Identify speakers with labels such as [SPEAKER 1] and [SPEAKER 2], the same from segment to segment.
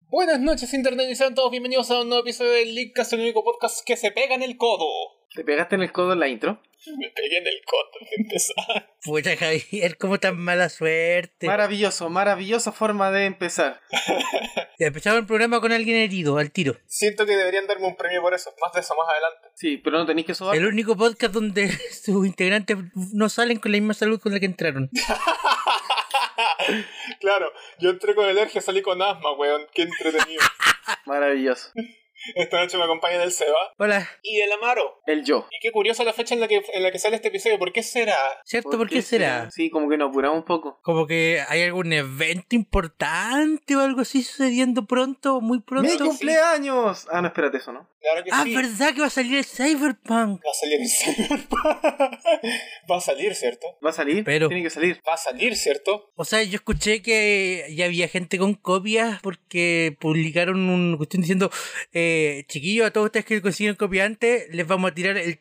[SPEAKER 1] Buenas noches, Internet, y sean todos bienvenidos a un nuevo episodio del Leakcast, el único podcast que se pega en el codo.
[SPEAKER 2] ¿Te pegaste en el codo en la intro?
[SPEAKER 1] Me pegué en el codo, de empezar.
[SPEAKER 3] Puta Javier, como tan mala suerte.
[SPEAKER 2] Maravilloso, maravillosa forma de empezar.
[SPEAKER 3] Ya empezaba el programa con alguien herido, al tiro.
[SPEAKER 1] Siento que deberían darme un premio por eso, más de eso más adelante.
[SPEAKER 2] Sí, pero no tenéis que sudar.
[SPEAKER 3] El único podcast donde sus integrantes no salen con la misma salud con la que entraron.
[SPEAKER 1] Claro, yo entré con alergia, salí con asma, weón, qué entretenido.
[SPEAKER 2] Maravilloso.
[SPEAKER 1] Esta noche me acompañan el Seba
[SPEAKER 3] Hola,
[SPEAKER 1] y el Amaro.
[SPEAKER 2] El yo.
[SPEAKER 1] Y qué curiosa la fecha en la que, en la que sale este episodio, ¿por qué será?
[SPEAKER 3] ¿cierto? ¿Por, qué, será?
[SPEAKER 2] Sí, como que nos apuramos un poco.
[SPEAKER 3] Como que hay algún evento importante o algo así sucediendo pronto, muy pronto.
[SPEAKER 2] ¡Mi cumpleaños! Ah, no, espérate eso, ¿no?
[SPEAKER 1] Claro que
[SPEAKER 3] Ah,
[SPEAKER 1] sí.
[SPEAKER 3] ¿verdad que va a salir el Cyberpunk?
[SPEAKER 1] Va a salir en Va a salir, ¿cierto?
[SPEAKER 2] ¿Va a salir?
[SPEAKER 3] Pero-
[SPEAKER 2] Tiene que salir.
[SPEAKER 1] Va a salir, ¿cierto?
[SPEAKER 3] O sea, yo escuché que ya había gente con copias porque publicaron una cuestión diciendo, eh, chiquillos, a todos ustedes que consiguen copia antes, les vamos a tirar el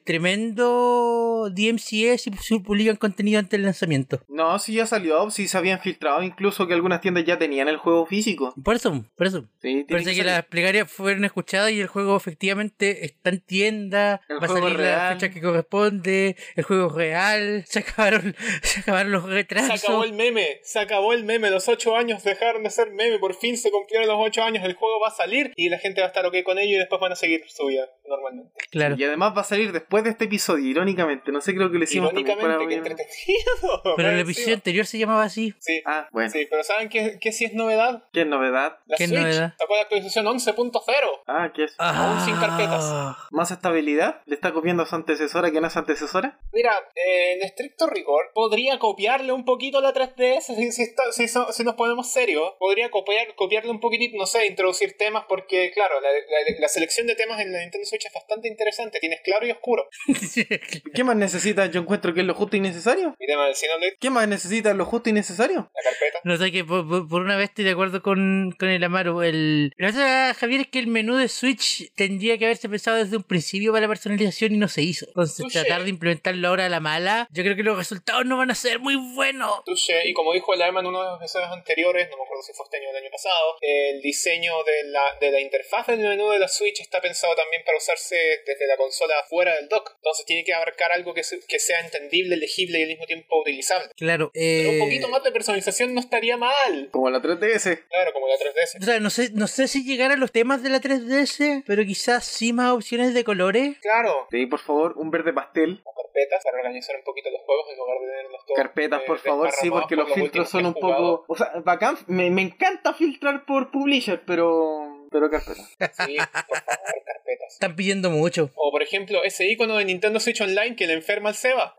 [SPEAKER 3] tremendo DMCA si si publican contenido antes del lanzamiento.
[SPEAKER 2] No, sí ya salió, sí se habían filtrado, incluso que algunas tiendas ya tenían el juego físico.
[SPEAKER 3] Por eso, por eso.
[SPEAKER 2] Sí, tiene
[SPEAKER 3] Parece que,
[SPEAKER 2] salir.
[SPEAKER 3] las plegarias fueron escuchadas y el juego efectivamente está en tienda,
[SPEAKER 2] El
[SPEAKER 3] va a
[SPEAKER 2] juego
[SPEAKER 3] salir
[SPEAKER 2] real.
[SPEAKER 3] la fecha que corresponde, el juego es real, se acabaron, se acabaron los
[SPEAKER 1] Se
[SPEAKER 3] retrasos.
[SPEAKER 1] acabó el meme, se acabó el meme, los 8 años dejaron de ser meme, por fin se cumplieron los 8 años, el juego va a salir y la gente va a estar ok con ello y después van a seguir su vida normalmente.
[SPEAKER 3] Claro.
[SPEAKER 2] Y además va a salir después de este episodio, irónicamente. No sé, creo que lo hicimos también para-
[SPEAKER 1] Irónicamente, qué entretenido.
[SPEAKER 3] Pero el
[SPEAKER 1] Encima.
[SPEAKER 3] episodio anterior se llamaba así.
[SPEAKER 1] Sí,
[SPEAKER 2] Ah, bueno.
[SPEAKER 1] sí, pero ¿saben qué, qué sí es novedad?
[SPEAKER 2] Qué novedad.
[SPEAKER 1] La
[SPEAKER 3] ¿Qué
[SPEAKER 1] Switch
[SPEAKER 3] novedad?
[SPEAKER 1] sacó la actualización 11.0.
[SPEAKER 2] Ah, ¿qué es?
[SPEAKER 1] Aún sin carpetas.
[SPEAKER 3] Ah.
[SPEAKER 2] ¿Más estabilidad? ¿Le está copiando a su antecesora que no es antecesora?
[SPEAKER 1] Mira, eh, en estricto rigor, podría copiarle un poquito la 3DS si, si está- si so- si nos ponemos serios. Podría copiar, copiarle un poquitito, no sé, introducir temas, porque, claro, la, la- la selección de temas en la Nintendo Switch es bastante interesante. Tienes claro y oscuro.
[SPEAKER 2] ¿Qué más necesitas? Yo encuentro que es lo justo y necesario.
[SPEAKER 1] Y tema del Xenoblade,
[SPEAKER 2] ¿Qué más necesitas? ¿Lo justo y necesario?
[SPEAKER 1] la carpeta.
[SPEAKER 3] No sé que por, por- por una vez estoy de acuerdo con, con el Amaro. El... La verdad, Javier, es que el menú de Switch tendría que haberse pensado desde un principio para la personalización y no se hizo. Entonces,
[SPEAKER 1] Touché.
[SPEAKER 3] tratar de implementarlo ahora a la mala, yo creo que los resultados no van a ser muy buenos.
[SPEAKER 1] Touché, y como dijo el Emma en uno de los episodios anteriores, no me acuerdo si fue este año o el año pasado, el diseño de la, de la interfaz del menú de la Switch está pensado también para usarse desde la consola afuera del dock. Entonces tiene que abarcar algo que, se- que sea entendible, legible y al mismo tiempo utilizable.
[SPEAKER 3] Claro.
[SPEAKER 1] Pero un
[SPEAKER 3] eh,
[SPEAKER 1] poquito más de personalización no estaría mal.
[SPEAKER 2] Como la 3DS.
[SPEAKER 1] Claro, como la 3DS.
[SPEAKER 3] O sea, no sé, no sé si llegar a los temas de la 3DS, pero quizás sí más opciones de colores.
[SPEAKER 1] Claro.
[SPEAKER 2] Pedí por favor un verde pastel.
[SPEAKER 1] O Carpetas para organizar un poquito los juegos en lugar de tenerlos todos.
[SPEAKER 2] Carpetas,
[SPEAKER 1] eh,
[SPEAKER 2] por favor, sí,
[SPEAKER 1] desparramados
[SPEAKER 2] porque
[SPEAKER 1] por
[SPEAKER 2] los
[SPEAKER 1] últimos
[SPEAKER 2] filtros
[SPEAKER 1] que
[SPEAKER 2] son
[SPEAKER 1] he
[SPEAKER 2] un
[SPEAKER 1] jugado.
[SPEAKER 2] poco. O sea, bacán, me, me encanta filtrar por publisher, pero. Pero carpeta.
[SPEAKER 1] Sí, por favor, carpetas.
[SPEAKER 3] Están pidiendo mucho.
[SPEAKER 1] O por ejemplo, ese icono de Nintendo Switch Online que le enferma al Seba.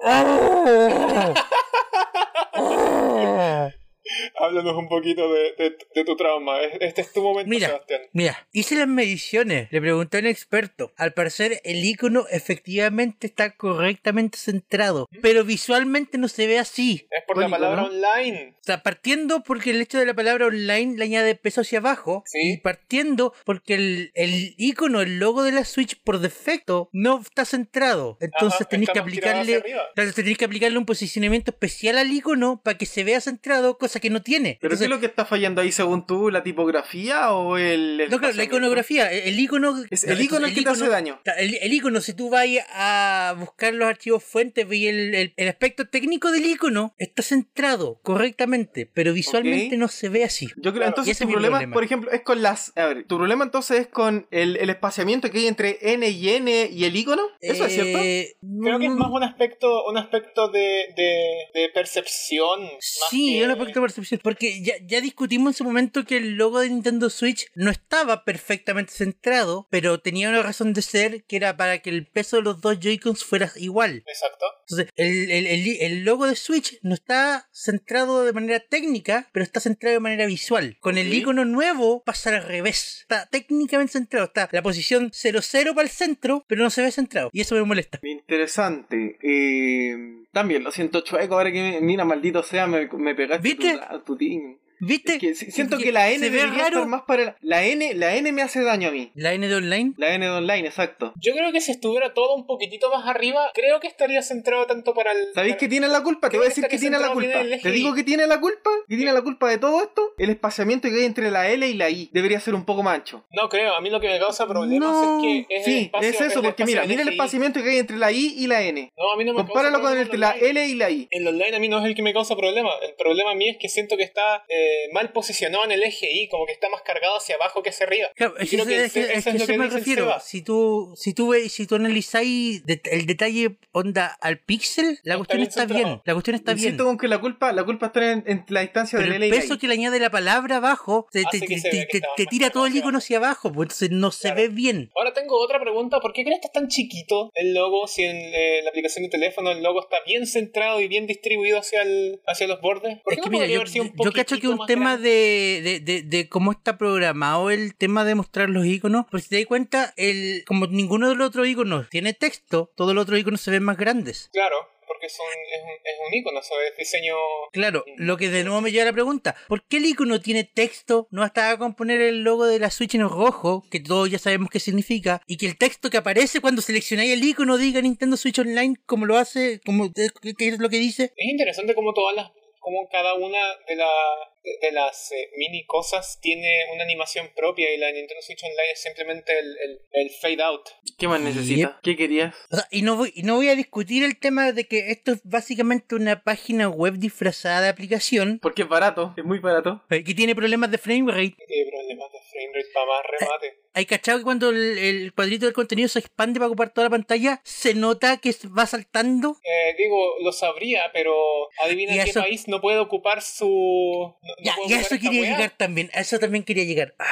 [SPEAKER 1] Háblanos un poquito de, de- de tu trauma. Es- Este es tu momento,
[SPEAKER 3] Mira.
[SPEAKER 1] Sebastián.
[SPEAKER 3] Mira, hice las mediciones, le pregunté a un experto. Al parecer el icono efectivamente está correctamente centrado, pero visualmente no se ve así.
[SPEAKER 1] Es por
[SPEAKER 2] Buen
[SPEAKER 1] la palabra
[SPEAKER 2] icono.
[SPEAKER 1] online.
[SPEAKER 3] O sea, partiendo porque el hecho de la palabra online le añade peso hacia abajo.
[SPEAKER 1] Sí.
[SPEAKER 3] Y partiendo porque el, el icono, el logo de la Switch por defecto no está centrado. Entonces
[SPEAKER 1] Ajá,
[SPEAKER 3] tenéis que
[SPEAKER 1] está más tirado hacia
[SPEAKER 3] aplicarle.
[SPEAKER 1] arriba.
[SPEAKER 3] Claro, tenéis que aplicarle un posicionamiento especial al icono para que se vea centrado, cosa que no tiene.
[SPEAKER 2] ¿Pero qué
[SPEAKER 3] Entonces,
[SPEAKER 2] es lo que está fallando ahí según tú? ¿La tipografía o el.? el
[SPEAKER 3] no, claro, la
[SPEAKER 2] pasamiento?
[SPEAKER 3] iconografía, el, el icono.
[SPEAKER 2] Es
[SPEAKER 3] Claro,
[SPEAKER 2] el icono
[SPEAKER 3] entonces,
[SPEAKER 2] el que te hace
[SPEAKER 3] icono-
[SPEAKER 2] daño.
[SPEAKER 3] Claro, El, el icono, si tú vas a buscar los archivos fuentes, veis el, el- el aspecto técnico del icono, está centrado correctamente, pero visualmente
[SPEAKER 2] Ok.
[SPEAKER 3] no se ve así.
[SPEAKER 2] Yo creo,
[SPEAKER 1] Claro,
[SPEAKER 3] y
[SPEAKER 2] entonces tu
[SPEAKER 3] ese es mi
[SPEAKER 2] problema,
[SPEAKER 3] problema.
[SPEAKER 2] por ejemplo, es con las. A ver, tu problema entonces es con el, el espaciamiento que hay entre N y N y el icono. ¿Eso es cierto?
[SPEAKER 3] Eh,
[SPEAKER 1] Creo que es
[SPEAKER 3] mm,
[SPEAKER 1] más un aspecto, un aspecto de, de, de percepción. más
[SPEAKER 3] Sí,
[SPEAKER 1] que-
[SPEAKER 3] es un aspecto de percepción. Porque ya, ya discutimos en su momento que el logo de Nintendo Switch no estaba perfectamente centrado, pero tenía una razón de ser que era para que el peso de los dos Joy-Cons fuera igual.
[SPEAKER 1] Exacto.
[SPEAKER 3] Entonces, el, el- el- el logo de Switch no está centrado de manera técnica, pero está centrado de manera visual. Con el
[SPEAKER 2] Ok.
[SPEAKER 3] icono nuevo pasa al revés. Está técnicamente centrado. Está la posición 00 para el centro, pero no se ve centrado. Y eso me molesta.
[SPEAKER 2] Interesante. Eh, también, lo siento chueco ahora que me- mira, maldito sea, me, me pegaste
[SPEAKER 3] ¿Viste?
[SPEAKER 2] tu, tu ting.
[SPEAKER 3] ¿Viste?
[SPEAKER 2] Que si- siento
[SPEAKER 3] que
[SPEAKER 2] que la N
[SPEAKER 3] se ve
[SPEAKER 2] debería
[SPEAKER 3] raro.
[SPEAKER 2] estar más para la, la N. La N me hace daño a mí.
[SPEAKER 3] La N de online.
[SPEAKER 2] La N de online, exacto.
[SPEAKER 1] Yo creo que si estuviera todo un poquitito más arriba, creo que estaría centrado tanto para el.
[SPEAKER 2] ¿Sabéis
[SPEAKER 1] para-
[SPEAKER 2] que tiene la culpa? Te
[SPEAKER 1] Creo
[SPEAKER 2] voy a
[SPEAKER 1] que
[SPEAKER 2] decir
[SPEAKER 1] está
[SPEAKER 2] que tiene la
[SPEAKER 1] centrado
[SPEAKER 2] culpa.
[SPEAKER 1] bien en el
[SPEAKER 2] Te
[SPEAKER 1] eje
[SPEAKER 2] digo
[SPEAKER 1] I.
[SPEAKER 2] que tiene la culpa. Que tiene la culpa de todo esto. El espaciamiento que hay entre la L y la I debería ser un poco más ancho.
[SPEAKER 1] No creo, a mí lo que me causa problemas
[SPEAKER 2] No.
[SPEAKER 1] es que. Es el
[SPEAKER 2] sí,
[SPEAKER 1] espacio-
[SPEAKER 2] es
[SPEAKER 1] el
[SPEAKER 2] eso, porque
[SPEAKER 1] espacio
[SPEAKER 2] mira,
[SPEAKER 1] del
[SPEAKER 2] mira el
[SPEAKER 1] eje I.
[SPEAKER 2] espaciamiento que hay entre la I y la N.
[SPEAKER 1] No, a mí no me causa
[SPEAKER 2] Compáralo con
[SPEAKER 1] problemas
[SPEAKER 2] el, la
[SPEAKER 1] online.
[SPEAKER 2] L y la I.
[SPEAKER 1] El online a mí no es el que me causa problema. El problema a mí es que siento que está eh, mal posicionado en el eje Y, como que está más cargado hacia abajo que hacia arriba.
[SPEAKER 3] Claro, es que,
[SPEAKER 1] Creo
[SPEAKER 3] eso-
[SPEAKER 1] que
[SPEAKER 3] es que-
[SPEAKER 1] ese-
[SPEAKER 3] es
[SPEAKER 1] eso
[SPEAKER 3] que
[SPEAKER 1] es lo
[SPEAKER 3] eso
[SPEAKER 1] que
[SPEAKER 3] me
[SPEAKER 1] dice el
[SPEAKER 3] refiero.
[SPEAKER 1] Seba.
[SPEAKER 3] Si tú, si tú ves, si tú analizáis det- el detalle onda al píxel, la
[SPEAKER 1] Está
[SPEAKER 3] cuestión
[SPEAKER 1] bien
[SPEAKER 3] está
[SPEAKER 1] centrado.
[SPEAKER 3] bien. La cuestión está bien.
[SPEAKER 2] Insisto con que la culpa, la culpa está en, en la distancia de
[SPEAKER 3] Pero
[SPEAKER 2] la
[SPEAKER 3] el
[SPEAKER 2] L y la I.
[SPEAKER 3] peso que le añade la palabra abajo te,
[SPEAKER 1] Hace
[SPEAKER 3] te-
[SPEAKER 1] que se
[SPEAKER 3] te-
[SPEAKER 1] vea que
[SPEAKER 3] te-
[SPEAKER 1] está
[SPEAKER 3] te
[SPEAKER 1] más
[SPEAKER 3] tira todo el
[SPEAKER 1] cargado.
[SPEAKER 3] icono hacia abajo, pues entonces no se
[SPEAKER 1] Claro.
[SPEAKER 3] ve bien.
[SPEAKER 1] Ahora tengo otra pregunta. ¿Por qué crees que es tan chiquito el logo si en eh, la aplicación de teléfono el logo está bien centrado y bien distribuido hacia, el, hacia los bordes? ¿Por qué
[SPEAKER 3] Es que
[SPEAKER 1] no
[SPEAKER 3] mira,
[SPEAKER 1] podría
[SPEAKER 3] yo,
[SPEAKER 1] haber sido un
[SPEAKER 3] yo cacho que
[SPEAKER 1] poquitito
[SPEAKER 3] un
[SPEAKER 1] más
[SPEAKER 3] tema
[SPEAKER 1] grande?
[SPEAKER 3] de, de, de, de cómo está programado el tema de mostrar los iconos, porque si te das cuenta, el, como ninguno de los otros iconos tiene texto, todos los otros iconos se ven más grandes.
[SPEAKER 1] Claro, porque son, es, un, es un icono, ¿sabes? Este Diseño...
[SPEAKER 3] Claro, lo que de nuevo me lleva a la pregunta, ¿por qué el icono tiene texto? No hasta con poner el logo de la Switch en rojo, que todos ya sabemos qué significa, y que el texto que aparece cuando seleccionáis el icono diga Nintendo Switch Online, como lo hace, como eh, que es lo que dice.
[SPEAKER 1] Es interesante como todas las como cada una de, la- de- de las eh, mini cosas tiene una animación propia y la de Nintendo Switch Online es simplemente el, el- el fade out.
[SPEAKER 2] ¿Qué más necesitas?
[SPEAKER 3] Yep.
[SPEAKER 2] ¿Qué querías?
[SPEAKER 3] O sea, y no voy, y no voy a discutir el tema de que esto es básicamente una página web disfrazada de aplicación
[SPEAKER 2] Porque es barato, es muy barato.
[SPEAKER 3] eh, que tiene problemas de frame rate.
[SPEAKER 1] Tiene problemas de frame rate para más remate.
[SPEAKER 3] Hay cachado que cuando el, el cuadrito del contenido se expande para ocupar toda la pantalla, se nota que se va saltando.
[SPEAKER 1] Eh, digo, lo sabría, pero adivina
[SPEAKER 3] Y
[SPEAKER 1] qué
[SPEAKER 3] eso-
[SPEAKER 1] país no puede ocupar su... no- no
[SPEAKER 3] Ya,
[SPEAKER 1] puede
[SPEAKER 3] y a
[SPEAKER 1] ocupar
[SPEAKER 3] eso
[SPEAKER 1] esta
[SPEAKER 3] quería
[SPEAKER 1] weá.
[SPEAKER 3] llegar también. A eso también quería llegar. Ah.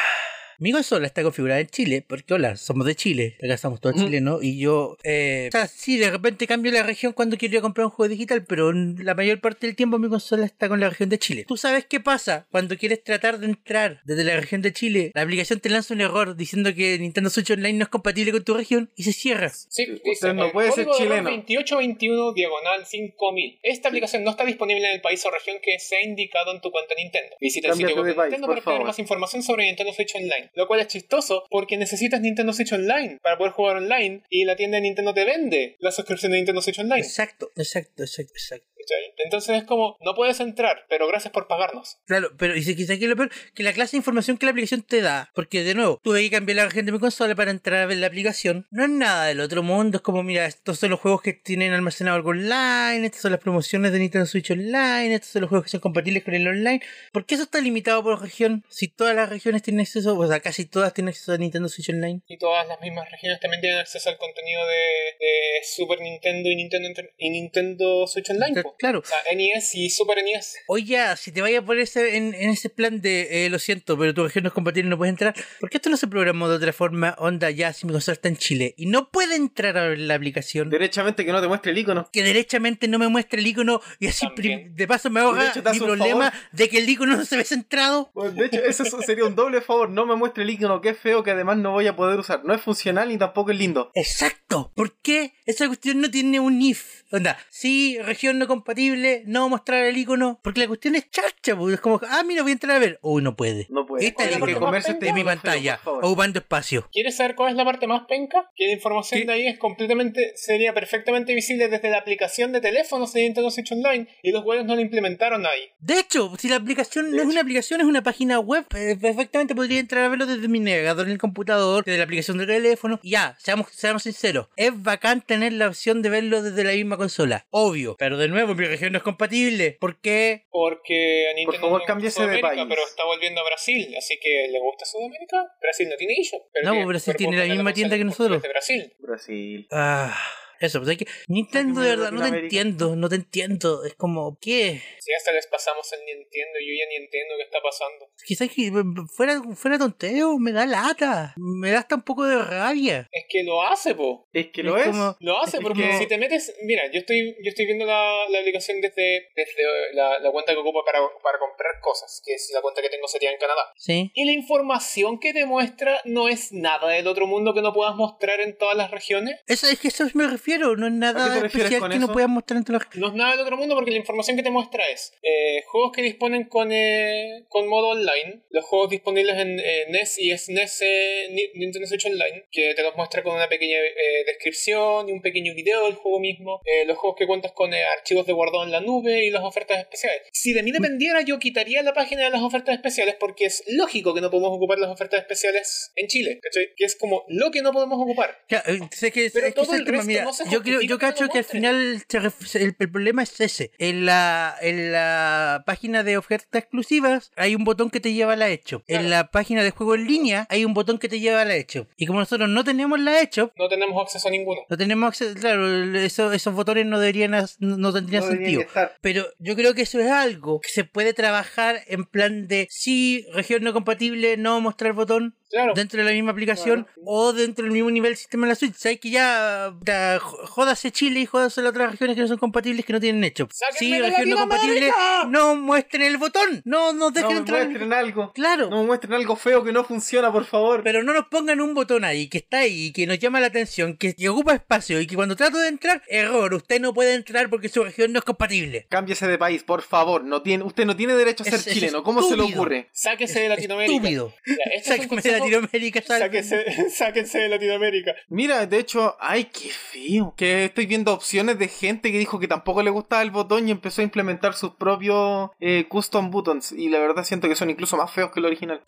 [SPEAKER 3] Mi consola está configurada en Chile, porque hola, somos de Chile, acá somos todos
[SPEAKER 1] Mm.
[SPEAKER 2] Ujú.
[SPEAKER 3] chilenos, y yo, eh, o sea, sí, de repente cambio la región cuando quiero ir a comprar un juego digital, pero la mayor parte del tiempo mi consola está con la región de Chile. ¿Tú sabes qué pasa cuando quieres tratar de entrar desde la región de Chile? La aplicación te lanza un error diciendo que Nintendo Switch Online no es compatible con tu región y se cierra.
[SPEAKER 1] Sí,
[SPEAKER 2] Usted
[SPEAKER 1] dice,
[SPEAKER 2] no
[SPEAKER 1] el
[SPEAKER 2] puede ser
[SPEAKER 1] código de error
[SPEAKER 2] chileno.
[SPEAKER 1] 2821 diagonal 5000. Esta aplicación no está disponible en el país o región que se ha indicado en tu cuenta Nintendo. Visita el
[SPEAKER 2] Cámbiate
[SPEAKER 1] sitio web
[SPEAKER 2] de
[SPEAKER 1] de
[SPEAKER 2] país,
[SPEAKER 1] Nintendo
[SPEAKER 2] por
[SPEAKER 1] para obtener
[SPEAKER 2] favor.
[SPEAKER 1] más información sobre Nintendo Switch Online. Lo cual es chistoso porque necesitas Nintendo Switch Online para poder jugar online y la tienda de Nintendo te vende la suscripción de Nintendo Switch Online.
[SPEAKER 3] Exacto, exacto, exacto, exacto.
[SPEAKER 1] ¿cachai? Entonces es como, no puedes entrar, pero gracias por pagarnos.
[SPEAKER 3] Claro, pero dice quizá que lo peor, que la clase de información que la aplicación te da, porque de nuevo, tuve que cambiar la región de mi consola para entrar a ver la aplicación, no es nada del otro mundo, es como, mira, estos son los juegos que tienen almacenado algo online, estas son las promociones de Nintendo Switch Online, estos son los juegos que son compatibles con el online, ¿por qué eso está limitado por región? Si todas las regiones tienen acceso, o sea, casi todas tienen acceso a Nintendo Switch Online.
[SPEAKER 1] Y todas las mismas regiones también tienen acceso al contenido de, de Super Nintendo y Nintendo, Enter- y Nintendo Switch Online. po.
[SPEAKER 3] Claro.
[SPEAKER 1] O sea, NES y Super E NES.
[SPEAKER 3] Oye, ya, si te vayas a poner ese- en, en ese plan de eh, lo siento, pero tu región no es compatible y no puedes entrar, ¿por qué esto no se programó de otra forma? Onda, ya, si mi consola está en Chile y no puede entrar a la aplicación,
[SPEAKER 2] Derechamente que no te muestre el icono.
[SPEAKER 3] que derechamente no me muestre el icono y así
[SPEAKER 1] También.
[SPEAKER 3] pri- de paso me ahorra
[SPEAKER 2] De hecho, te
[SPEAKER 3] mi
[SPEAKER 2] hace un
[SPEAKER 3] problema de que el icono no se ve centrado.
[SPEAKER 2] Bueno, Pues, De hecho, eso es- sería un doble favor. No me muestre el icono, que es feo, que además no voy a poder usar. No es funcional ni tampoco es lindo.
[SPEAKER 3] Exacto. ¿Por qué esa cuestión no tiene un if? Onda, sí, región no compatible, no mostrar el icono, porque la cuestión es chacha, porque es como, ah, mira, voy a entrar a ver. Uy, no puede.
[SPEAKER 2] No puede.
[SPEAKER 3] Esta
[SPEAKER 1] es la
[SPEAKER 2] que
[SPEAKER 1] parte
[SPEAKER 2] comerse
[SPEAKER 1] más
[SPEAKER 2] este
[SPEAKER 3] De mi
[SPEAKER 2] icono feo,
[SPEAKER 3] pantalla,
[SPEAKER 2] por favor.
[SPEAKER 3] ocupando espacio.
[SPEAKER 1] ¿Quieres saber cuál es la parte más penca? Que la información
[SPEAKER 3] Sí.
[SPEAKER 1] de ahí es completamente, sería perfectamente visible desde la aplicación de teléfonos de Nintendo Switch Online y los güeyes no la implementaron ahí.
[SPEAKER 3] De hecho, si la aplicación no
[SPEAKER 2] De
[SPEAKER 3] es
[SPEAKER 2] hecho.
[SPEAKER 3] una aplicación, es una página web, eh, perfectamente podría entrar a verlo desde mi navegador en el computador, desde la aplicación del teléfono. Y Ya, seamos, seamos sinceros, es bacán tener la opción de verlo desde la misma consola, obvio. Pero de nuevo, mi región no es compatible. ¿Por qué?
[SPEAKER 1] Porque a Nintendo
[SPEAKER 2] favor,
[SPEAKER 1] le gusta
[SPEAKER 2] cámbiese de
[SPEAKER 1] Sudamérica,
[SPEAKER 2] país.
[SPEAKER 1] pero está volviendo a Brasil, así que ¿le gusta Sudamérica? Brasil no tiene ello.
[SPEAKER 3] No, pues Brasil tiene la misma tienda que nosotros.
[SPEAKER 1] De Brasil.
[SPEAKER 2] Brasil.
[SPEAKER 3] Ah, eso, pues hay que... Nintendo,
[SPEAKER 2] Saquemos
[SPEAKER 3] de
[SPEAKER 2] de
[SPEAKER 3] verdad, no te
[SPEAKER 2] Latinoamérica.
[SPEAKER 3] entiendo, no te entiendo. Es como, ¿qué?
[SPEAKER 1] Si hasta les pasamos el Nintendo, yo ya ni entiendo qué está pasando.
[SPEAKER 3] Quizás que mm, fuera, fuera tonteo, me da lata, me da hasta un poco de rabia.
[SPEAKER 1] Es que lo hace, po.
[SPEAKER 2] Es que lo
[SPEAKER 3] Es
[SPEAKER 2] es.
[SPEAKER 3] como-
[SPEAKER 1] Lo hace,
[SPEAKER 2] Es
[SPEAKER 1] porque
[SPEAKER 2] que-
[SPEAKER 1] si te metes. Mira, yo estoy yo estoy viendo la, la aplicación desde, desde la, la cuenta que ocupo para, para comprar cosas, que es la cuenta que tengo sería en Canadá.
[SPEAKER 3] ¿Sí?
[SPEAKER 1] Y la información que te muestra no es nada del otro mundo que no puedas mostrar en todas las regiones.
[SPEAKER 3] Eso es que eso me refiero, no es nada
[SPEAKER 2] qué te refieres
[SPEAKER 3] especial
[SPEAKER 2] con
[SPEAKER 3] que no
[SPEAKER 2] eso?
[SPEAKER 3] puedas mostrar en tu lógica.
[SPEAKER 1] No es nada del otro mundo porque la información que te muestra es eh, juegos que disponen con, eh, con modo online, los juegos disponibles en eh, NES y SNES eh, Ni- Nintendo Switch Online, que te los muestra con una pequeña eh, descripción y un pequeño video del juego mismo, eh, los juegos que cuentas con eh, archivos de guardado en la nube y las ofertas especiales. Si de mí dependiera, yo quitaría la página de las ofertas especiales porque es lógico que no podemos ocupar las ofertas especiales en Chile, ¿cachai? Que es como lo que no podemos ocupar.
[SPEAKER 3] Claro, eh, sé que,
[SPEAKER 1] Pero
[SPEAKER 3] es que
[SPEAKER 1] todo
[SPEAKER 3] ese es
[SPEAKER 1] el
[SPEAKER 3] el tema,
[SPEAKER 1] resto
[SPEAKER 3] mira,
[SPEAKER 1] no se
[SPEAKER 3] yo, creo-
[SPEAKER 1] justifica
[SPEAKER 3] yo
[SPEAKER 1] que lo
[SPEAKER 3] cacho que al
[SPEAKER 1] muestren.
[SPEAKER 3] final se ref- se- el, el problema es ese. En la, en la página de ofertas exclusivas hay un botón que te lleva a la eShop.
[SPEAKER 1] Claro.
[SPEAKER 3] En la página de juego en línea hay un botón que te lleva a la eShop. Y como nosotros no tenemos la eShop,
[SPEAKER 1] No tenemos acceso a ninguno.
[SPEAKER 3] no tenemos acceso, claro, el- eso- esos botones no deberían, as- no, no tendrían
[SPEAKER 2] No debería
[SPEAKER 3] sentido.
[SPEAKER 2] estar.
[SPEAKER 3] Pero yo creo que eso es algo que se puede trabajar en plan de sí, región no compatible, no mostrar botón
[SPEAKER 1] Claro.
[SPEAKER 3] dentro de la misma aplicación o dentro del mismo nivel del sistema de la Switch. Sabes que ya puta, jo- jódase Chile y jódase las otras regiones que no son compatibles que no tienen hecho.
[SPEAKER 1] ¡Sáquenme
[SPEAKER 3] Sí,
[SPEAKER 1] de
[SPEAKER 3] región no compatible,
[SPEAKER 1] Latinoamérica!
[SPEAKER 3] no muestren el botón, no nos
[SPEAKER 2] No
[SPEAKER 3] dejen
[SPEAKER 2] me
[SPEAKER 3] entrar.
[SPEAKER 2] muestren algo.
[SPEAKER 3] Claro.
[SPEAKER 2] No me muestren algo feo que no funciona, por favor.
[SPEAKER 3] Pero no nos pongan un botón ahí que está ahí, que nos llama la atención, que, que ocupa espacio y que cuando trato de entrar, error, usted no puede entrar porque su región no es compatible.
[SPEAKER 2] Cámbiese de país, por favor. No tiene, usted no tiene derecho a
[SPEAKER 3] Es-
[SPEAKER 2] ser
[SPEAKER 3] es
[SPEAKER 2] chileno. ¿Cómo se le
[SPEAKER 3] estúpido.
[SPEAKER 2] ocurre?
[SPEAKER 1] Sáquese de Latinoamérica.
[SPEAKER 3] Estúpido.
[SPEAKER 1] Ya, este es un
[SPEAKER 3] Sáquenme de
[SPEAKER 1] consejo-
[SPEAKER 3] Latinoamérica, sálvenme.
[SPEAKER 1] Sáquense, sáquense de Latinoamérica.
[SPEAKER 2] Mira, de hecho, ay, qué feo. Que estoy viendo opciones de gente que dijo que tampoco le gustaba el botón y empezó a implementar sus propios eh, custom buttons. Y la verdad siento que son incluso más feos que el original.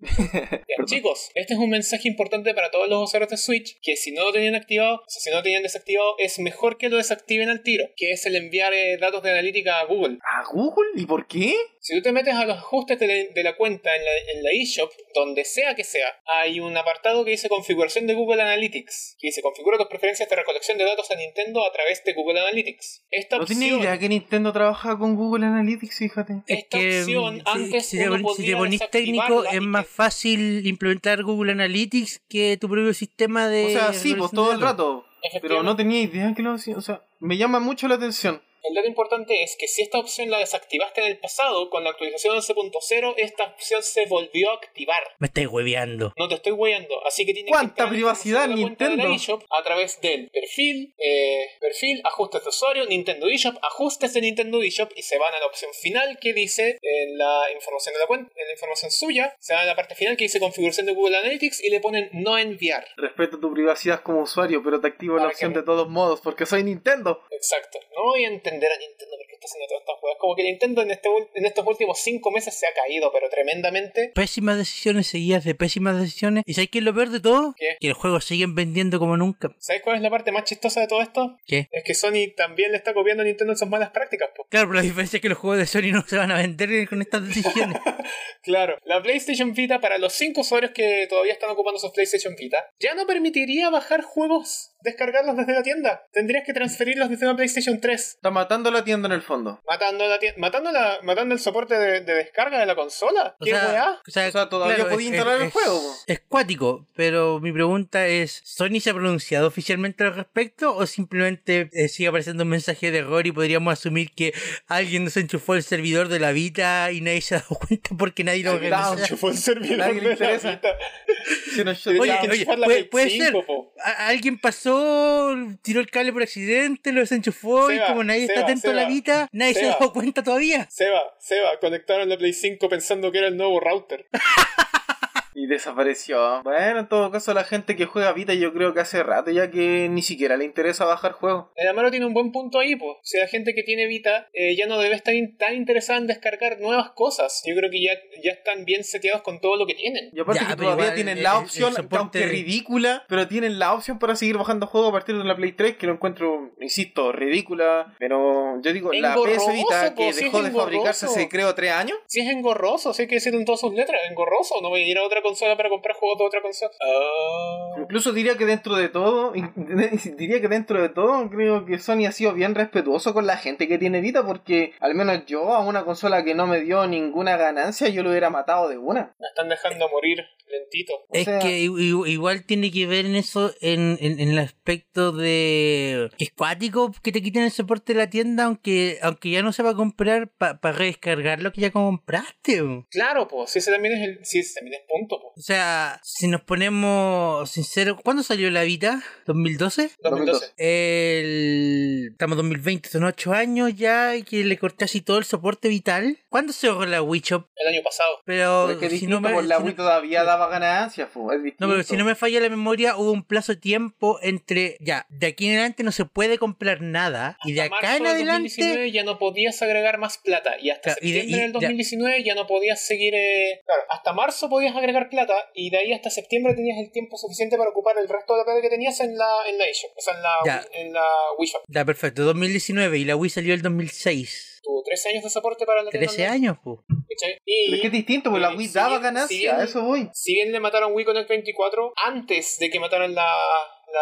[SPEAKER 1] Ya,
[SPEAKER 2] Perdón.
[SPEAKER 1] chicos, este es un mensaje importante para todos los usuarios de Switch, que si no lo tenían activado, o sea, si no lo tenían desactivado, es mejor que lo desactiven al tiro, que es el enviar eh, datos de analítica a Google.
[SPEAKER 2] ¿A Google? ¿Y por qué?
[SPEAKER 1] Si tú te metes a los ajustes de la, de la cuenta en la, en la eShop, donde sea que sea, hay un apartado que dice configuración de Google Analytics, que dice configura tus preferencias de recolección de datos a Nintendo a través de Google Analytics. Esta
[SPEAKER 2] No tiene
[SPEAKER 1] opción-
[SPEAKER 2] idea que Nintendo trabaja con Google Analytics, fíjate.
[SPEAKER 3] Es
[SPEAKER 1] Esta
[SPEAKER 3] que
[SPEAKER 1] opción,
[SPEAKER 3] mm,
[SPEAKER 1] antes
[SPEAKER 3] si, si te,
[SPEAKER 1] uno
[SPEAKER 3] pon- si te
[SPEAKER 1] podía
[SPEAKER 3] ponís técnico
[SPEAKER 1] desactivarla
[SPEAKER 3] es
[SPEAKER 1] y
[SPEAKER 3] más
[SPEAKER 1] que-
[SPEAKER 3] fácil implementar Google Analytics que tu propio sistema de
[SPEAKER 2] O sea, sí, pues
[SPEAKER 3] recolección de
[SPEAKER 2] todo el
[SPEAKER 3] datos.
[SPEAKER 2] rato. Pero
[SPEAKER 1] Efectivamente.
[SPEAKER 2] no tenía idea que lo hacía. O sea, me llama mucho la atención.
[SPEAKER 1] El dato importante es que si esta opción la desactivaste en el pasado, con la actualización 11.0, esta opción se volvió a activar.
[SPEAKER 3] Me estáis hueveando.
[SPEAKER 1] No te estoy guiando, así que tienes
[SPEAKER 2] ¿Cuánta
[SPEAKER 1] entrar en la
[SPEAKER 2] privacidad,
[SPEAKER 1] información de la cuenta de la
[SPEAKER 2] Nintendo?
[SPEAKER 1] eShop a través del perfil, eh, perfil, ajustes de usuario, Nintendo eShop, ajustes de Nintendo eShop y se van a la opción final que dice en la información de la cuenta, en la información suya, se van a la parte final que dice configuración de Google Analytics y le ponen no enviar.
[SPEAKER 2] Respeto tu privacidad como usuario, pero te activo la
[SPEAKER 1] Para que
[SPEAKER 2] opción
[SPEAKER 1] me-
[SPEAKER 2] de todos modos, porque soy Nintendo.
[SPEAKER 1] Exacto. No voy a entender a Nintendo porque está haciendo todas estas juegas. Como que Nintendo en, este, ul- en estos últimos cinco meses se ha caído, pero tremendamente.
[SPEAKER 3] Pésimas decisiones seguidas de pésimas decisiones. ¿Y sabes qué es lo peor de todo?
[SPEAKER 1] ¿Qué?
[SPEAKER 3] Que los juegos siguen vendiendo como nunca.
[SPEAKER 1] ¿Sabes cuál es la parte más chistosa de todo esto?
[SPEAKER 3] ¿Qué?
[SPEAKER 1] Es que Sony también le está copiando a Nintendo en sus malas prácticas, po.
[SPEAKER 3] Claro, pero la diferencia es que los juegos de Sony no se van a vender con estas decisiones.
[SPEAKER 1] Claro. La PlayStation Vita, para los cinco usuarios que todavía están ocupando sus PlayStation Vita, ya no permitiría bajar juegos, descargarlos desde la tienda. Tendrías que transferirlos desde una PlayStation 3.
[SPEAKER 2] Está matando la tienda en el fondo.
[SPEAKER 1] Matando la tien- matando la- matando el soporte de, de descarga de la consola.
[SPEAKER 3] O
[SPEAKER 1] ¿Qué
[SPEAKER 3] sea,
[SPEAKER 1] weá?
[SPEAKER 2] O sea, todavía podía
[SPEAKER 3] es-
[SPEAKER 2] instalar el
[SPEAKER 3] es-
[SPEAKER 2] juego, po.
[SPEAKER 3] Es cuático, pero mi pregunta es: ¿Sony se ha pronunciado oficialmente al respecto o simplemente eh, sigue apareciendo un mensaje de error y podríamos asumir que alguien desenchufó el servidor de la Vita y nadie se ha dado cuenta porque nadie lo
[SPEAKER 2] Cuidado,
[SPEAKER 3] revisa?
[SPEAKER 1] Fue el servidor
[SPEAKER 2] Nadie le
[SPEAKER 1] de la
[SPEAKER 2] interesa.
[SPEAKER 1] Vita.
[SPEAKER 2] Se nos-
[SPEAKER 3] Oye,
[SPEAKER 1] Oye, que
[SPEAKER 3] oye,
[SPEAKER 1] enchufar la
[SPEAKER 3] puede-
[SPEAKER 1] Play
[SPEAKER 3] puede
[SPEAKER 1] 5,
[SPEAKER 3] ser.
[SPEAKER 1] po.
[SPEAKER 3] A- Alguien pasó, tiró el cable por accidente, lo desenchufó y
[SPEAKER 1] Seba,
[SPEAKER 3] como nadie está
[SPEAKER 1] Seba,
[SPEAKER 3] atento a la
[SPEAKER 1] Seba,
[SPEAKER 3] Vita, nadie se ha
[SPEAKER 1] Seba.
[SPEAKER 3] dado cuenta todavía.
[SPEAKER 1] Seba, Seba, conectaron la Play 5 pensando que era el nuevo router.
[SPEAKER 2] Y desapareció. Bueno, en todo caso, la gente que juega Vita, yo creo que hace rato ya que ni siquiera le interesa bajar juegos.
[SPEAKER 1] El Amaro tiene un buen punto ahí, pues. Si la gente que tiene Vita eh, ya no debe estar in- tan interesada en descargar nuevas cosas. Yo creo que ya, ya están bien seteados con todo lo que tienen.
[SPEAKER 2] Y aparte
[SPEAKER 3] Ya,
[SPEAKER 2] que
[SPEAKER 3] pero
[SPEAKER 2] todavía
[SPEAKER 3] igual,
[SPEAKER 2] tienen
[SPEAKER 3] el-
[SPEAKER 2] la
[SPEAKER 3] el
[SPEAKER 2] opción,
[SPEAKER 3] soporte-
[SPEAKER 2] aunque ridícula, pero tienen la opción para seguir bajando juegos a partir de la Play 3, que lo encuentro, insisto, ridícula. Pero yo digo, la
[SPEAKER 1] Engorroso,
[SPEAKER 2] PS Vita, que
[SPEAKER 1] po, sí es
[SPEAKER 2] dejó de fabricarse
[SPEAKER 1] engorroso.
[SPEAKER 2] hace creo tres años.
[SPEAKER 1] Si es engorroso, si hay que decirlo en todas sus letras, engorroso. No voy a ir a otra consola para comprar juegos de otra consola. Ah.
[SPEAKER 2] Incluso diría que dentro de todo, diría que dentro de todo, creo que Sony ha sido bien respetuoso con la gente que tiene Vita, porque al menos yo a una consola que no me dio ninguna ganancia, yo lo hubiera matado de una.
[SPEAKER 1] La están dejando morir lentito.
[SPEAKER 2] O
[SPEAKER 3] es
[SPEAKER 2] sea-
[SPEAKER 3] que i- i- igual tiene que ver en eso, en, en, en el aspecto de que es cuático que te quiten el soporte de la tienda, aunque aunque ya no se va a comprar para redescargar lo que ya compraste. bo.
[SPEAKER 1] Claro, pues, si ese también es el, si ese también es punto. punto. po.
[SPEAKER 3] O sea, si nos ponemos sinceros, ¿cuándo salió la Vita? ¿2012?
[SPEAKER 1] 2012.
[SPEAKER 3] El... Estamos 2020, son 8 años ya y que le corté así todo el soporte vital. ¿Cuándo se ahorró la Wii Shop?
[SPEAKER 1] El año pasado.
[SPEAKER 3] Pero,
[SPEAKER 2] Porque
[SPEAKER 3] si no me,
[SPEAKER 2] por la
[SPEAKER 3] si no-
[SPEAKER 2] Wii todavía daba ganancias, po, es
[SPEAKER 3] no, pero si
[SPEAKER 2] distinto.
[SPEAKER 3] no me falla la memoria, hubo un plazo de tiempo entre ya, de aquí en adelante no se puede comprar nada y de
[SPEAKER 1] Hasta
[SPEAKER 3] acá en
[SPEAKER 1] marzo del
[SPEAKER 3] adelante
[SPEAKER 1] 2019 ya no podías agregar más plata y hasta
[SPEAKER 3] Claro, y de-
[SPEAKER 1] septiembre
[SPEAKER 3] y-
[SPEAKER 1] del
[SPEAKER 3] ya.
[SPEAKER 1] 2019 ya. no podías seguir eh, claro hasta marzo podías agregar plata y de ahí hasta septiembre tenías el tiempo suficiente para ocupar el resto de la plata que tenías en la en la eShop, o sea, en la,
[SPEAKER 3] Ya.
[SPEAKER 1] en la Wii Shop
[SPEAKER 3] Ya, perfecto, 2019 y la Wii salió el 2006.
[SPEAKER 1] tuvo 13 años de soporte para la
[SPEAKER 3] 13
[SPEAKER 1] Nintendo,
[SPEAKER 3] años, po.
[SPEAKER 1] ¿cachai?
[SPEAKER 2] Pero es que es
[SPEAKER 1] y
[SPEAKER 2] distinto, porque la
[SPEAKER 1] y
[SPEAKER 2] Wii
[SPEAKER 1] si
[SPEAKER 2] daba
[SPEAKER 1] bien-
[SPEAKER 2] ganancias,
[SPEAKER 1] si bien-
[SPEAKER 2] a eso voy.
[SPEAKER 1] si bien le mataron Wii Connect 24 antes de que mataran la la,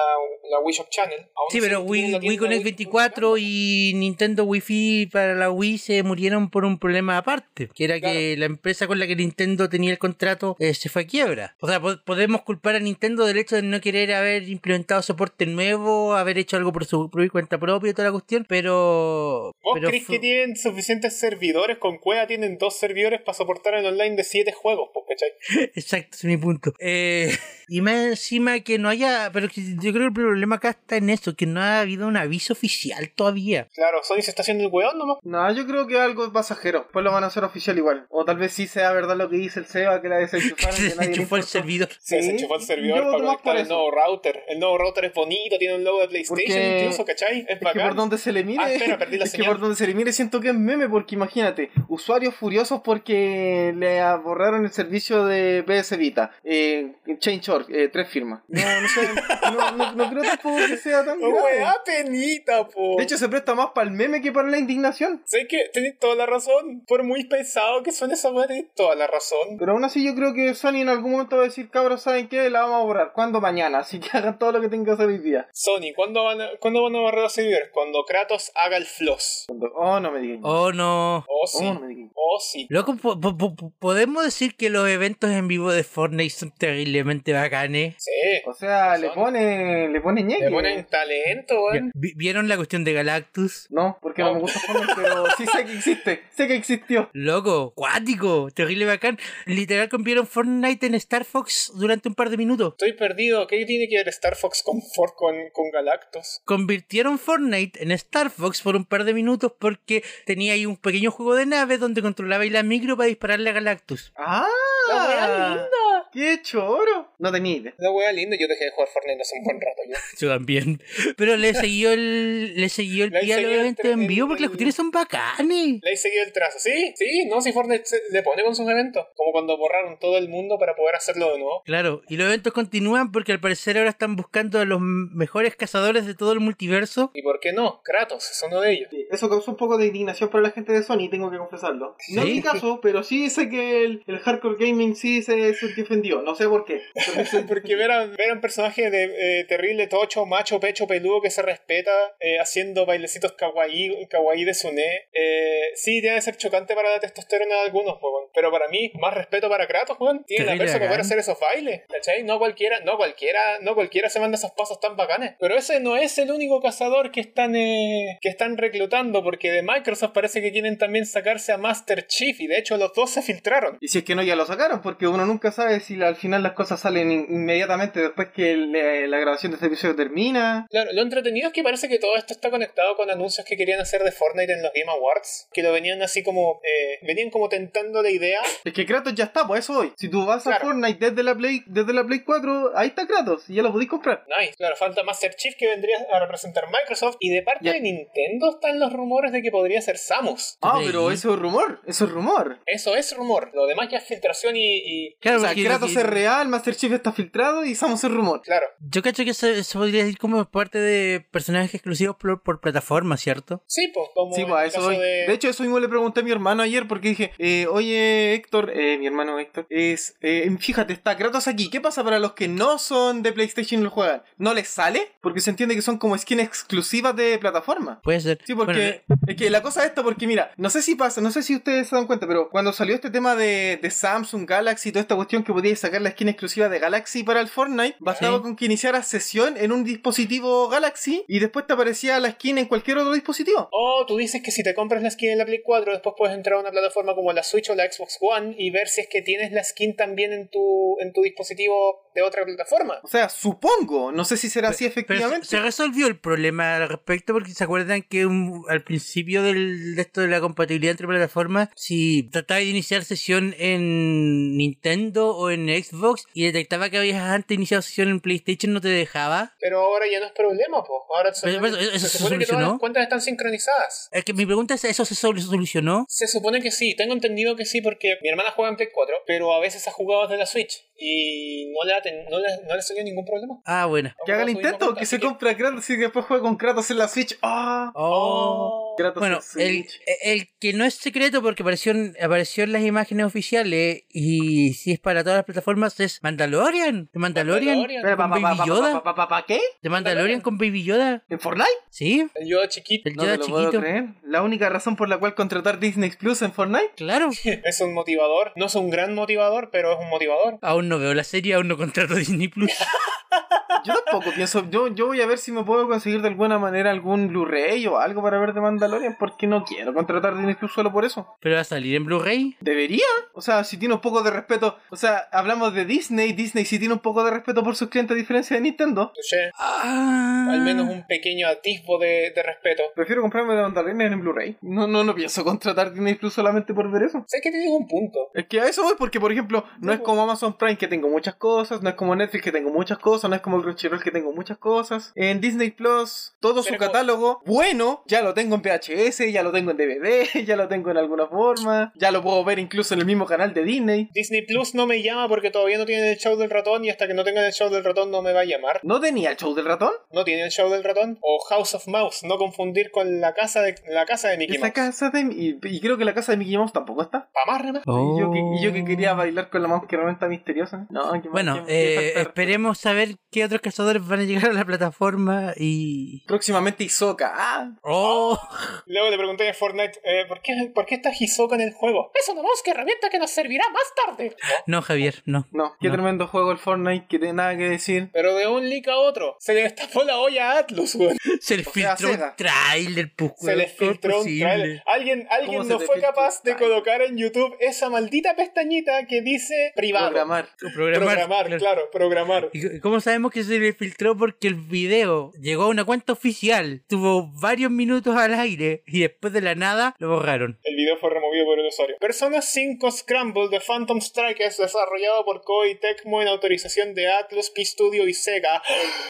[SPEAKER 1] la Wii Shop Channel aún
[SPEAKER 3] Sí,
[SPEAKER 1] así
[SPEAKER 3] pero
[SPEAKER 1] tienen
[SPEAKER 3] Wii,
[SPEAKER 1] la
[SPEAKER 3] Wii
[SPEAKER 1] tienda
[SPEAKER 3] Connect 24 y Nintendo Wi-Fi para la Wii se murieron por un problema aparte, que era que la empresa con la que Nintendo tenía el contrato eh, se fue a quiebra. O sea, po- podemos culpar a Nintendo del hecho de no querer haber implementado soporte nuevo, haber hecho algo por su por cuenta propia y toda la cuestión, pero...
[SPEAKER 1] ¿Vos
[SPEAKER 3] pero
[SPEAKER 1] crees
[SPEAKER 3] fue-
[SPEAKER 1] que tienen suficientes servidores? Con Cueva tienen dos servidores para soportar el online de siete juegos, pues, ¿cachai?
[SPEAKER 3] Exacto, ese es mi punto. Eh, y más encima que no haya... Pero que yo creo que el problema acá está en eso, que no ha habido un aviso oficial todavía.
[SPEAKER 1] Claro, Sony se está haciendo el weón nomás.
[SPEAKER 2] No, yo creo que algo pasajero. Pues lo van a hacer oficial igual. O tal vez sí sea verdad lo que dice el Seba, que la desenchufaron. que
[SPEAKER 3] Se
[SPEAKER 2] nadie le
[SPEAKER 3] enchufó el
[SPEAKER 2] importó.
[SPEAKER 3] servidor.
[SPEAKER 1] Se
[SPEAKER 2] Sí,
[SPEAKER 1] desenchufó el
[SPEAKER 2] yo
[SPEAKER 1] servidor para
[SPEAKER 2] voto más por
[SPEAKER 1] conectar el
[SPEAKER 2] eso.
[SPEAKER 1] nuevo router. El nuevo router es bonito, tiene un logo de PlayStation
[SPEAKER 2] Porque-
[SPEAKER 1] incluso, ¿cachai? Es
[SPEAKER 2] Es que por
[SPEAKER 1] bacán.
[SPEAKER 2] donde se le mire,
[SPEAKER 1] Ah, espera, perdí la
[SPEAKER 2] es que
[SPEAKER 1] señal.
[SPEAKER 2] por donde se le mire siento que es meme porque imagínate, usuarios furiosos porque le borraron el servicio de PS Vita, eh, Change.org, eh, tres firmas. No, no sé, no, no- no creo tampoco que sea tan grave.
[SPEAKER 1] ¡Oh, Weá, penita, po.
[SPEAKER 2] eh! De hecho se presta más para el meme que para la indignación.
[SPEAKER 1] sé que tenés toda la razón. Por muy pesado que suene esa weá, tenés toda la razón.
[SPEAKER 2] Pero aún así yo creo que Sony en algún momento va a decir, cabros, ¿saben qué? La vamos a borrar. ¿Cuándo? Mañana. Así que hagan todo lo que tengan que hacer hoy día.
[SPEAKER 1] Sony, ¿cuándo van a, ¿cuándo van a barrer los servidores? Cuando Kratos haga el floss.
[SPEAKER 2] Oh, no me digan.
[SPEAKER 3] Oh, no.
[SPEAKER 1] Oh, sí.
[SPEAKER 2] Oh, no me digan.
[SPEAKER 1] Oh, sí.
[SPEAKER 3] Loco, po- po- po- podemos decir que los eventos en vivo de Fortnite son terriblemente bacanes.
[SPEAKER 1] Sí.
[SPEAKER 2] O sea, le
[SPEAKER 1] Sony.
[SPEAKER 2] pone, le pone ñeque.
[SPEAKER 1] Le ponen talento,
[SPEAKER 3] Ya,
[SPEAKER 1] weón.
[SPEAKER 3] vi- ¿Vieron la cuestión de Galactus?
[SPEAKER 2] No, porque no me gusta Fortnite, pero sí sé que existe, sé que existió.
[SPEAKER 3] Loco, cuático, terrible bacán. Literal compieron Fortnite en Star Fox durante un par de minutos.
[SPEAKER 1] Estoy perdido. ¿Qué tiene que ver Star Fox con, Ford, con, con Galactus?
[SPEAKER 3] Convirtieron Fortnite en Star Fox por un par de minutos porque tenía ahí un pequeño juego de nave donde controlabais la micro para dispararle a Galactus.
[SPEAKER 2] ¡Ah!
[SPEAKER 1] La wea linda.
[SPEAKER 2] ¡Qué choro! No tenía idea.
[SPEAKER 1] La wea linda, yo dejé de jugar Fortnite hace un buen rato. Yo.
[SPEAKER 3] Yo también. Pero le siguió el, le siguió el
[SPEAKER 1] Le
[SPEAKER 3] pie a los
[SPEAKER 1] siguió el
[SPEAKER 3] eventos
[SPEAKER 1] tren-
[SPEAKER 3] en vivo porque
[SPEAKER 1] el-
[SPEAKER 3] las cuestiones son bacanes.
[SPEAKER 1] Le he seguido el trazo. Sí, sí, no, si Fortnite se- le pone con sus eventos. Como cuando borraron todo el mundo para poder hacerlo de nuevo.
[SPEAKER 3] Claro, y los eventos continúan porque al parecer ahora están buscando a los m- mejores cazadores de todo el multiverso.
[SPEAKER 1] ¿Y por qué no? Kratos es uno de ellos.
[SPEAKER 2] Sí, Eso causó un poco de indignación para la gente de Sony, tengo que confesarlo. No
[SPEAKER 3] Sí.
[SPEAKER 2] es mi caso, pero sí sé que el, el hardcore gaming sí se, se defendió, no sé por qué. Pero sí-
[SPEAKER 1] Porque ver a, ver a un personaje de, eh, terrible, tocho, macho, pecho, peludo que se respeta eh, haciendo bailecitos kawaii, kawaii de Sune. Eh, sí, debe ser chocante para la testosterona de algunos, po, weón. pero para mí, más respeto para Kratos, weón. Tiene la
[SPEAKER 3] Terrible
[SPEAKER 1] persona para poder
[SPEAKER 3] bacán.
[SPEAKER 1] hacer esos bailes. ¿Cachai? No cualquiera, no cualquiera, no cualquiera se manda esos pasos tan bacanes. Pero ese no es el único cazador que están, eh, que están reclutando, porque de Microsoft parece que quieren también sacarse a Master Chief, y de hecho los dos se filtraron.
[SPEAKER 2] Y si es que no, ya lo sacaron, porque uno nunca sabe si la- al final las cosas salen in- inmediatamente después que el- eh, la grabación de este episodio termina.
[SPEAKER 1] Claro, lo entretenido es que parece que todo esto está conectado con anuncios que querían hacer de Fortnite en los Game Awards, que lo venían así como, eh, venían como tentando la idea.
[SPEAKER 2] Es que Kratos ya está, pues eso hoy. Si tú vas
[SPEAKER 1] Claro.
[SPEAKER 2] a Fortnite desde la Play, desde la Play 4, ahí está Kratos, y ya lo podéis comprar.
[SPEAKER 1] Nice, claro, falta Master Chief que vendría a representar Microsoft y de parte
[SPEAKER 2] Ya.
[SPEAKER 1] de Nintendo están los rumores de que podría ser Samus.
[SPEAKER 2] Ah,
[SPEAKER 3] Play.
[SPEAKER 2] pero eso es rumor, eso es rumor.
[SPEAKER 1] Eso es rumor, lo demás ya es filtración y... y-
[SPEAKER 3] Claro,
[SPEAKER 2] o sea,
[SPEAKER 3] porque-
[SPEAKER 2] Kratos es real, Master Chief está filtrado y Samus es rumor.
[SPEAKER 1] Claro,
[SPEAKER 3] Yo cacho que se, se podría decir como parte de personajes exclusivos por, por plataforma, ¿cierto?
[SPEAKER 1] sí, pues, como
[SPEAKER 2] Sí,
[SPEAKER 1] en
[SPEAKER 2] pues a
[SPEAKER 1] el
[SPEAKER 2] eso
[SPEAKER 1] caso
[SPEAKER 2] voy.
[SPEAKER 1] de...
[SPEAKER 2] De... hecho, eso mismo le pregunté a mi hermano ayer porque dije, eh, oye Héctor, eh, mi hermano Héctor, es, eh, fíjate, está Kratos aquí. ¿Qué pasa para los que no son de PlayStation y lo juegan? ¿No les sale? Porque se entiende que son como skins exclusivas de plataforma.
[SPEAKER 3] Puede ser.
[SPEAKER 2] Sí, porque es que la cosa es esto, porque mira, no sé si pasa, no sé si ustedes se dan cuenta, pero cuando salió este tema de, de Samsung Galaxy y toda esta cuestión que podías sacar la skin exclusiva de Galaxy para el Fortnite, bastaba
[SPEAKER 3] Sí.
[SPEAKER 2] con que iniciaras sesión en un dispositivo Galaxy y después te aparecía la skin en cualquier otro dispositivo.
[SPEAKER 1] O Oh, tú dices que si te compras la skin en la Play 4, después puedes entrar a una plataforma como la Switch o la Xbox One y ver si es que tienes la skin también en tu, en tu dispositivo de otra plataforma.
[SPEAKER 2] O sea, supongo, no sé si será así
[SPEAKER 3] Pero se-
[SPEAKER 2] efectivamente.
[SPEAKER 3] se resolvió el problema al respecto porque se acuerdan que un- al principio del, de esto de la compatibilidad entre plataformas, si tratabas de iniciar sesión en Nintendo o en Xbox y detectaba que habías antes iniciado sesión en PlayStation, no te dejaba.
[SPEAKER 1] Pero ahora ya no es problema, pues. Ahora
[SPEAKER 3] Pero,
[SPEAKER 1] solamente-
[SPEAKER 3] pero, ¿eso
[SPEAKER 1] se
[SPEAKER 3] se
[SPEAKER 1] supone que todas
[SPEAKER 3] solucionó?
[SPEAKER 1] las cuentas están sincronizadas.
[SPEAKER 3] Es que mi pregunta es, ¿eso se sol- solucionó?
[SPEAKER 1] Se supone que sí, tengo entendido que sí porque mi hermana juega en Play 4, pero a veces ha jugado desde la Switch y no le ha, ten- no le, no le ha salido ningún problema.
[SPEAKER 3] Ah, bueno.
[SPEAKER 2] Que haga el
[SPEAKER 1] Ahora subimos
[SPEAKER 2] intento,
[SPEAKER 1] cuenta,
[SPEAKER 2] que
[SPEAKER 1] así
[SPEAKER 2] se compre a Kratos y después juegue con Kratos en la Switch. ¡Ah!
[SPEAKER 3] Oh.
[SPEAKER 2] Kratos
[SPEAKER 3] Bueno,
[SPEAKER 2] en
[SPEAKER 3] el,
[SPEAKER 2] Switch.
[SPEAKER 3] el que no es secreto porque apareció en, apareció en las imágenes oficiales y si es para todas las plataformas es Mandalorian. ¿De Mandalorian?
[SPEAKER 2] Espera, pa, pa,
[SPEAKER 3] ¿Baby
[SPEAKER 2] pa, pa,
[SPEAKER 3] Yoda?
[SPEAKER 2] pa, pa, pa, pa, ¿Qué?
[SPEAKER 3] ¿De Mandalorian con Baby Yoda?
[SPEAKER 2] ¿En Fortnite?
[SPEAKER 3] ¿Sí?
[SPEAKER 1] El Yoda chiquito
[SPEAKER 3] El
[SPEAKER 2] No
[SPEAKER 3] Yoda
[SPEAKER 2] te lo puedo
[SPEAKER 3] chiquito.
[SPEAKER 2] creer. La única razón por la cual contratar Disney Plus en Fortnite.
[SPEAKER 3] Claro.
[SPEAKER 1] es un motivador. No es un gran motivador, pero es un motivador.
[SPEAKER 3] Aún no veo la serie, aún no contrato Disney Plus.
[SPEAKER 2] Yo tampoco pienso. Yo, yo voy a ver si me puedo conseguir de alguna manera algún Blu-ray o algo para ver de Mandalorian. Porque no quiero contratar Disney Plus solo por eso.
[SPEAKER 3] Pero va a salir en Blu-ray.
[SPEAKER 2] Debería. O sea, si tiene un poco de respeto. O sea, hablamos de Disney. Disney si tiene un poco de respeto por sus clientes, a diferencia de Nintendo.
[SPEAKER 1] Touché.
[SPEAKER 3] Ah.
[SPEAKER 1] Al menos un pequeño atisbo de, de respeto.
[SPEAKER 2] Prefiero comprarme de Mandalorian en Blu-ray. No, no, no pienso contratar Disney Plus solamente por ver eso.
[SPEAKER 1] Sé que tienes un punto.
[SPEAKER 2] Es que a eso voy porque, por ejemplo, no es como Amazon Prime que tengo muchas cosas, no es como Netflix que tengo muchas cosas, no es como Crunchyroll que tengo muchas cosas. En Disney Plus, todo su
[SPEAKER 1] Pero-
[SPEAKER 2] catálogo, bueno, ya lo tengo en VHS, ya lo tengo en DVD, ya lo tengo en alguna forma, ya lo puedo ver incluso en el mismo canal de Disney.
[SPEAKER 1] Disney Plus no me llama porque todavía no tienen el show del ratón y hasta que no tengan el show del ratón no me va a llamar.
[SPEAKER 2] ¿No tenía el show del ratón?
[SPEAKER 1] ¿No tienen el show del ratón? O House of Mouse, no confundir con la casa de, la casa de Mickey
[SPEAKER 2] Esa
[SPEAKER 1] Mouse.
[SPEAKER 2] casa de... Y, y creo que la casa de Mickey Mouse tampoco está.
[SPEAKER 1] Pa' más, remate.
[SPEAKER 2] Y, yo que, y yo que quería bailar con la mouse que realmente misteriosa. No, qué mal,
[SPEAKER 3] Oh. Bueno,
[SPEAKER 2] qué- qué
[SPEAKER 3] eh,
[SPEAKER 2] falta de
[SPEAKER 3] esperemos saber qué otros cazadores van a llegar a la plataforma y...
[SPEAKER 2] Próximamente Isoka. Ah,
[SPEAKER 3] ¡Oh!
[SPEAKER 1] Luego le pregunté a Fortnite, eh, ¿por, qué, ¿por qué está Hisoka en el juego? Es una mouse que herramienta que nos servirá más tarde.
[SPEAKER 3] No, Javier, no.
[SPEAKER 2] no, qué
[SPEAKER 3] No.
[SPEAKER 2] tremendo juego el Fortnite, que tiene nada que decir.
[SPEAKER 1] Pero de un leak a otro, se le destapó la olla a Atlus, weón.
[SPEAKER 3] Se le
[SPEAKER 2] O sea,
[SPEAKER 3] filtró un
[SPEAKER 2] Sega.
[SPEAKER 3] trailer, pues,
[SPEAKER 1] Ah, Se le
[SPEAKER 3] weón, ¿cómo es
[SPEAKER 1] filtró un
[SPEAKER 3] posible?
[SPEAKER 1] trailer. Alguien, alguien
[SPEAKER 2] se
[SPEAKER 1] no
[SPEAKER 2] te
[SPEAKER 1] fue
[SPEAKER 2] filtra
[SPEAKER 1] capaz
[SPEAKER 2] un
[SPEAKER 1] de
[SPEAKER 2] trailer?
[SPEAKER 1] colocar en YouTube esa maldita pestañita que dice privado.
[SPEAKER 2] Programar.
[SPEAKER 3] Programar,
[SPEAKER 1] Programar,
[SPEAKER 3] claro.
[SPEAKER 1] claro, programar.
[SPEAKER 3] ¿Y c- cómo sabemos que se le filtró? Porque el video llegó a una cuenta oficial, tuvo varios minutos al aire y después de la nada lo borraron.
[SPEAKER 1] El video fue removido por el usuario. Persona 5 Scramble de Phantom Strike es desarrollado por Koei Tecmo en autorización de Atlus, P-Studio y Sega.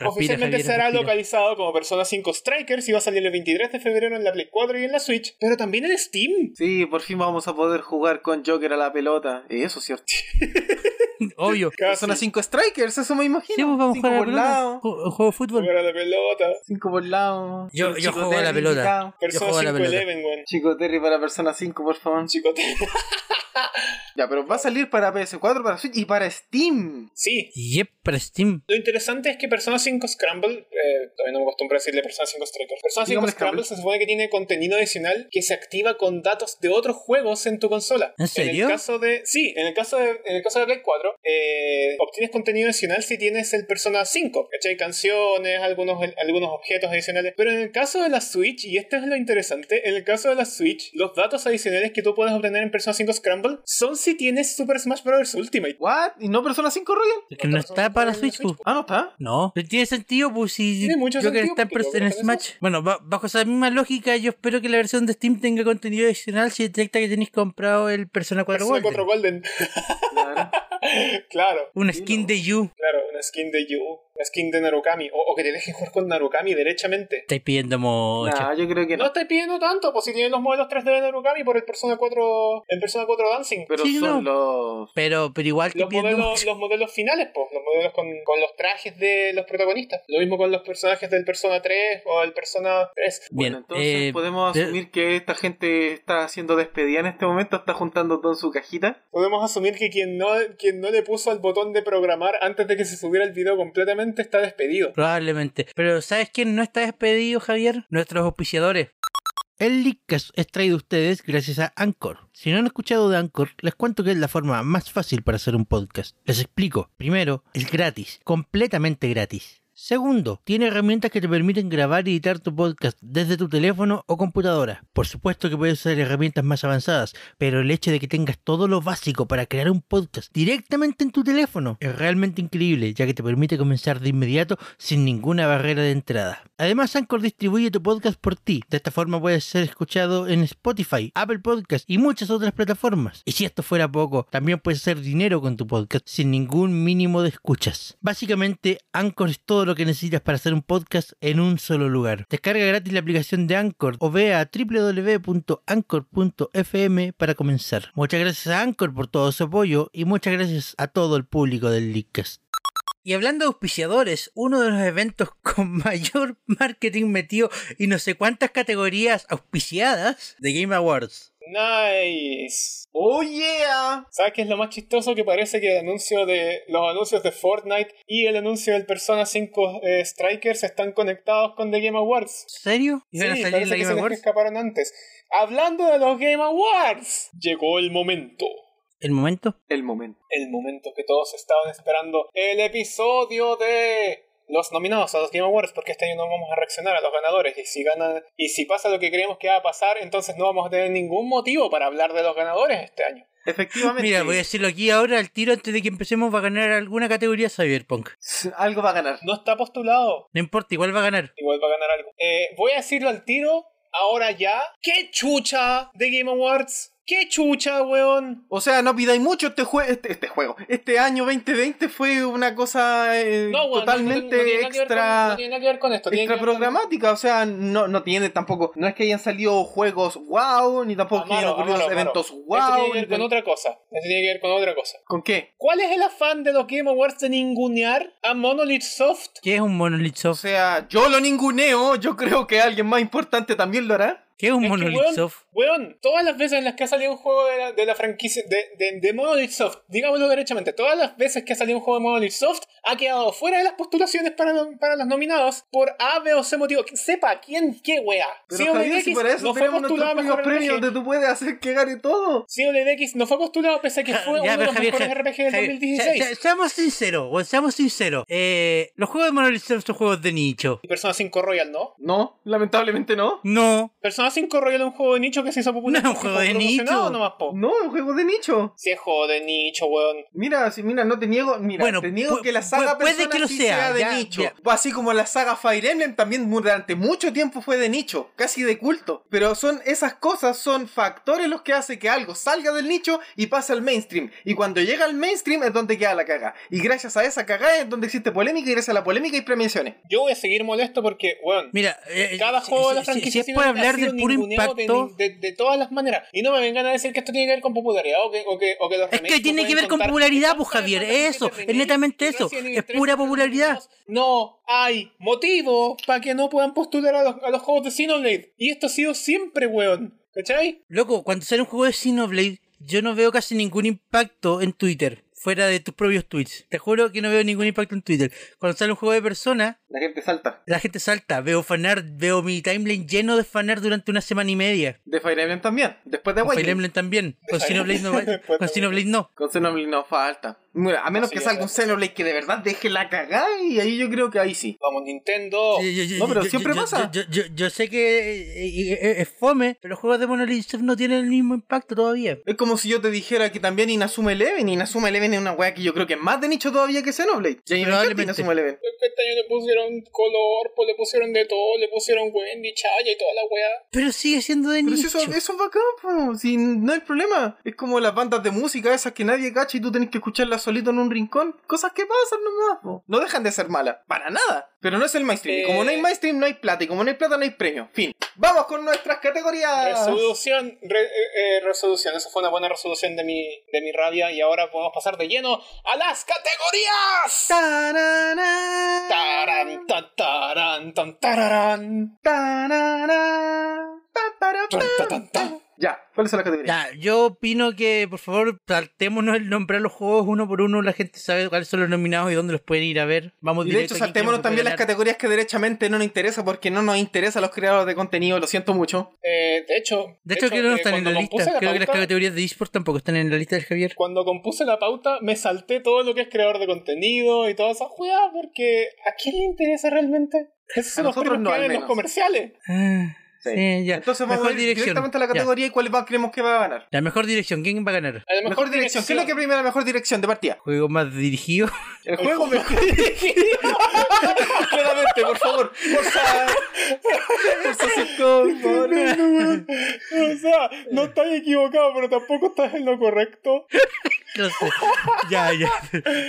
[SPEAKER 1] Oficialmente
[SPEAKER 3] Javier,
[SPEAKER 1] será
[SPEAKER 3] respira.
[SPEAKER 1] localizado como Persona 5 Strikers y va a salir el 23 de febrero en la Play 4 y en la Switch, pero también en Steam.
[SPEAKER 2] Sí, por fin vamos a poder jugar con Joker a la pelota. Eh, Eso es cierto.
[SPEAKER 3] Obvio.
[SPEAKER 1] Casi.
[SPEAKER 2] Son a 5 strikers, eso me imagino.
[SPEAKER 3] Sí, pues vamos a
[SPEAKER 2] cinco
[SPEAKER 3] jugar a
[SPEAKER 2] por
[SPEAKER 3] la pelota.
[SPEAKER 2] lado.
[SPEAKER 3] Ju- un juego de fútbol.
[SPEAKER 1] Jugar a la pelota.
[SPEAKER 2] Cinco por lado.
[SPEAKER 3] Yo- yo
[SPEAKER 2] Chico
[SPEAKER 3] juego a la
[SPEAKER 2] Terry
[SPEAKER 3] pelota.
[SPEAKER 2] invitado.
[SPEAKER 1] Persona
[SPEAKER 3] juego a la
[SPEAKER 1] 5
[SPEAKER 3] pelota.
[SPEAKER 1] Eleven, weón.
[SPEAKER 2] Chico Terry para Persona 5, por favor.
[SPEAKER 1] Chico, te-
[SPEAKER 2] Ya, pero va a salir para PS4, para Switch y para Steam.
[SPEAKER 1] Sí.
[SPEAKER 3] Yep, para Steam.
[SPEAKER 1] Lo interesante es que Persona 5 Scramble, eh, todavía no me acostumbro a decirle Persona 5 Strikers. Persona 5
[SPEAKER 2] Digámosle
[SPEAKER 1] Scramble se
[SPEAKER 2] Scramble.
[SPEAKER 1] supone que tiene contenido adicional que se activa con datos de otros juegos en tu consola.
[SPEAKER 3] ¿En serio?
[SPEAKER 1] el caso de, sí, en el caso de, en el caso de Play 4, eh, obtienes contenido adicional si tienes el Persona 5, ¿cachai? Canciones, algunos, algunos objetos adicionales. Pero en el caso de la Switch, y esto es lo interesante, en el caso de la Switch, los datos adicionales que tú puedes obtener en Persona 5 Scramble son si tienes Super Smash Bros. Ultimate.
[SPEAKER 2] ¿What? ¿Y no Persona 5 Royal?
[SPEAKER 3] Que no está para Switch, pues.
[SPEAKER 2] Ah, no está.
[SPEAKER 3] No, pero tiene sentido, pues si
[SPEAKER 1] Tiene mucho
[SPEAKER 3] Joker
[SPEAKER 1] sentido,
[SPEAKER 3] está en,
[SPEAKER 1] porque
[SPEAKER 3] pers- en
[SPEAKER 1] Joker está en
[SPEAKER 3] Smash. Bueno, ba- bajo esa misma lógica, yo espero que la versión de Steam tenga contenido adicional si detecta que tenéis comprado el Persona 4
[SPEAKER 1] Persona
[SPEAKER 3] Golden.
[SPEAKER 1] 4 Golden.
[SPEAKER 2] Claro.
[SPEAKER 1] claro.
[SPEAKER 3] Una
[SPEAKER 2] Sí,
[SPEAKER 3] skin
[SPEAKER 2] no.
[SPEAKER 3] de You.
[SPEAKER 1] Claro, una skin de Yu, una skin de Narukami, o, o que te dejen jugar con Narukami derechamente.
[SPEAKER 3] Estáis pidiendo mucho.
[SPEAKER 2] No, yo creo que
[SPEAKER 1] No
[SPEAKER 2] no.
[SPEAKER 1] estoy pidiendo tanto, pues si tienen los modelos 3D de Narukami por el Persona 4, el Persona 4 Dancing.
[SPEAKER 2] Pero
[SPEAKER 3] Sí,
[SPEAKER 2] son los.
[SPEAKER 3] Pero, pero igual estoy
[SPEAKER 1] Los
[SPEAKER 3] pidiendo
[SPEAKER 1] modelos,
[SPEAKER 3] mucho.
[SPEAKER 1] los modelos finales, pues, los modelos con, con los trajes de los protagonistas. Lo mismo con los personajes del Persona 3 o del Persona 3.
[SPEAKER 3] Bien,
[SPEAKER 2] bueno, entonces
[SPEAKER 3] eh,
[SPEAKER 2] podemos
[SPEAKER 3] de-
[SPEAKER 2] asumir que esta gente está siendo despedida en este momento, está juntando todo en su cajita.
[SPEAKER 1] Podemos asumir que quien no, quien no le puso al botón de programar antes de que se subiera el video completamente está despedido.
[SPEAKER 3] Probablemente. Pero ¿sabes quién no está despedido, Javier? Nuestros auspiciadores. El Leadcast es traído a ustedes gracias a Anchor. Si no han escuchado de Anchor, les cuento que es la forma más fácil para hacer un podcast. Les explico. Primero, es gratis, completamente gratis. Segundo, tiene herramientas que te permiten grabar y editar tu podcast desde tu teléfono o computadora. Por supuesto que puedes usar herramientas más avanzadas, pero el hecho de que tengas todo lo básico para crear un podcast directamente en tu teléfono es realmente increíble, ya que te permite comenzar de inmediato sin ninguna barrera de entrada. Además, Anchor distribuye tu podcast por ti. De esta forma puedes ser escuchado en Spotify, Apple Podcast y muchas otras plataformas. Y si esto fuera poco, también puedes hacer dinero con tu podcast sin ningún mínimo de escuchas. Básicamente, Anchor es todo lo que necesitas para hacer un podcast en un solo lugar. Descarga gratis la aplicación de Anchor o ve a www.anchor.fm para comenzar. Muchas gracias a Anchor por todo su apoyo y muchas gracias a todo el público del Leadcast. Y hablando de auspiciadores, uno de los eventos con mayor marketing metido y no sé cuántas categorías auspiciadas de Game Awards.
[SPEAKER 1] Nice.
[SPEAKER 2] ¡Oh, yeah!
[SPEAKER 1] ¿Sabes qué es lo más chistoso? Que parece que el anuncio de los anuncios de Fortnite y el anuncio del Persona 5 eh, Strikers están conectados con The Game Awards.
[SPEAKER 3] ¿Serio? ¿Y van a
[SPEAKER 1] Sí,
[SPEAKER 3] salir en
[SPEAKER 1] parece
[SPEAKER 3] la
[SPEAKER 1] que
[SPEAKER 3] Game
[SPEAKER 1] se les
[SPEAKER 3] Awards?
[SPEAKER 1] escaparon antes. Hablando de los Game Awards, llegó el momento.
[SPEAKER 3] ¿El momento?
[SPEAKER 2] El momento.
[SPEAKER 1] El momento que todos estaban esperando. El episodio de los nominados a los Game Awards, porque este año no vamos a reaccionar a los ganadores. Y si ganan, y si pasa lo que creemos que va a pasar, entonces no vamos a tener ningún motivo para hablar de los ganadores este año.
[SPEAKER 2] Efectivamente.
[SPEAKER 3] Mira, voy a decirlo aquí ahora al tiro antes de que empecemos. Va a ganar alguna categoría Cyberpunk.
[SPEAKER 2] Algo va a ganar.
[SPEAKER 1] No está postulado.
[SPEAKER 3] No importa, igual va a ganar.
[SPEAKER 1] Igual va a ganar algo. Eh, voy a decirlo al tiro, ahora ya. ¡Qué chucha de Game Awards! ¡Qué chucha, weón!
[SPEAKER 2] O sea, no pidáis mucho este, jue- este, este juego. Este año 2020 fue una cosa eh,
[SPEAKER 1] No, weón, no- no- no
[SPEAKER 2] totalmente
[SPEAKER 1] tiene nada que ver con-
[SPEAKER 2] extra...
[SPEAKER 1] no tiene nada que ver con esto. tiene que
[SPEAKER 2] extra
[SPEAKER 1] ver con-
[SPEAKER 2] programática, o sea, no, no tiene tampoco, no es que hayan salido juegos wow, ni tampoco que hayan
[SPEAKER 1] Amaro,
[SPEAKER 2] ocurrido
[SPEAKER 1] Amaro,
[SPEAKER 2] eventos
[SPEAKER 1] Amaro. ah, Esto
[SPEAKER 2] wow.
[SPEAKER 1] tiene que ver
[SPEAKER 2] ni
[SPEAKER 1] con
[SPEAKER 2] tan-
[SPEAKER 1] otra cosa. Esto tiene que ver con otra cosa.
[SPEAKER 2] ¿Con qué?
[SPEAKER 1] ¿Cuál es el afán de los Game Awards de ningunear a Monolith Soft?
[SPEAKER 3] ¿Qué es un Monolith
[SPEAKER 2] O
[SPEAKER 3] Soft?
[SPEAKER 2] sea, yo lo ninguneo, yo creo que alguien más importante también lo hará.
[SPEAKER 3] ¿Qué es un
[SPEAKER 1] Es que,
[SPEAKER 3] Monolith
[SPEAKER 1] weón,
[SPEAKER 3] Soft?
[SPEAKER 1] Weón, todas las veces en las que ha salido un juego de la, de la franquicia de, de, de Monolith Soft, digámoslo derechamente, todas las veces que ha salido un juego de Monolith Soft ha quedado fuera de las postulaciones para, lo- para los nominados por A, B o C motivo. Que Sepa quién, qué wea.
[SPEAKER 2] Pero
[SPEAKER 1] CODX
[SPEAKER 2] Javier, si para eso
[SPEAKER 1] no fue
[SPEAKER 2] tenemos
[SPEAKER 1] postulado a
[SPEAKER 2] nuestros
[SPEAKER 1] mejor
[SPEAKER 2] propios premios
[SPEAKER 1] premios
[SPEAKER 2] donde tú puedes hacer que gane todo.
[SPEAKER 1] no fue postulado pese a que
[SPEAKER 3] Ja-
[SPEAKER 1] fue
[SPEAKER 3] Ah, ya,
[SPEAKER 1] uno de
[SPEAKER 3] pero
[SPEAKER 1] los
[SPEAKER 3] Javier,
[SPEAKER 1] mejores
[SPEAKER 3] Javier,
[SPEAKER 1] RPG del
[SPEAKER 3] Javier,
[SPEAKER 1] 2016.
[SPEAKER 3] se- se- seamos sinceros, weón, seamos sinceros. Eh, los juegos de Monolith Soft son juegos de nicho.
[SPEAKER 1] Y Persona 5 Royal, ¿no?
[SPEAKER 2] No, lamentablemente no.
[SPEAKER 3] No,
[SPEAKER 1] Persona 5 Royal es un juego de nicho que se hizo popular.
[SPEAKER 3] No, un juego
[SPEAKER 1] porque fue
[SPEAKER 3] de nicho.
[SPEAKER 1] promocionado nomás, po.
[SPEAKER 2] No, es un juego de nicho.
[SPEAKER 1] Si es juego de nicho, weón.
[SPEAKER 2] Mira, sí, mira, no te niego, mira,
[SPEAKER 3] Bueno,
[SPEAKER 2] te niego
[SPEAKER 3] pu-
[SPEAKER 2] que la saga
[SPEAKER 3] pu- puede
[SPEAKER 2] Persona
[SPEAKER 3] que lo
[SPEAKER 2] sí
[SPEAKER 3] sea,
[SPEAKER 2] de
[SPEAKER 3] ya,
[SPEAKER 2] nicho.
[SPEAKER 3] ya.
[SPEAKER 2] Así como la saga Fire Emblem también mu- durante mucho tiempo fue de nicho, casi de culto. Pero son esas cosas, son factores los que hacen que algo salga del nicho y pase al mainstream. Y cuando llega al mainstream es donde queda la caga. Y gracias a esa caga es donde existe polémica y gracias a la polémica hay premiaciones.
[SPEAKER 1] Yo voy a seguir molesto porque, weón.
[SPEAKER 3] mira, eh,
[SPEAKER 1] cada
[SPEAKER 3] si-
[SPEAKER 1] juego de la
[SPEAKER 3] si-
[SPEAKER 1] franquicia
[SPEAKER 3] si, si
[SPEAKER 1] ha
[SPEAKER 3] es por
[SPEAKER 1] sido-
[SPEAKER 3] hablar
[SPEAKER 1] ha sido
[SPEAKER 3] del puro
[SPEAKER 1] ninguneado de
[SPEAKER 3] impacto,
[SPEAKER 1] nin- de, de todas las maneras. Y no me vengan a decir que esto tiene que ver con popularidad o que, o que, o que los
[SPEAKER 3] Es
[SPEAKER 1] remakes
[SPEAKER 3] que
[SPEAKER 1] no
[SPEAKER 3] tiene que
[SPEAKER 1] pueden
[SPEAKER 3] ver con
[SPEAKER 1] contar.
[SPEAKER 3] popularidad, pues
[SPEAKER 1] Exactamente,
[SPEAKER 3] Javier,
[SPEAKER 1] porque
[SPEAKER 3] eso,
[SPEAKER 1] remakes
[SPEAKER 3] es netamente
[SPEAKER 1] y
[SPEAKER 3] eso,
[SPEAKER 1] Resident Evil
[SPEAKER 3] es
[SPEAKER 1] 3
[SPEAKER 3] pura
[SPEAKER 1] fueron
[SPEAKER 3] popularidad.
[SPEAKER 1] nominados. No hay motivo para que no puedan postular a los, a los juegos de Xenoblade. Y esto ha sido siempre, weón. ¿Cachai?
[SPEAKER 3] Loco, cuando sale un juego de Xenoblade, yo no veo casi ningún impacto en Twitter, fuera de tus propios tweets. Te juro que no veo ningún impacto en Twitter. Cuando sale un juego de persona,
[SPEAKER 2] La gente salta.
[SPEAKER 3] la gente salta. Veo fanart, veo mi timeline lleno de fanart durante una semana y media.
[SPEAKER 2] De Fire Emblem también, después de
[SPEAKER 3] Con Fire
[SPEAKER 2] Awakening.
[SPEAKER 3] Emblem también. Con
[SPEAKER 1] Fire
[SPEAKER 3] Xenoblade no.
[SPEAKER 1] Emblem.
[SPEAKER 3] Con Xenoblade no.
[SPEAKER 2] Con Xenoblade no falta. Mira, a menos
[SPEAKER 1] Sí,
[SPEAKER 2] que
[SPEAKER 1] es
[SPEAKER 2] salga un
[SPEAKER 1] verdad.
[SPEAKER 2] Xenoblade que de verdad deje la cagada y ahí yo creo que ahí sí.
[SPEAKER 1] Vamos, Nintendo.
[SPEAKER 3] Yo- yo- yo-
[SPEAKER 2] Oh, No, pero
[SPEAKER 3] yo-
[SPEAKER 2] siempre
[SPEAKER 3] yo-
[SPEAKER 2] pasa.
[SPEAKER 3] Yo, yo- yo sé que eh, eh, eh, es fome, pero los juegos de Monolith Soft no tienen el mismo impacto todavía.
[SPEAKER 2] Es como si yo te dijera que también Inazuma Eleven. Inazuma Eleven es una weá que yo creo que es más de nicho todavía que Xenoblade. Ya
[SPEAKER 3] Probablemente.
[SPEAKER 2] imagínate Inazuma Eleven.
[SPEAKER 1] Este año le pusieron color, pues le pusieron de todo, le pusieron Wendy, Chaya y toda la weá.
[SPEAKER 3] Pero sigue siendo de
[SPEAKER 2] Pero si
[SPEAKER 3] nicho.
[SPEAKER 2] eso, eso es bacán, po, si no hay problema. Es como las bandas de música esas que nadie cacha y tú tenés que escucharlas solito en un rincón. Cosas que pasan nomás, po. No dejan de ser malas. Para nada. Pero no es el mainstream. Y como no hay
[SPEAKER 1] Eh.
[SPEAKER 2] mainstream, no hay plata. Y como no hay plata, no hay premio. Fin. Vamos con nuestras categorías.
[SPEAKER 1] Resolución, re- eh, eh, resolución. Eso fue una buena resolución de mi, de mi rabia y ahora podemos pasar de lleno a las categorías.
[SPEAKER 2] Tarará.
[SPEAKER 1] Tarán, tan, tarán, tan, tararán.
[SPEAKER 2] Tarará. Pa, para, pa.
[SPEAKER 1] Tan, ta, tan, tan.
[SPEAKER 2] Ya, ¿cuáles son las categorías?
[SPEAKER 3] Ya, yo opino que por favor saltémonos el nombrar los juegos uno por uno, la gente sabe cuáles son los nominados y dónde los pueden ir a ver. Vamos
[SPEAKER 2] Y de
[SPEAKER 3] pues,
[SPEAKER 2] hecho,
[SPEAKER 3] directo a quién
[SPEAKER 2] saltémonos
[SPEAKER 3] creemos que
[SPEAKER 2] también
[SPEAKER 3] puede
[SPEAKER 2] las
[SPEAKER 3] ganar.
[SPEAKER 2] categorías que derechamente no nos interesa porque no nos interesan los creadores de contenido, lo siento mucho.
[SPEAKER 1] Eh, de hecho, eh,
[SPEAKER 3] De hecho, creo que no están en la lista. Creo que las
[SPEAKER 1] pauta,
[SPEAKER 3] categorías de eSport tampoco están en la lista del Javier.
[SPEAKER 1] cuando compuse la pauta, me salté todo lo que es creador de contenido y toda esa jugada porque ¿a quién le interesa realmente? Esos son los
[SPEAKER 2] nosotros
[SPEAKER 1] premios
[SPEAKER 2] no,
[SPEAKER 1] que
[SPEAKER 2] al
[SPEAKER 1] hay en los
[SPEAKER 2] menos.
[SPEAKER 1] comerciales.
[SPEAKER 3] Ah,
[SPEAKER 2] Sí.
[SPEAKER 3] sí, ya.
[SPEAKER 2] Entonces vamos
[SPEAKER 3] mejor
[SPEAKER 2] a ir
[SPEAKER 3] dirección.
[SPEAKER 2] directamente a la
[SPEAKER 3] Ya.
[SPEAKER 2] categoría y cuál más creemos que va a ganar.
[SPEAKER 3] La mejor dirección, ¿quién va a ganar?
[SPEAKER 1] A lo
[SPEAKER 2] Mejor, dirección. ¿Qué es lo que primero la mejor dirección de partida?
[SPEAKER 3] Juego más dirigido.
[SPEAKER 2] El juego mejor Claramente, por favor. Forza. Forza 5, por favor.
[SPEAKER 1] O sea,
[SPEAKER 2] Eh.
[SPEAKER 1] no estás equivocado, pero tampoco estás en lo correcto.
[SPEAKER 3] No sé. ya, ya.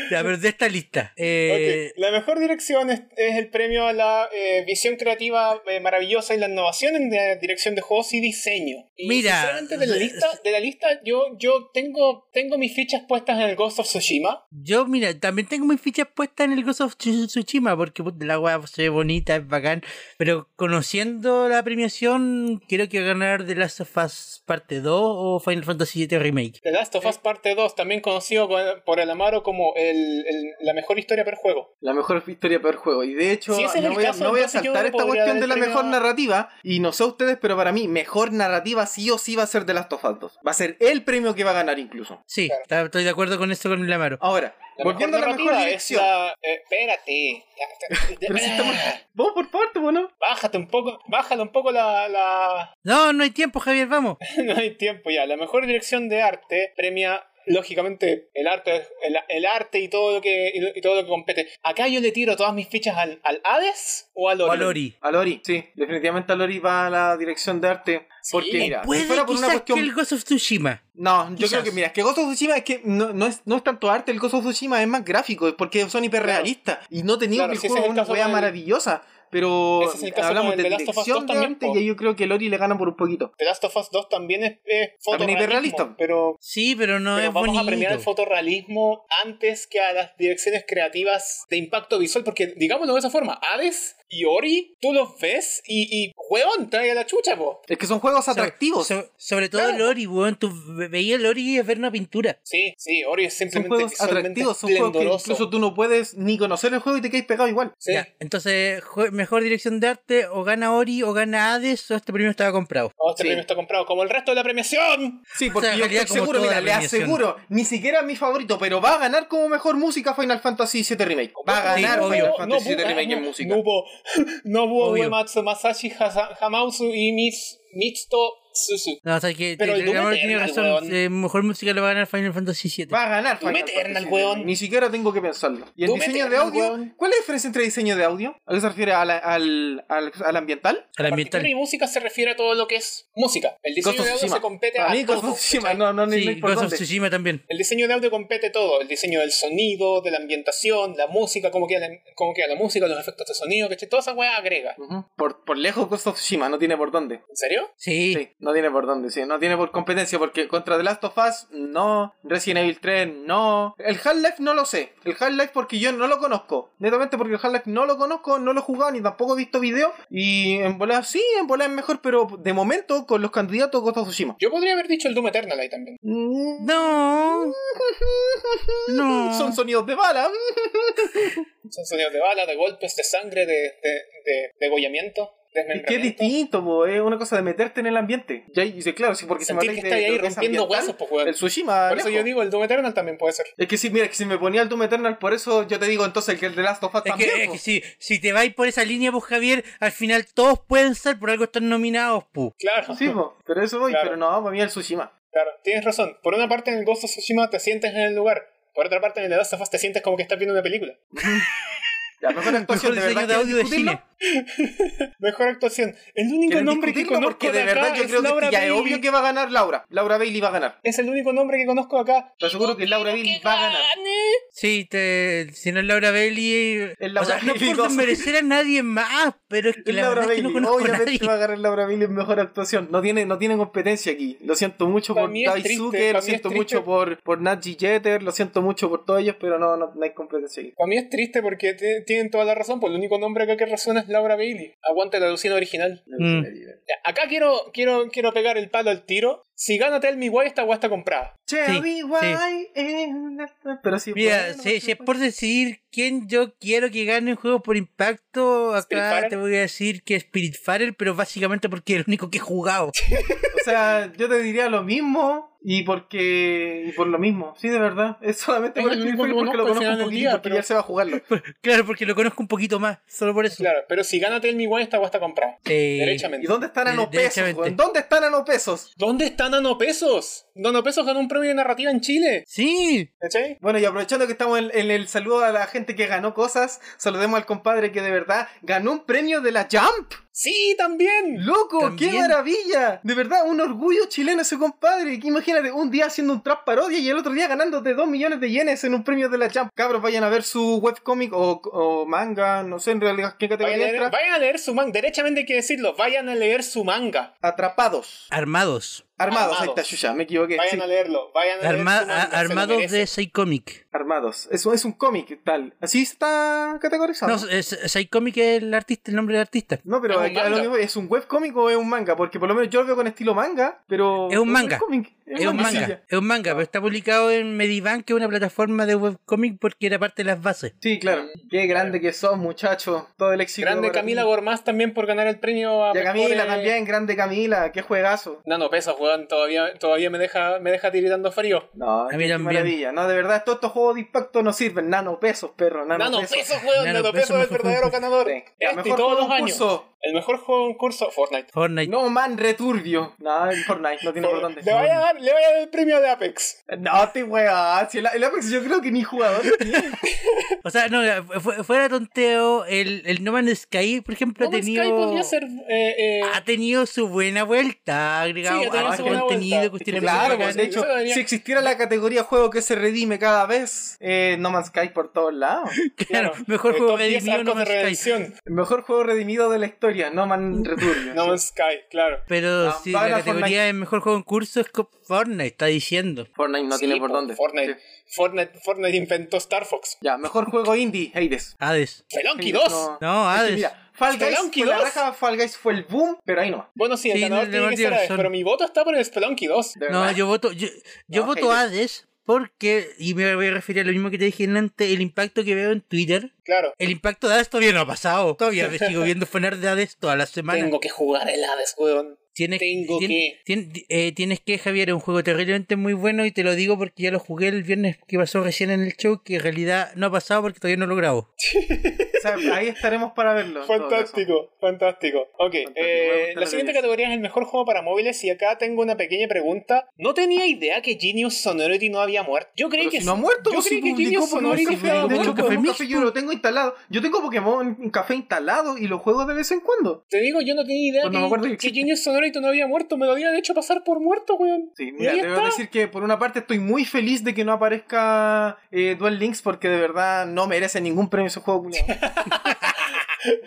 [SPEAKER 3] Ya, pero de esta lista. Eh,
[SPEAKER 1] Ok, La mejor dirección es, es el premio a la eh, visión creativa eh, maravillosa y la innovación en la dirección de juegos y diseño. Y
[SPEAKER 3] Mira,
[SPEAKER 1] sinceramente, de la
[SPEAKER 3] se-
[SPEAKER 1] lista, de la lista yo, yo tengo, tengo mis fichas puestas en el Ghost of Tsushima.
[SPEAKER 3] Yo, mira, también tengo mis fichas puestas en el Ghost of Tsu- Tsushima porque puta, la agua se ve bonita, es bacán. Pero conociendo la premiación, creo que va a ganar The Last of Us Parte 2 o Final Fantasy VII Remake.
[SPEAKER 1] The Last of Us Parte 2, también conocido con- por el Amaro como el- el- la mejor historia por juego.
[SPEAKER 2] La mejor historia peor juego. Y de hecho,
[SPEAKER 1] Si ese es
[SPEAKER 2] no,
[SPEAKER 1] el
[SPEAKER 2] voy, a-
[SPEAKER 1] caso,
[SPEAKER 2] no voy a
[SPEAKER 1] entonces yo
[SPEAKER 2] saltar
[SPEAKER 1] no
[SPEAKER 2] esta
[SPEAKER 1] podría dar
[SPEAKER 2] cuestión de
[SPEAKER 1] el
[SPEAKER 2] la
[SPEAKER 1] premio
[SPEAKER 2] mejor
[SPEAKER 1] a- ah,
[SPEAKER 2] narrativa. Y no sé ustedes, pero para mí, mejor narrativa sí o sí va a ser de Last of Us 2. Va a ser el premio que va a ganar incluso.
[SPEAKER 3] Sí,
[SPEAKER 1] Claro.
[SPEAKER 3] está- estoy de acuerdo con esto con el Amaro.
[SPEAKER 2] Ahora,
[SPEAKER 1] La
[SPEAKER 2] volviendo a la mejor
[SPEAKER 1] narrativa es
[SPEAKER 2] dirección.
[SPEAKER 1] la- Ah. eh, espérate.
[SPEAKER 2] Pero si estamos. Vos, por parte, bueno.
[SPEAKER 1] Bájate un poco, bájale un poco la- la,
[SPEAKER 3] No, no hay tiempo, Javier, vamos.
[SPEAKER 1] no hay tiempo ya. La mejor dirección de arte premia lógicamente el arte el, el arte y todo lo que y, lo- y todo lo que compete acá yo le tiro todas mis fichas al, al Hades o al
[SPEAKER 3] O a
[SPEAKER 1] Ori,
[SPEAKER 3] Lori.
[SPEAKER 2] A Lori, sí, definitivamente a Lori va a la dirección de arte.
[SPEAKER 1] Sí.
[SPEAKER 2] Porque, mira,
[SPEAKER 3] Puede
[SPEAKER 2] si fuera por una
[SPEAKER 3] quizás
[SPEAKER 2] cuestión.
[SPEAKER 3] que el Ghost of Tsushima.
[SPEAKER 2] No, yo
[SPEAKER 3] quizás.
[SPEAKER 2] creo que, mira, es que Ghost of Tsushima es que no, no es, no es tanto arte, el Ghost of Tsushima es más gráfico, es porque son hiperrealistas. Y no tenían
[SPEAKER 1] Claro,
[SPEAKER 2] que el
[SPEAKER 1] si ese
[SPEAKER 2] juego
[SPEAKER 1] es el
[SPEAKER 2] una
[SPEAKER 1] caso
[SPEAKER 2] wea
[SPEAKER 1] con el-
[SPEAKER 2] maravillosa. Pero
[SPEAKER 1] Ese es el caso
[SPEAKER 2] hablamos
[SPEAKER 1] con el
[SPEAKER 2] de
[SPEAKER 1] The Last of Us
[SPEAKER 2] dirección
[SPEAKER 1] 2
[SPEAKER 2] de
[SPEAKER 1] también,
[SPEAKER 2] arte
[SPEAKER 1] po.
[SPEAKER 2] y ahí yo creo que Lori le gana por un poquito.
[SPEAKER 1] The Last of Us 2 también es, es
[SPEAKER 2] También
[SPEAKER 1] fotorrealismo,
[SPEAKER 2] hiperrealista.
[SPEAKER 1] pero,
[SPEAKER 3] Sí, pero no
[SPEAKER 1] pero
[SPEAKER 3] es
[SPEAKER 1] vamos
[SPEAKER 3] bonito.
[SPEAKER 1] a premiar el fotorrealismo antes que a las direcciones creativas de impacto visual porque digámoslo de esa forma Hades y Ori tú los ves y, y huevón trae a la chucha po
[SPEAKER 2] Es que son juegos
[SPEAKER 3] Sobre-
[SPEAKER 2] atractivos.
[SPEAKER 3] so- sobre todo el
[SPEAKER 1] Claro.
[SPEAKER 3] Ori, weón. Tú ve- veías el Ori y es ver una pintura.
[SPEAKER 1] sí sí Ori es
[SPEAKER 2] son
[SPEAKER 1] simplemente
[SPEAKER 2] juegos
[SPEAKER 1] visualmente
[SPEAKER 2] atractivos, son juegos que
[SPEAKER 1] esplendoroso.
[SPEAKER 2] incluso tú no puedes ni conocer el juego y te quedas pegado igual.
[SPEAKER 1] Sí.
[SPEAKER 3] Ya, entonces, jue- mejor dirección de arte, o gana Ori, o gana Hades, o este premio estaba comprado.
[SPEAKER 1] Oh, este
[SPEAKER 2] Sí.
[SPEAKER 1] premio está comprado como el resto de la premiación.
[SPEAKER 2] Sí, porque
[SPEAKER 3] O sea, en
[SPEAKER 2] yo
[SPEAKER 3] realidad,
[SPEAKER 2] estoy
[SPEAKER 3] como
[SPEAKER 2] seguro,
[SPEAKER 3] toda
[SPEAKER 2] mira,
[SPEAKER 3] la
[SPEAKER 2] le
[SPEAKER 3] premiación.
[SPEAKER 2] aseguro, ni siquiera es mi favorito, pero va a ganar como mejor música Final Fantasy VII Remake. Va a
[SPEAKER 3] Sí,
[SPEAKER 2] ganar
[SPEAKER 3] obvio.
[SPEAKER 2] Final
[SPEAKER 1] No,
[SPEAKER 2] Fantasy
[SPEAKER 1] no,
[SPEAKER 2] VII
[SPEAKER 1] no,
[SPEAKER 2] Remake en
[SPEAKER 1] no,
[SPEAKER 2] música.
[SPEAKER 1] No hubo, no hubo
[SPEAKER 3] Obvio.
[SPEAKER 1] Uematsu Masashi Hasa- Hamausu y Mis, Michito Suzu.
[SPEAKER 3] No, o sea que
[SPEAKER 1] Pero el
[SPEAKER 3] el
[SPEAKER 1] Doom
[SPEAKER 3] Amaro tiene
[SPEAKER 1] Eternal,
[SPEAKER 3] razón.
[SPEAKER 1] weón.
[SPEAKER 3] eh, mejor música lo va a ganar Final Fantasy VII.
[SPEAKER 2] Va a ganar
[SPEAKER 1] Doom
[SPEAKER 2] Final
[SPEAKER 1] Eternal,
[SPEAKER 2] Fantasy VII
[SPEAKER 1] weón.
[SPEAKER 2] Remake. Ni siquiera tengo que pensarlo. ¿Y el
[SPEAKER 1] Doom
[SPEAKER 2] diseño de
[SPEAKER 1] Eternal,
[SPEAKER 2] audio?
[SPEAKER 1] weón.
[SPEAKER 2] ¿Cuál es la diferencia entre diseño de audio? ¿A qué se refiere? ¿Al, al, al, al ambiental?
[SPEAKER 3] Al ambiental.
[SPEAKER 1] Partitura y música se refiere a todo lo que es música. El diseño
[SPEAKER 2] Ghost of
[SPEAKER 1] de audio
[SPEAKER 2] Tsushima.
[SPEAKER 1] se compete
[SPEAKER 2] Para
[SPEAKER 1] a
[SPEAKER 2] mí,
[SPEAKER 1] todo,
[SPEAKER 2] Ghost of Tsushima.
[SPEAKER 1] ¿cachai?
[SPEAKER 2] No, no, ni
[SPEAKER 3] Sí,
[SPEAKER 2] ni por
[SPEAKER 3] Ghost of
[SPEAKER 2] dónde.
[SPEAKER 3] Tsushima también.
[SPEAKER 1] El diseño de audio compete todo. El diseño del sonido, de la ambientación, la música, cómo queda la, cómo queda la música, los efectos de sonido, ¿cachai? Toda esa weá agrega.
[SPEAKER 2] Ujú. por, por lejos Ghost of Tsushima, no tiene por dónde.
[SPEAKER 1] ¿En serio?
[SPEAKER 3] Sí.
[SPEAKER 2] Sí, no tiene por dónde, sí, no tiene por competencia, porque contra The Last of Us, no, Resident Evil 3, no. El Half-Life no lo sé, el Half-Life porque yo no lo conozco, netamente porque el Half-Life no lo conozco, no lo he jugado ni tampoco he visto video, y en volar sí, en volar es mejor, pero de momento con los candidatos Ghost of Tsushima.
[SPEAKER 1] Yo podría haber dicho el Doom Eternal ahí también.
[SPEAKER 2] Mm.
[SPEAKER 3] No. No.
[SPEAKER 2] Son sonidos de bala.
[SPEAKER 1] Son sonidos de bala, de golpes, de sangre, de, de, de degollamiento,
[SPEAKER 2] Es que es
[SPEAKER 1] desmembramiento.
[SPEAKER 2] distinto, po, es una cosa de meterte en el ambiente. Ya, y dice, claro, sí, porque se
[SPEAKER 1] Sentir
[SPEAKER 2] me
[SPEAKER 1] que
[SPEAKER 2] de-
[SPEAKER 1] está
[SPEAKER 2] de
[SPEAKER 1] ahí
[SPEAKER 2] lo que es
[SPEAKER 1] rompiendo
[SPEAKER 2] ambiental,
[SPEAKER 1] huesos, po, weón.
[SPEAKER 2] El Tsushima.
[SPEAKER 1] Por eso
[SPEAKER 2] lejos.
[SPEAKER 1] yo digo, el Doom Eternal también puede ser.
[SPEAKER 2] Es que sí, mira, que si me ponía el Doom Eternal, por eso yo te digo entonces que el de Last of Us
[SPEAKER 3] Es
[SPEAKER 2] también.
[SPEAKER 3] que, es
[SPEAKER 2] po.
[SPEAKER 3] que si, si te vais por esa línea, pues Javier, al final todos pueden ser, por algo están nominados, pu.
[SPEAKER 1] Claro,
[SPEAKER 2] Sí, po, pero eso voy,
[SPEAKER 1] Claro.
[SPEAKER 2] pero no, para mí el Tsushima.
[SPEAKER 1] claro, tienes razón. Por una parte en el Ghost of Tsushima te sientes en el lugar. Por otra parte en el The Last of Us te sientes como que estás viendo una película.
[SPEAKER 2] La mejor
[SPEAKER 3] Mejor
[SPEAKER 2] actuación Pues de verdad.
[SPEAKER 3] diseño de audio de
[SPEAKER 2] ¿quieren discutirlo?
[SPEAKER 3] cine.
[SPEAKER 1] Mejor actuación. El único
[SPEAKER 2] ¿Quieren
[SPEAKER 1] nombre que
[SPEAKER 2] discutirlo?
[SPEAKER 1] conozco
[SPEAKER 2] Porque
[SPEAKER 1] de,
[SPEAKER 2] de
[SPEAKER 1] acá
[SPEAKER 2] verdad yo
[SPEAKER 1] es
[SPEAKER 2] creo que
[SPEAKER 1] Laura
[SPEAKER 2] ya es
[SPEAKER 1] Bailey.
[SPEAKER 2] obvio que va a ganar Laura. Laura Bailey va a ganar.
[SPEAKER 1] Es el único nombre que conozco acá.
[SPEAKER 2] Te aseguro que Laura Bailey va a ganar.
[SPEAKER 3] Sí, te, si no es Laura Bailey.
[SPEAKER 2] Es Laura
[SPEAKER 3] o sea, no
[SPEAKER 2] Bailey,
[SPEAKER 3] por
[SPEAKER 2] cosa.
[SPEAKER 3] merecer a nadie más, pero es que
[SPEAKER 2] Es
[SPEAKER 3] la
[SPEAKER 2] Laura
[SPEAKER 3] verdad es
[SPEAKER 2] Bailey,
[SPEAKER 3] que no conozco a nadie.
[SPEAKER 2] obviamente va a ganar Laura Bailey en mejor actuación. No tiene, no tiene competencia aquí. Lo siento mucho
[SPEAKER 1] Para
[SPEAKER 2] por
[SPEAKER 1] mí es
[SPEAKER 2] Daisuke,
[SPEAKER 1] triste, para mí
[SPEAKER 2] lo
[SPEAKER 1] es
[SPEAKER 2] siento
[SPEAKER 1] triste.
[SPEAKER 2] mucho por, por Naji Jeter, lo siento mucho por todos ellos, pero no, no, no hay competencia aquí.
[SPEAKER 1] Para mí es triste porque te- tienen toda la razón, porque el pues único nombre acá que resuena es Laura Bailey. Aguante la Lucina original.
[SPEAKER 3] Mm.
[SPEAKER 1] Ya, Acá quiero, quiero, quiero pegar el palo al tiro. Si gana Tell Me Why, esta weá está comprada.
[SPEAKER 2] Tell me
[SPEAKER 3] sí.
[SPEAKER 2] why and after- Pero sí,
[SPEAKER 3] Mira,
[SPEAKER 2] bueno,
[SPEAKER 3] si, si es
[SPEAKER 2] pues,
[SPEAKER 3] por decidir quién yo quiero que gane un juego por impacto, acá
[SPEAKER 1] Spiritfarer.
[SPEAKER 3] te voy a decir que Spiritfarer, pero básicamente porque es el único que he jugado.
[SPEAKER 2] O sea, yo te diría lo mismo y porque y por lo mismo, sí, de verdad. Es solamente
[SPEAKER 1] Es
[SPEAKER 2] por
[SPEAKER 1] el
[SPEAKER 2] el
[SPEAKER 1] único que
[SPEAKER 2] Spirit porque lo
[SPEAKER 1] conozco al
[SPEAKER 2] conozco
[SPEAKER 1] final
[SPEAKER 2] un
[SPEAKER 1] del
[SPEAKER 2] poquito y
[SPEAKER 1] día,
[SPEAKER 2] porque
[SPEAKER 1] pero-
[SPEAKER 2] ya se va a jugarlo.
[SPEAKER 3] claro, porque lo conozco un poquito más, solo por eso. Eh,
[SPEAKER 1] Claro, pero si gana Tell Me Why, esta weá está comprada.
[SPEAKER 3] Sí.
[SPEAKER 1] Derechamente.
[SPEAKER 2] ¿Y dónde están a los pesos,
[SPEAKER 3] Derechamente.
[SPEAKER 2] weón? ¿Dónde están a los pesos?
[SPEAKER 1] ¿Dónde está Nano Pesos? Nano Pesos ganó un premio de narrativa en Chile.
[SPEAKER 3] Sí,
[SPEAKER 1] ¿Cachai?
[SPEAKER 2] Bueno, y aprovechando que estamos en, en el saludo a la gente que ganó cosas, saludemos al compadre que de verdad ganó un premio de la Jump.
[SPEAKER 1] Sí, también.
[SPEAKER 2] ¡Loco! ¡Qué
[SPEAKER 3] También.
[SPEAKER 2] maravilla! De verdad, un orgullo chileno ese compadre. Que imagínate, un día haciendo un trap parodia y el otro día ganándote 2 millones de yenes en un premio de la Jump. Cabros, vayan a ver su webcomic o, o manga, no sé en realidad qué
[SPEAKER 1] Vayan
[SPEAKER 2] categoría
[SPEAKER 1] a, leer,
[SPEAKER 2] entra.
[SPEAKER 1] vayan a leer su manga. Derechamente hay que decirlo. Vayan a leer su manga.
[SPEAKER 2] Atrapados.
[SPEAKER 3] armados.
[SPEAKER 2] Armados, ahí
[SPEAKER 1] Armados.
[SPEAKER 2] está, Shusha, me equivoqué.
[SPEAKER 1] Vayan
[SPEAKER 2] sí.
[SPEAKER 1] a leerlo. Vayan a leer
[SPEAKER 3] Arma-
[SPEAKER 1] su manga.
[SPEAKER 3] a-
[SPEAKER 1] se lo
[SPEAKER 3] armados
[SPEAKER 1] merece.
[SPEAKER 3] de Psycomic.
[SPEAKER 2] Armados. Eso es un cómic, tal. Así está categorizado.
[SPEAKER 3] No, es- es- Psycomic es el artista, el nombre del artista.
[SPEAKER 2] No, pero
[SPEAKER 1] Es un
[SPEAKER 2] acá lo
[SPEAKER 1] manga.
[SPEAKER 2] que voy, es un webcómic o es un manga, porque por lo menos yo lo veo con estilo manga, pero.
[SPEAKER 3] Es un manga.
[SPEAKER 2] webcómic,
[SPEAKER 3] Es un manga,
[SPEAKER 2] mangacilla.
[SPEAKER 3] es un manga, pero está publicado en Medivan, que es una plataforma de webcomic porque era parte de las bases.
[SPEAKER 2] Sí, claro. Qué grande que sos, muchachos. Todo el éxito.
[SPEAKER 1] Mm. Grande
[SPEAKER 2] para
[SPEAKER 1] Camila
[SPEAKER 2] ti.
[SPEAKER 1] Gormaz también por ganar el premio a
[SPEAKER 2] Ya
[SPEAKER 1] mejor,
[SPEAKER 2] Camila
[SPEAKER 1] eh,
[SPEAKER 2] también, grande Camila, qué juegazo.
[SPEAKER 1] Nano Pesos, weón. Todavía, todavía me deja, me deja tiritando frío.
[SPEAKER 2] No, qué
[SPEAKER 3] mí también.
[SPEAKER 2] maravilla. No, de verdad, todos estos juegos de impacto no sirven. Nano pesos, perro, nano,
[SPEAKER 1] Nano
[SPEAKER 2] pesos.
[SPEAKER 1] Pesos, weón.
[SPEAKER 3] Nano
[SPEAKER 1] Nano
[SPEAKER 3] Pesos
[SPEAKER 1] Pesos es el
[SPEAKER 3] mejor
[SPEAKER 1] verdadero ganador.
[SPEAKER 2] Sí.
[SPEAKER 1] Este
[SPEAKER 2] La
[SPEAKER 1] y
[SPEAKER 2] mejor
[SPEAKER 1] todos los
[SPEAKER 2] juego
[SPEAKER 1] años.
[SPEAKER 2] concurso.
[SPEAKER 1] El mejor juego en curso, Fortnite.
[SPEAKER 3] Fortnite.
[SPEAKER 2] No man returbio. No, Fortnite no tiene por dónde.
[SPEAKER 1] Le vaya a dar, le vaya a dar el premio de Apex.
[SPEAKER 2] No, te weas. Si el, el Apex yo creo que ni jugador tiene.
[SPEAKER 3] O sea, no, eh, fu- fuera tonteo, el, el No Man's Sky, por ejemplo,
[SPEAKER 1] No
[SPEAKER 3] ha
[SPEAKER 1] Man's Sky
[SPEAKER 3] tenido.
[SPEAKER 1] podría ser. eh, eh,
[SPEAKER 3] Ha tenido su buena vuelta, ha agregado
[SPEAKER 1] Sí, ha tenido
[SPEAKER 3] harto
[SPEAKER 2] su buena
[SPEAKER 3] contenido,
[SPEAKER 1] vuelta.
[SPEAKER 3] cuestiones
[SPEAKER 2] Claro,
[SPEAKER 3] bacanas.
[SPEAKER 2] pues, de hecho,
[SPEAKER 1] Eso debería-
[SPEAKER 2] si existiera la categoría juego que se redime cada vez, eh, No Man's Sky por todos lados.
[SPEAKER 3] Claro, mejor
[SPEAKER 1] el
[SPEAKER 3] juego
[SPEAKER 1] pues, Eh, top 10
[SPEAKER 3] redimido No
[SPEAKER 1] arcos de
[SPEAKER 3] Man's Sky.
[SPEAKER 1] redención.
[SPEAKER 2] El mejor juego redimido de la historia, No Man Returbio.
[SPEAKER 1] No Man's Sky, claro.
[SPEAKER 3] Pero
[SPEAKER 2] Ah,
[SPEAKER 3] si
[SPEAKER 2] va a
[SPEAKER 3] la
[SPEAKER 2] ganar
[SPEAKER 3] categoría de mejor juego en curso es co- Fortnite, está diciendo.
[SPEAKER 2] Fortnite no
[SPEAKER 1] Sí,
[SPEAKER 2] tiene por
[SPEAKER 1] po,
[SPEAKER 2] dónde.
[SPEAKER 1] Fortnite,
[SPEAKER 2] Sí.
[SPEAKER 1] Fortnite, Fortnite inventó Star Fox.
[SPEAKER 2] Ya, mejor juego indie, Hades.
[SPEAKER 3] Hades.
[SPEAKER 1] Felonky
[SPEAKER 2] Hades
[SPEAKER 1] 2.
[SPEAKER 2] no-
[SPEAKER 3] No,
[SPEAKER 2] Es que
[SPEAKER 3] Hades.
[SPEAKER 2] Mira, Fall Guys,
[SPEAKER 1] Spelunky
[SPEAKER 2] fue la
[SPEAKER 1] 2.
[SPEAKER 2] raja, Fall Guys fue el boom, pero ahí no.
[SPEAKER 1] Bueno, sí, el
[SPEAKER 3] Sí,
[SPEAKER 1] ganador
[SPEAKER 3] no,
[SPEAKER 1] tiene
[SPEAKER 3] no,
[SPEAKER 1] que
[SPEAKER 3] tiene
[SPEAKER 1] ser Hades,
[SPEAKER 3] razón.
[SPEAKER 1] pero mi voto está por el Spelunky 2.
[SPEAKER 2] De
[SPEAKER 3] No,
[SPEAKER 2] verdad.
[SPEAKER 3] yo voto, yo, yo
[SPEAKER 2] No,
[SPEAKER 3] voto
[SPEAKER 2] Hades.
[SPEAKER 3] Hades porque, y me voy a referir a lo mismo que te dije antes, el impacto que veo en Twitter.
[SPEAKER 1] Claro.
[SPEAKER 3] El impacto de Hades todavía no ha pasado. Todavía me sigo viendo fanart de Hades toda la semana.
[SPEAKER 1] Tengo que jugar el Hades, weón.
[SPEAKER 3] Tienes,
[SPEAKER 1] tengo
[SPEAKER 3] tien-
[SPEAKER 1] que.
[SPEAKER 3] tien- eh, tienes que, Javier, es un juego terriblemente muy bueno y te lo digo porque ya lo jugué el viernes que pasó recién en el show, que en realidad no ha pasado porque todavía no lo grabo.
[SPEAKER 2] O sea, ahí estaremos para verlo. en todo
[SPEAKER 1] Fantástico, fantástico. Ok,
[SPEAKER 2] Fantástico,
[SPEAKER 1] eh,
[SPEAKER 2] me gusta lo
[SPEAKER 1] la
[SPEAKER 2] que
[SPEAKER 1] siguiente
[SPEAKER 2] dices.
[SPEAKER 1] categoría es el mejor juego para móviles y acá tengo una pequeña pregunta. No tenía idea que Genius Sonority no había muerto. Yo creí
[SPEAKER 2] Pero
[SPEAKER 1] que
[SPEAKER 2] si no ha muerto, pues,
[SPEAKER 1] yo
[SPEAKER 2] si
[SPEAKER 1] creí que
[SPEAKER 2] publicó
[SPEAKER 1] Genius
[SPEAKER 2] Pokémon
[SPEAKER 1] Sonority
[SPEAKER 2] Café.
[SPEAKER 1] estaba
[SPEAKER 2] De hecho,
[SPEAKER 1] muerto.
[SPEAKER 3] Pokémon
[SPEAKER 2] Pokémon Café yo lo tengo instalado. Yo tengo Pokémon Café instalado y lo juego de vez en cuando.
[SPEAKER 1] Te digo, yo no tenía idea
[SPEAKER 2] Pues no me acuerdo
[SPEAKER 1] que,
[SPEAKER 2] que
[SPEAKER 1] que
[SPEAKER 2] existe.
[SPEAKER 1] Genius Sonority no había muerto. Me lo habían hecho pasar por muerto, weón.
[SPEAKER 2] Sí,
[SPEAKER 1] Y
[SPEAKER 2] mira,
[SPEAKER 1] ahí
[SPEAKER 2] te debo
[SPEAKER 1] está.
[SPEAKER 2] decir que por una parte estoy muy feliz de que no aparezca eh, Duel Links porque de verdad no merece ningún premio ese juego, culiao.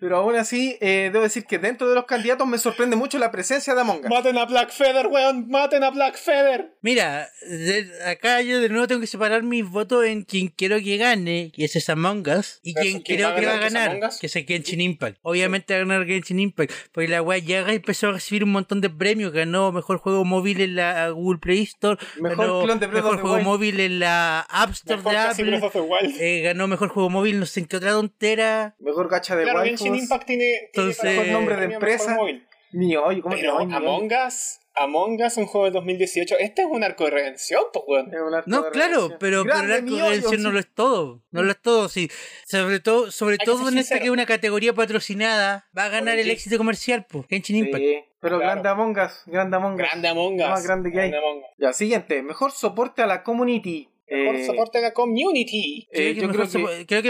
[SPEAKER 2] Pero aún así, eh, debo decir que dentro de los candidatos me sorprende mucho la presencia de Among Us.
[SPEAKER 1] Maten a Black Feather, weón. Maten a Black Feather.
[SPEAKER 3] Mira, de- acá yo de nuevo tengo que separar mis votos en quien quiero que gane, que es esa Among Us,
[SPEAKER 1] Versus
[SPEAKER 3] y quien
[SPEAKER 1] quien
[SPEAKER 3] creo
[SPEAKER 1] va a
[SPEAKER 3] que va a
[SPEAKER 1] ganar, que es
[SPEAKER 3] ganar,
[SPEAKER 1] Among Us.
[SPEAKER 3] que es el Genshin Impact. Obviamente va a ganar Genshin Impact, porque la weá ya empezó a recibir un montón de premios, ganó mejor juego móvil en la Google Play Store,
[SPEAKER 2] Mejor
[SPEAKER 3] ganó
[SPEAKER 2] clon de Breath
[SPEAKER 3] mejor
[SPEAKER 2] of the
[SPEAKER 3] juego
[SPEAKER 2] Wild.
[SPEAKER 3] móvil en la App Store
[SPEAKER 1] Mejor
[SPEAKER 3] de
[SPEAKER 1] casi
[SPEAKER 3] Apple,
[SPEAKER 1] Breath of the Wild.
[SPEAKER 3] eh, ganó mejor juego móvil, no sé en qué otra tontera.
[SPEAKER 2] Mejor gacha de
[SPEAKER 1] Claro,
[SPEAKER 2] waifus.
[SPEAKER 1] Genshin Impact tiene, tiene
[SPEAKER 3] Entonces-
[SPEAKER 1] para
[SPEAKER 3] Mejor
[SPEAKER 2] nombre de
[SPEAKER 1] premio
[SPEAKER 2] empresa.
[SPEAKER 1] mejor móvil.
[SPEAKER 2] Ni hoy, ¿cómo
[SPEAKER 1] Pero
[SPEAKER 2] que no? Ni hoy.
[SPEAKER 1] Among Us, Among Us, un juego del 2018. Este es un arco de redención, pues, weón.
[SPEAKER 2] Es un arco
[SPEAKER 3] No,
[SPEAKER 2] de
[SPEAKER 3] claro,
[SPEAKER 2] redención.
[SPEAKER 3] pero, pero el
[SPEAKER 2] Grande
[SPEAKER 3] arco de
[SPEAKER 2] Miollo,
[SPEAKER 3] redención no
[SPEAKER 2] sí.
[SPEAKER 3] lo es todo. No lo es todo, sí. Sobre todo, sobre
[SPEAKER 1] Hay que
[SPEAKER 3] todo
[SPEAKER 1] ser
[SPEAKER 3] en esta
[SPEAKER 1] sincero.
[SPEAKER 3] que es una categoría patrocinada, va a ganar el
[SPEAKER 1] Genshin.
[SPEAKER 3] éxito comercial, pues. Genshin Impact.
[SPEAKER 2] Sí, pero
[SPEAKER 1] Claro.
[SPEAKER 2] grande Among Us, grande Among Us.
[SPEAKER 1] Grande Among Us.
[SPEAKER 2] Lo más grande que hay.
[SPEAKER 1] Grande Among Us.
[SPEAKER 2] Ya, siguiente, mejor soporte a la community.
[SPEAKER 1] Mejor
[SPEAKER 2] Eh,
[SPEAKER 1] soporte a la community.
[SPEAKER 2] eh,
[SPEAKER 3] Creo que
[SPEAKER 2] yo creo
[SPEAKER 3] mejor
[SPEAKER 2] que
[SPEAKER 3] sopo- creo que,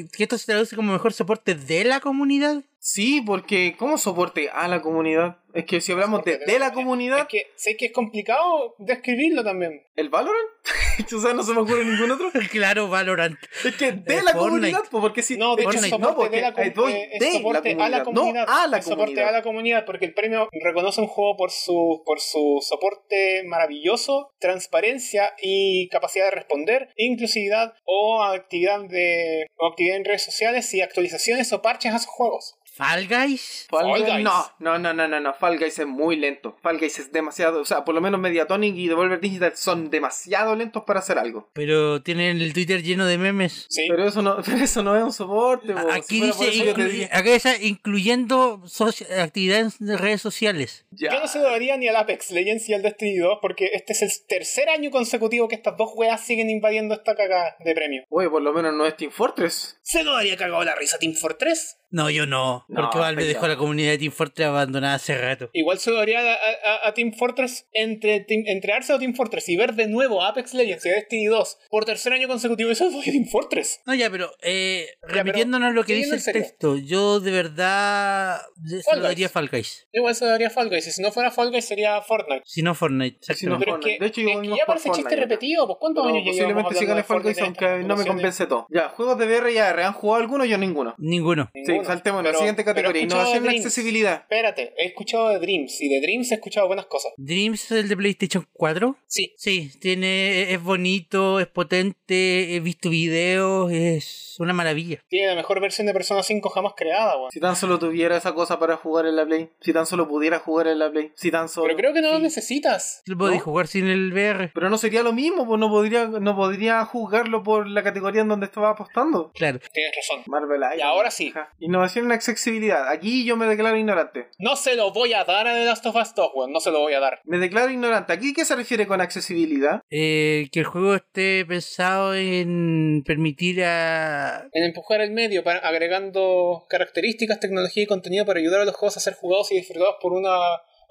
[SPEAKER 3] eh, que esto se traduce como mejor soporte de la comunidad.
[SPEAKER 2] Sí, porque ¿cómo soporte a la comunidad? Es que si hablamos de, de la
[SPEAKER 1] Es
[SPEAKER 2] comunidad,
[SPEAKER 1] que sé que es complicado describirlo también.
[SPEAKER 2] ¿el Valorant? o sea, no se me ocurre ningún otro.
[SPEAKER 3] claro, Valorant.
[SPEAKER 2] Es que de
[SPEAKER 3] Eh,
[SPEAKER 2] la
[SPEAKER 3] Fortnite.
[SPEAKER 2] comunidad, pues, porque si...
[SPEAKER 1] No, de hecho,
[SPEAKER 3] Fortnite.
[SPEAKER 1] es
[SPEAKER 2] no,
[SPEAKER 1] soporte,
[SPEAKER 2] porque
[SPEAKER 1] de la, com-
[SPEAKER 2] ahí voy
[SPEAKER 1] eh, es
[SPEAKER 2] de
[SPEAKER 1] soporte a la comunidad.
[SPEAKER 2] no a la
[SPEAKER 1] Es soporte
[SPEAKER 2] comunidad.
[SPEAKER 1] a la comunidad, porque el premio reconoce un juego por su, por su soporte maravilloso, transparencia y capacidad de responder, inclusividad o actividad, de, o actividad en redes sociales y actualizaciones o parches a sus juegos.
[SPEAKER 3] Fall Guys.
[SPEAKER 2] Fall
[SPEAKER 1] Fall
[SPEAKER 2] Guys-
[SPEAKER 1] Guys.
[SPEAKER 2] No, no, no, no, no, no. Fall Guys es muy lento. Fall Guys es demasiado. O sea, por lo menos Mediatonic y Devolver Digital son demasiado lentos para hacer algo.
[SPEAKER 3] Pero tienen el Twitter lleno de memes.
[SPEAKER 1] Sí.
[SPEAKER 2] Pero eso no, pero eso no es un soporte. po. Si
[SPEAKER 3] Aquí
[SPEAKER 2] fuera por
[SPEAKER 3] dice,
[SPEAKER 2] eso yo te
[SPEAKER 3] inclu-
[SPEAKER 2] diría-
[SPEAKER 3] acá está, incluyendo soci- actividades de redes sociales.
[SPEAKER 2] Ya.
[SPEAKER 1] Yo no se lo daría ni al Apex Legends y al Destiny 2 porque este es el tercer año consecutivo que estas dos weas siguen invadiendo esta caga de premio.
[SPEAKER 2] Oye, por lo menos no es Team Fortress.
[SPEAKER 1] ¿Se lo daría cagado la risa a Team Fortress?
[SPEAKER 3] No, yo no.
[SPEAKER 2] No,
[SPEAKER 3] Porque Valve
[SPEAKER 2] pero-
[SPEAKER 3] dejó a la comunidad de Team Fortress abandonada hace rato.
[SPEAKER 1] Igual se lo daría a, a- a Team Fortress entre, Team- entre Arce o Team Fortress y ver de nuevo a Apex Legends y a Destiny 2 por tercer año consecutivo. Eso es Team Fortress.
[SPEAKER 3] No, ya, pero eh,
[SPEAKER 1] pero
[SPEAKER 3] repitiéndonos lo que dice
[SPEAKER 1] siguiendo
[SPEAKER 3] el
[SPEAKER 1] en serio.
[SPEAKER 3] texto, yo de verdad le- se
[SPEAKER 1] Fall
[SPEAKER 3] lo daría a
[SPEAKER 1] Guys.
[SPEAKER 3] Fall Guys.
[SPEAKER 1] Igual se lo daría a Fall Guys y si no fuera Fall Guys sería Fortnite.
[SPEAKER 3] Si no Fortnite,
[SPEAKER 2] Si no
[SPEAKER 1] Pero
[SPEAKER 3] exactamente.
[SPEAKER 1] es que,
[SPEAKER 2] Fortnite. De hecho,
[SPEAKER 1] es
[SPEAKER 2] yo
[SPEAKER 1] que
[SPEAKER 2] voy más
[SPEAKER 1] ya
[SPEAKER 2] por
[SPEAKER 1] parece chiste
[SPEAKER 2] Fortnite.
[SPEAKER 1] repetido. pues, ¿Cuántos
[SPEAKER 2] Pero
[SPEAKER 1] años ya llevamos
[SPEAKER 2] posiblemente sí
[SPEAKER 1] hablando
[SPEAKER 2] gane
[SPEAKER 1] de
[SPEAKER 2] Fall Guys,
[SPEAKER 1] Fortnite en
[SPEAKER 2] aunque
[SPEAKER 1] estas
[SPEAKER 2] no me
[SPEAKER 1] conversaciones?
[SPEAKER 2] compense todo. Ya, juegos de VR han ¿jugado alguno? Yo ninguno.
[SPEAKER 3] Ninguno.
[SPEAKER 1] Ninguno.
[SPEAKER 2] Sí, saltemos a la
[SPEAKER 1] Pero-
[SPEAKER 2] siguiente
[SPEAKER 1] pero he
[SPEAKER 2] categoría.
[SPEAKER 1] escuchado
[SPEAKER 2] Innovación
[SPEAKER 1] de
[SPEAKER 2] en
[SPEAKER 1] Dreams.
[SPEAKER 2] accesibilidad.
[SPEAKER 1] Espérate, he escuchado de Dreams y de Dreams he escuchado buenas cosas.
[SPEAKER 3] Dreams es el de PlayStation 4.
[SPEAKER 1] Sí.
[SPEAKER 3] Sí, tiene, es bonito, es potente, he visto videos, es una maravilla.
[SPEAKER 1] Tiene la mejor versión de Persona 5 jamás creada, weón.
[SPEAKER 2] Si tan solo tuviera esa cosa para jugar en la Play. Si tan solo pudiera jugar en la Play. Si tan solo.
[SPEAKER 1] Pero creo que no lo
[SPEAKER 2] Sí.
[SPEAKER 1] necesitas.
[SPEAKER 3] Lo podéis
[SPEAKER 2] ¿No?
[SPEAKER 3] jugar sin el VR.
[SPEAKER 2] Pero no sería lo mismo, pues no podría, no podría juzgarlo por la categoría en donde estaba apostando.
[SPEAKER 3] Claro.
[SPEAKER 1] Tienes razón.
[SPEAKER 2] Marvel Eye.
[SPEAKER 1] Y ahora sí.
[SPEAKER 2] Ajá. Innovación en accesibilidad. Aquí yo me declaro ignorante.
[SPEAKER 1] No se lo voy a dar a The Last of Us 2, weón. No se lo voy a dar.
[SPEAKER 2] Me declaro ignorante. ¿Aquí qué se refiere con accesibilidad?
[SPEAKER 3] Eh, que el juego esté pensado en permitir a...
[SPEAKER 1] En empujar el medio, para, agregando características, tecnología y contenido para ayudar a los juegos a ser jugados y disfrutados por una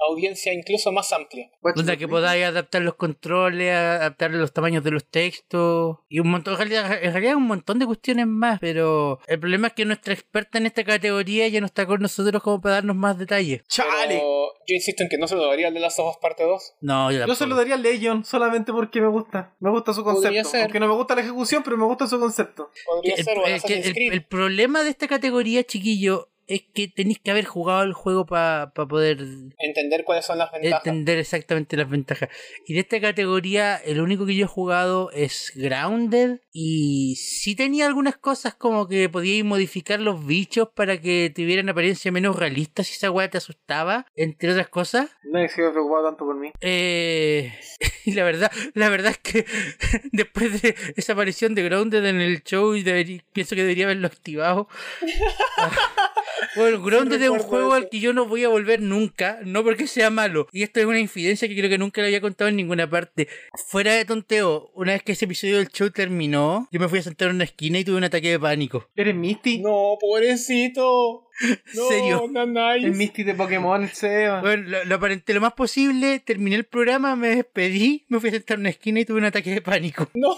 [SPEAKER 1] audiencia incluso más amplia.
[SPEAKER 3] Onda que podáis adaptar los controles, a- adaptar los tamaños de los textos y un montón, en realidad, en realidad un montón de cuestiones más, pero el problema es que nuestra experta en esta categoría ya no está con nosotros como para darnos más detalles.
[SPEAKER 2] ¡Chale!
[SPEAKER 1] Pero yo insisto en que no se lo daría al The Last of Us parte 2.
[SPEAKER 3] No, yo,
[SPEAKER 2] Yo se lo
[SPEAKER 3] tampoco.
[SPEAKER 2] daría a Legion solamente porque me gusta. Me gusta su
[SPEAKER 1] Podría
[SPEAKER 2] concepto.
[SPEAKER 1] ser.
[SPEAKER 2] Aunque no me gusta la ejecución, pero me gusta su concepto.
[SPEAKER 1] Podría
[SPEAKER 3] El-
[SPEAKER 1] ser, o al
[SPEAKER 3] el- que
[SPEAKER 1] Assassin's
[SPEAKER 3] el-
[SPEAKER 1] Creed.
[SPEAKER 3] el problema de esta categoría, chiquillo, es que tenéis que haber jugado el juego para poder
[SPEAKER 1] Entender cuáles son las ventajas.
[SPEAKER 3] entender exactamente las ventajas. Y de esta categoría, el único que yo he jugado es Grounded. Y sí tenía algunas cosas como que podíais modificar los bichos para que tuvieran apariencia menos realista si esa weá te asustaba, entre otras cosas.
[SPEAKER 2] Nadie se había preocupado tanto por mí.
[SPEAKER 3] Eh, y la verdad, la verdad es que después de esa aparición de Grounded en el show, y deberí- pienso que debería haberlo activado. Ah, bueno, Grounded es un
[SPEAKER 1] recuerdo
[SPEAKER 3] juego al
[SPEAKER 1] eso.
[SPEAKER 3] que yo no voy a volver nunca, no porque sea malo. Y esto es una infidencia que creo que nunca le había contado en ninguna parte. Fuera de tonteo, una vez que ese episodio del show terminó, yo me fui a sentar en una esquina y tuve un ataque de pánico.
[SPEAKER 2] ¿Eres Misty?
[SPEAKER 1] No, pobrecito. No,
[SPEAKER 3] Serio.
[SPEAKER 1] no,
[SPEAKER 2] El
[SPEAKER 1] nice.
[SPEAKER 2] Misty de Pokémon, el Seba.
[SPEAKER 3] Bueno, lo, lo aparenté lo más posible, terminé el programa, me despedí, me fui a sentar en una esquina y tuve un ataque de pánico.
[SPEAKER 1] No.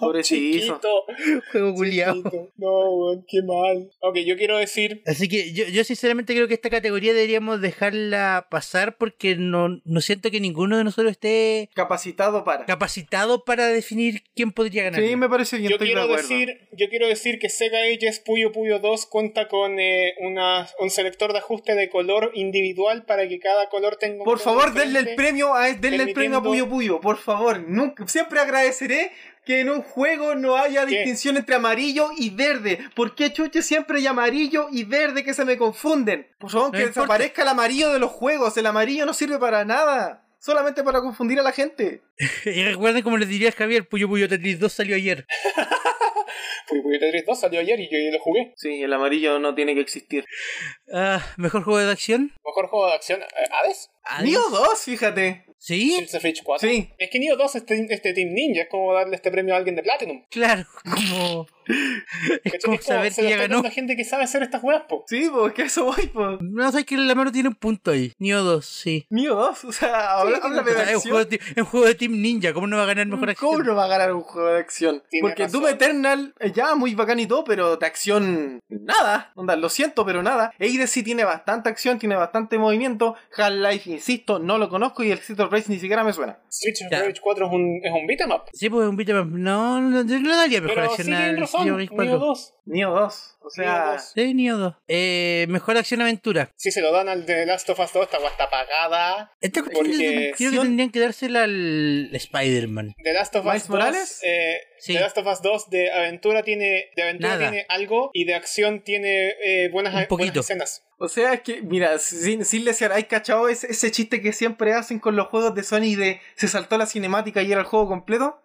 [SPEAKER 2] Pobrecito.
[SPEAKER 1] Chiquito.
[SPEAKER 3] Juego culiao.
[SPEAKER 1] Chiquito. No, weón, qué mal. Ok, yo quiero decir.
[SPEAKER 3] Así que yo, yo sinceramente creo que esta categoría deberíamos dejarla pasar porque no, no siento que ninguno de nosotros esté
[SPEAKER 2] Capacitado para.
[SPEAKER 3] capacitado para definir quién podría ganar.
[SPEAKER 2] sí, me parece bien,
[SPEAKER 1] Yo
[SPEAKER 2] estoy de
[SPEAKER 1] quiero,
[SPEAKER 2] acuerdo.
[SPEAKER 1] decir, yo quiero decir que Sega Ages Puyo Puyo 2 cuenta con eh, una- un selector de ajuste de color individual para que cada color tenga un
[SPEAKER 2] Por
[SPEAKER 1] tono
[SPEAKER 2] favor, denle
[SPEAKER 1] diferente.
[SPEAKER 2] el premio a, denle el
[SPEAKER 1] permitiendo-
[SPEAKER 2] premio a Puyo Puyo, por favor. Nunca, siempre agradeceré que en un juego no haya
[SPEAKER 1] ¿Qué?
[SPEAKER 2] distinción entre amarillo y verde. ¿Por qué chuche siempre hay amarillo y verde que se me confunden? Por favor,
[SPEAKER 3] No
[SPEAKER 2] que
[SPEAKER 3] importa.
[SPEAKER 2] desaparezca el amarillo de los juegos. El amarillo no sirve para nada. Solamente para confundir a la gente.
[SPEAKER 3] Y recuerden como les diría Javier, Puyo Puyo Tetris 2 salió ayer.
[SPEAKER 1] Puyo Puyo Tetris 2 salió ayer y yo ya lo jugué.
[SPEAKER 2] Sí, el amarillo no tiene que existir.
[SPEAKER 3] Ah, ¿Mejor juego de acción?
[SPEAKER 1] Mejor juego de acción. eh, ¿Hades?
[SPEAKER 2] Nio 2, fíjate.
[SPEAKER 3] ¿Sí?
[SPEAKER 1] Streets of Rage 4.
[SPEAKER 2] Sí.
[SPEAKER 1] Es que Nioh 2 es team- este Team Ninja, es como darle este premio a alguien de Platinum.
[SPEAKER 3] Claro, como...
[SPEAKER 1] ¿Cachai?
[SPEAKER 3] es como
[SPEAKER 1] Es como
[SPEAKER 3] saber
[SPEAKER 1] se
[SPEAKER 3] que
[SPEAKER 1] lo
[SPEAKER 3] ya
[SPEAKER 1] está
[SPEAKER 3] ganó.
[SPEAKER 1] dando a gente que sabe hacer estas weas, po.
[SPEAKER 2] Sí, porque eso voy, pues.
[SPEAKER 3] No sé que la mano tiene un punto ahí. Nio 2, sí.
[SPEAKER 2] Nio 2, o sea, habla,
[SPEAKER 1] tiene
[SPEAKER 2] háblame
[SPEAKER 1] que
[SPEAKER 2] de
[SPEAKER 3] Ah, Es un
[SPEAKER 2] acción.
[SPEAKER 3] juego de, ti- es un juego de Team Ninja, ¿cómo no va a ganar mejor acción?
[SPEAKER 2] Mm, ¿Cómo no va a ganar un juego de acción?
[SPEAKER 1] Tiene
[SPEAKER 2] Porque
[SPEAKER 1] razón.
[SPEAKER 2] Doom Eternal eh, ya muy bacán y todo, pero de acción nada. Onda, lo siento, pero nada. Hades sí tiene bastante acción, tiene bastante movimiento. Half-Life, insisto, no lo conozco y el Street of Rage ni siquiera me suena.
[SPEAKER 1] Streets of
[SPEAKER 3] Ya.
[SPEAKER 1] Rage 4 es un, es un beat'em up.
[SPEAKER 3] Sí, pues un beatmap. 'em No, no, yo no daría mejor
[SPEAKER 1] Pero sí
[SPEAKER 3] acción al
[SPEAKER 1] tienen razón,
[SPEAKER 3] Street of Rage
[SPEAKER 1] Neo
[SPEAKER 3] 4.
[SPEAKER 1] 2.
[SPEAKER 2] Neo 2. O sea,
[SPEAKER 1] Neo 2.
[SPEAKER 3] Sí, Neo 2. Eh, mejor acción-aventura.
[SPEAKER 1] Si se lo dan al de Last of Us 2, esta weá está pagada.
[SPEAKER 3] Esta cuestión
[SPEAKER 1] Porque-
[SPEAKER 3] de- creo que
[SPEAKER 2] Acción-
[SPEAKER 3] tendrían que dársela al Spider-Man.
[SPEAKER 1] The Last of
[SPEAKER 2] ¿Miles
[SPEAKER 1] Us 2,
[SPEAKER 2] Morales?
[SPEAKER 1] eh,
[SPEAKER 3] Sí.
[SPEAKER 1] The Last of Us 2 de aventura tiene de aventura
[SPEAKER 3] Nada.
[SPEAKER 1] tiene algo y de acción tiene eh, buenas,
[SPEAKER 3] Un poquito.
[SPEAKER 1] buenas escenas.
[SPEAKER 2] o sea, es que, mira, sin, sin lesear, ¿hay cachado ese, ese chiste que siempre hacen con los juegos de Sony de se saltó la cinemática y era el juego completo?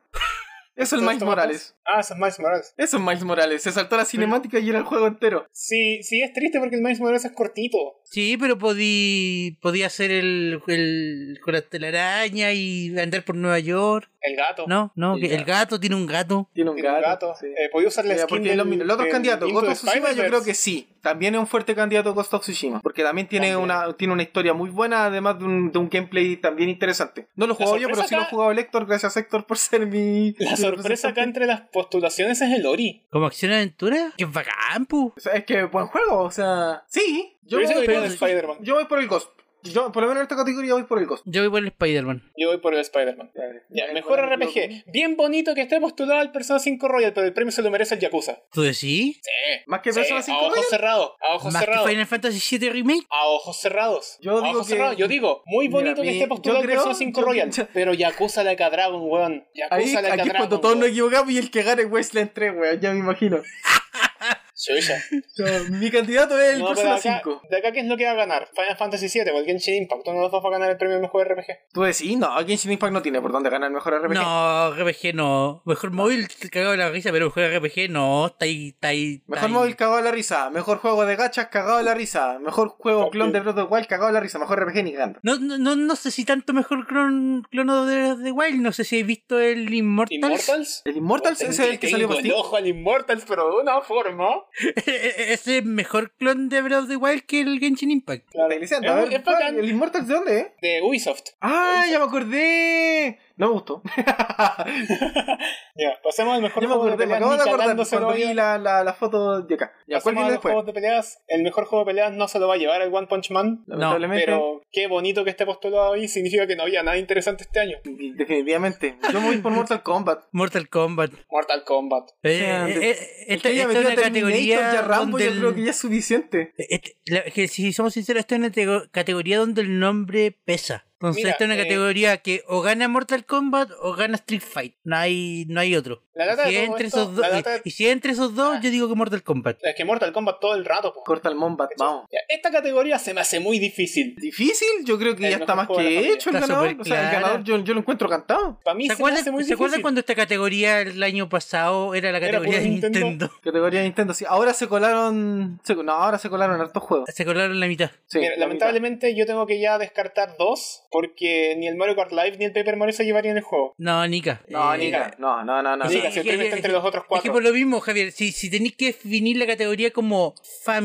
[SPEAKER 2] Eso
[SPEAKER 1] Last
[SPEAKER 2] es Miles
[SPEAKER 1] of Us
[SPEAKER 2] Morales.
[SPEAKER 1] 2. Ah, eso es Miles Morales.
[SPEAKER 2] Eso es Miles Morales. Se saltó la cinemática y era el juego entero.
[SPEAKER 1] Sí, sí es triste porque el Miles Morales es cortito.
[SPEAKER 3] Sí, pero podí, podía hacer el, el con la telaraña y andar por Nueva York.
[SPEAKER 1] El gato.
[SPEAKER 3] No, no,
[SPEAKER 2] El
[SPEAKER 3] que el gato tiene un gato.
[SPEAKER 2] Tiene un
[SPEAKER 1] Tiene un
[SPEAKER 2] gato.
[SPEAKER 1] gato.
[SPEAKER 2] sí.
[SPEAKER 1] Eh, podía usar la
[SPEAKER 2] Mira,
[SPEAKER 1] skin
[SPEAKER 2] porque los,
[SPEAKER 1] del-
[SPEAKER 2] los otros
[SPEAKER 1] del
[SPEAKER 2] candidatos,
[SPEAKER 1] Into
[SPEAKER 2] Ghost
[SPEAKER 1] the
[SPEAKER 2] of Tsushima yo
[SPEAKER 1] Spider-Verse.
[SPEAKER 2] creo que sí. También es un fuerte candidato Ghost of Tsushima. Porque también tiene
[SPEAKER 1] También.
[SPEAKER 2] una tiene una historia muy buena, además de un, de un gameplay también interesante. No lo he jugado yo,
[SPEAKER 1] sorpresa
[SPEAKER 2] pero sí lo
[SPEAKER 1] acá-
[SPEAKER 2] ha jugado el Héctor. Gracias Héctor por ser mi...
[SPEAKER 1] La
[SPEAKER 2] mi
[SPEAKER 1] sorpresa acá
[SPEAKER 2] representante.
[SPEAKER 1] entre las postulaciones es el Ori.
[SPEAKER 3] ¿Como acción-aventura? ¡Qué bacán, pu!
[SPEAKER 2] O sea, es que buen juego, o sea... Sí, yo,
[SPEAKER 1] Yo hubiese
[SPEAKER 2] voy,
[SPEAKER 1] ido
[SPEAKER 2] por,
[SPEAKER 1] de Spider-Man.
[SPEAKER 2] yo voy por el Ghost. Yo, por lo menos en esta categoría voy por el Ghost.
[SPEAKER 3] Yo voy por el Spider-Man.
[SPEAKER 1] Yo voy por el Spider-Man. Ya, mejor
[SPEAKER 2] Ahora me equivoco.
[SPEAKER 1] RPG. Bien bonito que esté postulado al Persona 5 Royal, pero el premio se lo merece el Yakuza.
[SPEAKER 3] ¿Tú decís?
[SPEAKER 1] Sí.
[SPEAKER 2] Más que
[SPEAKER 1] Sí,
[SPEAKER 2] Persona 5
[SPEAKER 1] a ojos
[SPEAKER 2] Royal.
[SPEAKER 1] cerrados. A ojos
[SPEAKER 3] Más
[SPEAKER 1] cerrados.
[SPEAKER 3] que Final Fantasy VII Remake.
[SPEAKER 1] A ojos cerrados.
[SPEAKER 2] Yo
[SPEAKER 1] a
[SPEAKER 2] digo
[SPEAKER 1] ojos
[SPEAKER 2] que-
[SPEAKER 1] cerrados. Yo digo, muy
[SPEAKER 2] Mira,
[SPEAKER 1] bonito
[SPEAKER 2] a mí-
[SPEAKER 1] que esté postulado
[SPEAKER 2] yo
[SPEAKER 1] al
[SPEAKER 2] creo-
[SPEAKER 1] Persona 5
[SPEAKER 2] yo-
[SPEAKER 1] Royal,
[SPEAKER 2] yo-
[SPEAKER 1] pero Yakuza la Cadragon, weón.
[SPEAKER 2] Ahí,
[SPEAKER 1] Yakuza la
[SPEAKER 2] aquí es cuando todos nos equivocamos y el que gane Westland 3, weón, ya me imagino. No, mi candidato es el Persona 5.
[SPEAKER 1] De acá, ¿qué es lo que va a ganar? Final Fantasy 7 o el Genshin Impact. Uno de los dos va a ganar el premio mejor RPG.
[SPEAKER 2] Tú decís, no, Genshin Impact no tiene por dónde ganar mejor RPG.
[SPEAKER 3] No, RPG no. Mejor móvil, te cagado de la risa, pero mejor RPG no. Está ahí, está ahí. está
[SPEAKER 2] Mejor
[SPEAKER 3] ahí.
[SPEAKER 2] móvil cagado a la risa, mejor juego de gachas cagado a la risa, mejor juego
[SPEAKER 1] Ok.
[SPEAKER 2] clon de protocol cagado a la risa, mejor RPG ni gana.
[SPEAKER 3] No, no, no, no sé si tanto mejor clon, clono de, de Wild. No sé si habéis visto el Immortals.
[SPEAKER 1] ¿Immortals?
[SPEAKER 2] El Immortals
[SPEAKER 1] Puta,
[SPEAKER 2] ese es el que
[SPEAKER 1] tengo
[SPEAKER 2] salió para
[SPEAKER 1] el
[SPEAKER 2] Steam.
[SPEAKER 1] ojo al Immortals, pero de una forma.
[SPEAKER 3] E, Ese es mejor clon de Breath of the Wild que el Genshin Impact.
[SPEAKER 2] Puta, Elizante, a
[SPEAKER 1] Es-
[SPEAKER 2] ver,
[SPEAKER 1] es
[SPEAKER 2] ¿cuál?
[SPEAKER 1] bacán.
[SPEAKER 2] ¿el Immortals de dónde, eh?
[SPEAKER 1] De Ubisoft.
[SPEAKER 2] ¡Ah, ya me acordé! No me gustó.
[SPEAKER 1] Ya, pasemos al mejor
[SPEAKER 2] ya me
[SPEAKER 1] juego
[SPEAKER 2] acordé,
[SPEAKER 1] de
[SPEAKER 2] me
[SPEAKER 1] peleas.
[SPEAKER 2] acabo de
[SPEAKER 1] ni
[SPEAKER 2] acordar
[SPEAKER 1] cagándose lo
[SPEAKER 2] cuando
[SPEAKER 1] va a
[SPEAKER 2] vi
[SPEAKER 1] llevar.
[SPEAKER 2] la, la, la foto de acá. Ya, ¿cuál
[SPEAKER 1] Pasemos a
[SPEAKER 2] viene
[SPEAKER 1] los
[SPEAKER 2] después?
[SPEAKER 1] juegos de peleas. El mejor juego de peleas no se lo va a llevar el One Punch Man.
[SPEAKER 2] Lamentablemente,
[SPEAKER 1] Pero qué bonito que esté postulado ahí. Significa que no había nada interesante este año.
[SPEAKER 2] definitivamente. Yo me voy por Mortal Kombat.
[SPEAKER 3] Mortal Kombat.
[SPEAKER 1] Mortal Kombat.
[SPEAKER 3] Eh,
[SPEAKER 2] sea,
[SPEAKER 3] eh,
[SPEAKER 2] de-
[SPEAKER 3] eh,
[SPEAKER 2] Es
[SPEAKER 3] esta,
[SPEAKER 2] que ya metió
[SPEAKER 3] esta es
[SPEAKER 2] a
[SPEAKER 3] una
[SPEAKER 2] Terminator
[SPEAKER 3] categoría
[SPEAKER 2] y a Rambo,
[SPEAKER 3] donde
[SPEAKER 2] yo
[SPEAKER 3] el-
[SPEAKER 2] creo que ya es suficiente.
[SPEAKER 3] este- la- que si somos sinceros, esta es una tego- categoría donde el nombre pesa. Entonces,
[SPEAKER 1] Mira,
[SPEAKER 3] esta es una
[SPEAKER 1] eh,
[SPEAKER 3] categoría que o gana Mortal Kombat o gana Street Fight. No hay, no hay otro.
[SPEAKER 1] La lata
[SPEAKER 3] si
[SPEAKER 1] de
[SPEAKER 3] es
[SPEAKER 1] todo
[SPEAKER 3] entre
[SPEAKER 1] esto-
[SPEAKER 3] esos dos,
[SPEAKER 1] la lata de-
[SPEAKER 3] y, y si es entre esos dos,
[SPEAKER 1] Ah.
[SPEAKER 3] yo digo que Mortal Kombat.
[SPEAKER 1] Es que Mortal Kombat todo el rato, po.
[SPEAKER 2] Corta el Mombat, vamos.
[SPEAKER 1] Ya, Esta categoría se me hace muy difícil.
[SPEAKER 2] Difícil, yo creo que
[SPEAKER 1] El
[SPEAKER 2] ya está
[SPEAKER 1] mejor
[SPEAKER 2] más
[SPEAKER 1] juego de la
[SPEAKER 2] que
[SPEAKER 1] familia.
[SPEAKER 2] hecho el
[SPEAKER 3] Está
[SPEAKER 2] ganador.
[SPEAKER 3] súper
[SPEAKER 2] O sea, el
[SPEAKER 3] clara.
[SPEAKER 2] ganador yo, yo lo encuentro encantado.
[SPEAKER 1] Para mí
[SPEAKER 3] ¿Se
[SPEAKER 1] se, me hace muy
[SPEAKER 3] acuerdan, ¿Se acuerdan
[SPEAKER 1] difícil.
[SPEAKER 3] cuando esta categoría el año pasado era la
[SPEAKER 1] Era
[SPEAKER 3] categoría
[SPEAKER 1] puro
[SPEAKER 3] de
[SPEAKER 1] Nintendo.
[SPEAKER 3] Nintendo?
[SPEAKER 2] Categoría de Nintendo, sí. Ahora se colaron. se- no, ahora se colaron hartos juegos.
[SPEAKER 3] Se colaron la mitad.
[SPEAKER 2] Sí,
[SPEAKER 1] Mira,
[SPEAKER 2] la mitad.
[SPEAKER 1] lamentablemente yo tengo que ya descartar dos porque ni el Mario Kart Live ni el Paper Mario se llevarían el juego.
[SPEAKER 3] No, Nika.
[SPEAKER 2] No,
[SPEAKER 3] Eh,
[SPEAKER 2] ni
[SPEAKER 1] Nika.
[SPEAKER 2] ca- no, no, no, no.
[SPEAKER 1] Así
[SPEAKER 3] Sí,
[SPEAKER 1] que si el
[SPEAKER 3] que-
[SPEAKER 1] premio está
[SPEAKER 3] que-
[SPEAKER 1] entre los otros
[SPEAKER 3] Es que
[SPEAKER 1] cuatro.
[SPEAKER 3] por lo mismo, Javier, si, si tenéis que definir la categoría como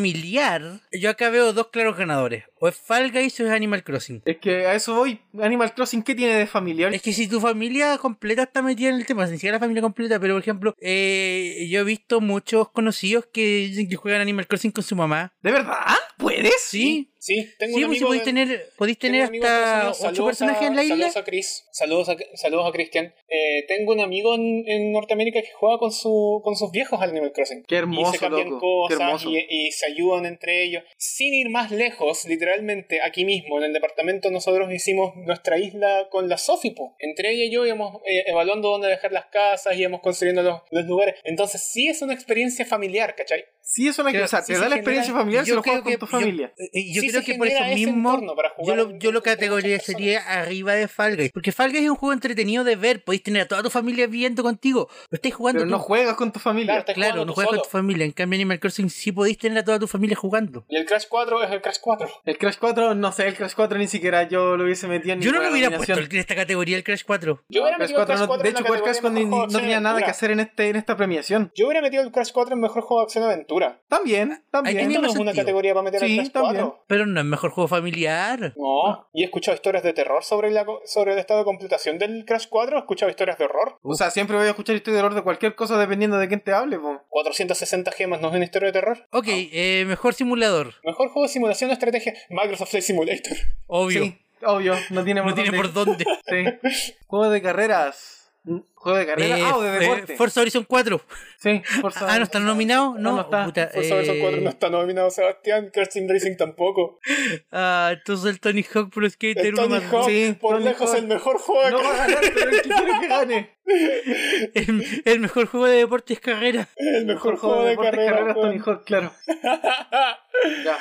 [SPEAKER 3] familiar, yo acá veo dos claros ganadores. O es Fall Guys o es Animal Crossing.
[SPEAKER 2] Es que a eso voy. Animal Crossing, ¿qué tiene de familiar?
[SPEAKER 3] Es que si tu familia completa está metida en el tema, ni siquiera la familia completa, pero por ejemplo, eh, yo he visto muchos conocidos que dicen que juegan Animal Crossing con su mamá.
[SPEAKER 2] ¿De verdad? ¿Puedes?
[SPEAKER 3] Sí,
[SPEAKER 1] Sí, tengo
[SPEAKER 3] sí,
[SPEAKER 1] un
[SPEAKER 3] pues si
[SPEAKER 1] amigo
[SPEAKER 3] podéis
[SPEAKER 1] de-
[SPEAKER 3] tener, podéis
[SPEAKER 1] tengo
[SPEAKER 3] tener
[SPEAKER 1] un amigo de
[SPEAKER 3] hasta
[SPEAKER 1] Estados Unidos.
[SPEAKER 3] ocho
[SPEAKER 1] Saludos a-
[SPEAKER 3] personajes en la isla.
[SPEAKER 1] Saludos a Chris, saludos a, saludos a Cristian. Eh, tengo un amigo en, en Norteamérica que juega con, su, con sus viejos al Animal Crossing.
[SPEAKER 2] Qué
[SPEAKER 1] y se
[SPEAKER 2] hermoso,
[SPEAKER 1] cambian
[SPEAKER 2] loco. Qué
[SPEAKER 1] cosas
[SPEAKER 2] hermoso.
[SPEAKER 1] y, y se ayudan entre ellos. Sin ir más lejos, literalmente aquí mismo, en el departamento, nosotros hicimos nuestra isla con la Sofipo. Entre ella y yo íbamos eh, evaluando dónde dejar las casas, íbamos construyendo los, los lugares. Entonces sí es una experiencia familiar, ¿cachai?
[SPEAKER 2] Sí, es una que,
[SPEAKER 3] Creo-
[SPEAKER 2] o sea,
[SPEAKER 1] sí
[SPEAKER 2] te
[SPEAKER 1] se
[SPEAKER 2] da la
[SPEAKER 1] genera-
[SPEAKER 2] experiencia familiar si
[SPEAKER 3] yo
[SPEAKER 2] lo juegas
[SPEAKER 3] creo
[SPEAKER 2] con
[SPEAKER 3] que-
[SPEAKER 2] tu
[SPEAKER 3] yo-
[SPEAKER 2] familia.
[SPEAKER 3] eh, Yo,
[SPEAKER 1] Sí
[SPEAKER 3] creo
[SPEAKER 1] se
[SPEAKER 3] que por eso
[SPEAKER 1] genera ese
[SPEAKER 3] mismo
[SPEAKER 1] entorno para
[SPEAKER 3] yo
[SPEAKER 1] jugar
[SPEAKER 3] lo, yo lo
[SPEAKER 1] entre muchas
[SPEAKER 3] categorizaría sería arriba de Fall Guys. Porque Fall Guys es un juego entretenido de ver, podéis tener a toda tu familia viendo contigo. Lo estáis jugando
[SPEAKER 2] Pero
[SPEAKER 3] tú.
[SPEAKER 2] no juegas con tu familia.
[SPEAKER 1] Claro, estás
[SPEAKER 3] Claro,
[SPEAKER 1] jugando
[SPEAKER 3] no
[SPEAKER 1] tú
[SPEAKER 3] juegas con
[SPEAKER 1] solo.
[SPEAKER 3] tu familia. En cambio, Animal Crossing sí podéis tener a toda tu familia jugando.
[SPEAKER 1] Y el Crash 4 es el Crash 4.
[SPEAKER 2] El Crash 4, no sé, el Crash 4 ni siquiera yo lo hubiese metido en
[SPEAKER 3] Yo no
[SPEAKER 2] ninguna
[SPEAKER 3] lo hubiera puesto
[SPEAKER 2] nominación.
[SPEAKER 3] en esta categoría el Crash 4.
[SPEAKER 1] Yo hubiera
[SPEAKER 2] Crash
[SPEAKER 1] metido el
[SPEAKER 2] 4
[SPEAKER 1] Crash
[SPEAKER 2] no-
[SPEAKER 1] 4
[SPEAKER 2] de
[SPEAKER 1] en la
[SPEAKER 2] hecho, Crash
[SPEAKER 1] categoría
[SPEAKER 2] 4 ni-
[SPEAKER 1] mejor
[SPEAKER 2] no
[SPEAKER 1] juego de
[SPEAKER 2] tenía nada que
[SPEAKER 1] aventura.
[SPEAKER 2] hacer en, este, en esta premiación.
[SPEAKER 1] Yo hubiera metido el Crash 4 en mejor juego de acción aventura.
[SPEAKER 2] También,
[SPEAKER 3] Ahí
[SPEAKER 2] también.
[SPEAKER 3] tenía-
[SPEAKER 1] Esto no
[SPEAKER 3] más
[SPEAKER 1] es una
[SPEAKER 3] sentido.
[SPEAKER 1] categoría para meter
[SPEAKER 2] Sí,
[SPEAKER 1] el Crash
[SPEAKER 2] también.
[SPEAKER 1] 4.
[SPEAKER 3] Pero no es mejor juego familiar.
[SPEAKER 1] No, y he escuchado historias de terror sobre, la, co- sobre el estado de completación del Crash 4, he escuchado historias de horror.
[SPEAKER 2] O sea, siempre voy a escuchar historia de horror de cualquier cosa dependiendo de quién te hable, po.
[SPEAKER 1] 460 gemas no es una historia de terror.
[SPEAKER 3] Ok, eh, mejor simulador.
[SPEAKER 1] Mejor juego de simulación o estrategia, Microsoft Flight Simulator.
[SPEAKER 3] Obvio.
[SPEAKER 2] Sí, obvio, no tiene por
[SPEAKER 3] No tiene por
[SPEAKER 2] dónde.
[SPEAKER 3] dónde.
[SPEAKER 2] Sí. Juego de carreras. Juego de carrera.
[SPEAKER 3] Eh,
[SPEAKER 2] ah, o de
[SPEAKER 3] eh,
[SPEAKER 2] deporte.
[SPEAKER 3] Forza Horizon 4.
[SPEAKER 2] sí, Forza
[SPEAKER 3] Ah, ¿no están nominados? No,
[SPEAKER 2] no está.
[SPEAKER 3] puta,
[SPEAKER 1] Forza Horizon
[SPEAKER 3] eh,
[SPEAKER 1] 4 no está nominado Sebastián, Crash Team Racing tampoco.
[SPEAKER 3] Ah, entonces el Tony Hawk Pro Skater
[SPEAKER 1] El
[SPEAKER 3] 1
[SPEAKER 1] Tony
[SPEAKER 3] más
[SPEAKER 1] Hawk,
[SPEAKER 2] sí,
[SPEAKER 1] por
[SPEAKER 2] Tony
[SPEAKER 1] lejos,
[SPEAKER 2] Hawk.
[SPEAKER 1] el mejor juego.
[SPEAKER 2] No va a ganar, pero es que quiero que gane.
[SPEAKER 3] el, el mejor juego de deportes es carrera.
[SPEAKER 1] el mejor juego de
[SPEAKER 2] deportes,
[SPEAKER 1] carrera. pues.
[SPEAKER 2] carreras,
[SPEAKER 1] weón.
[SPEAKER 2] Tony Hawk, claro. Ya.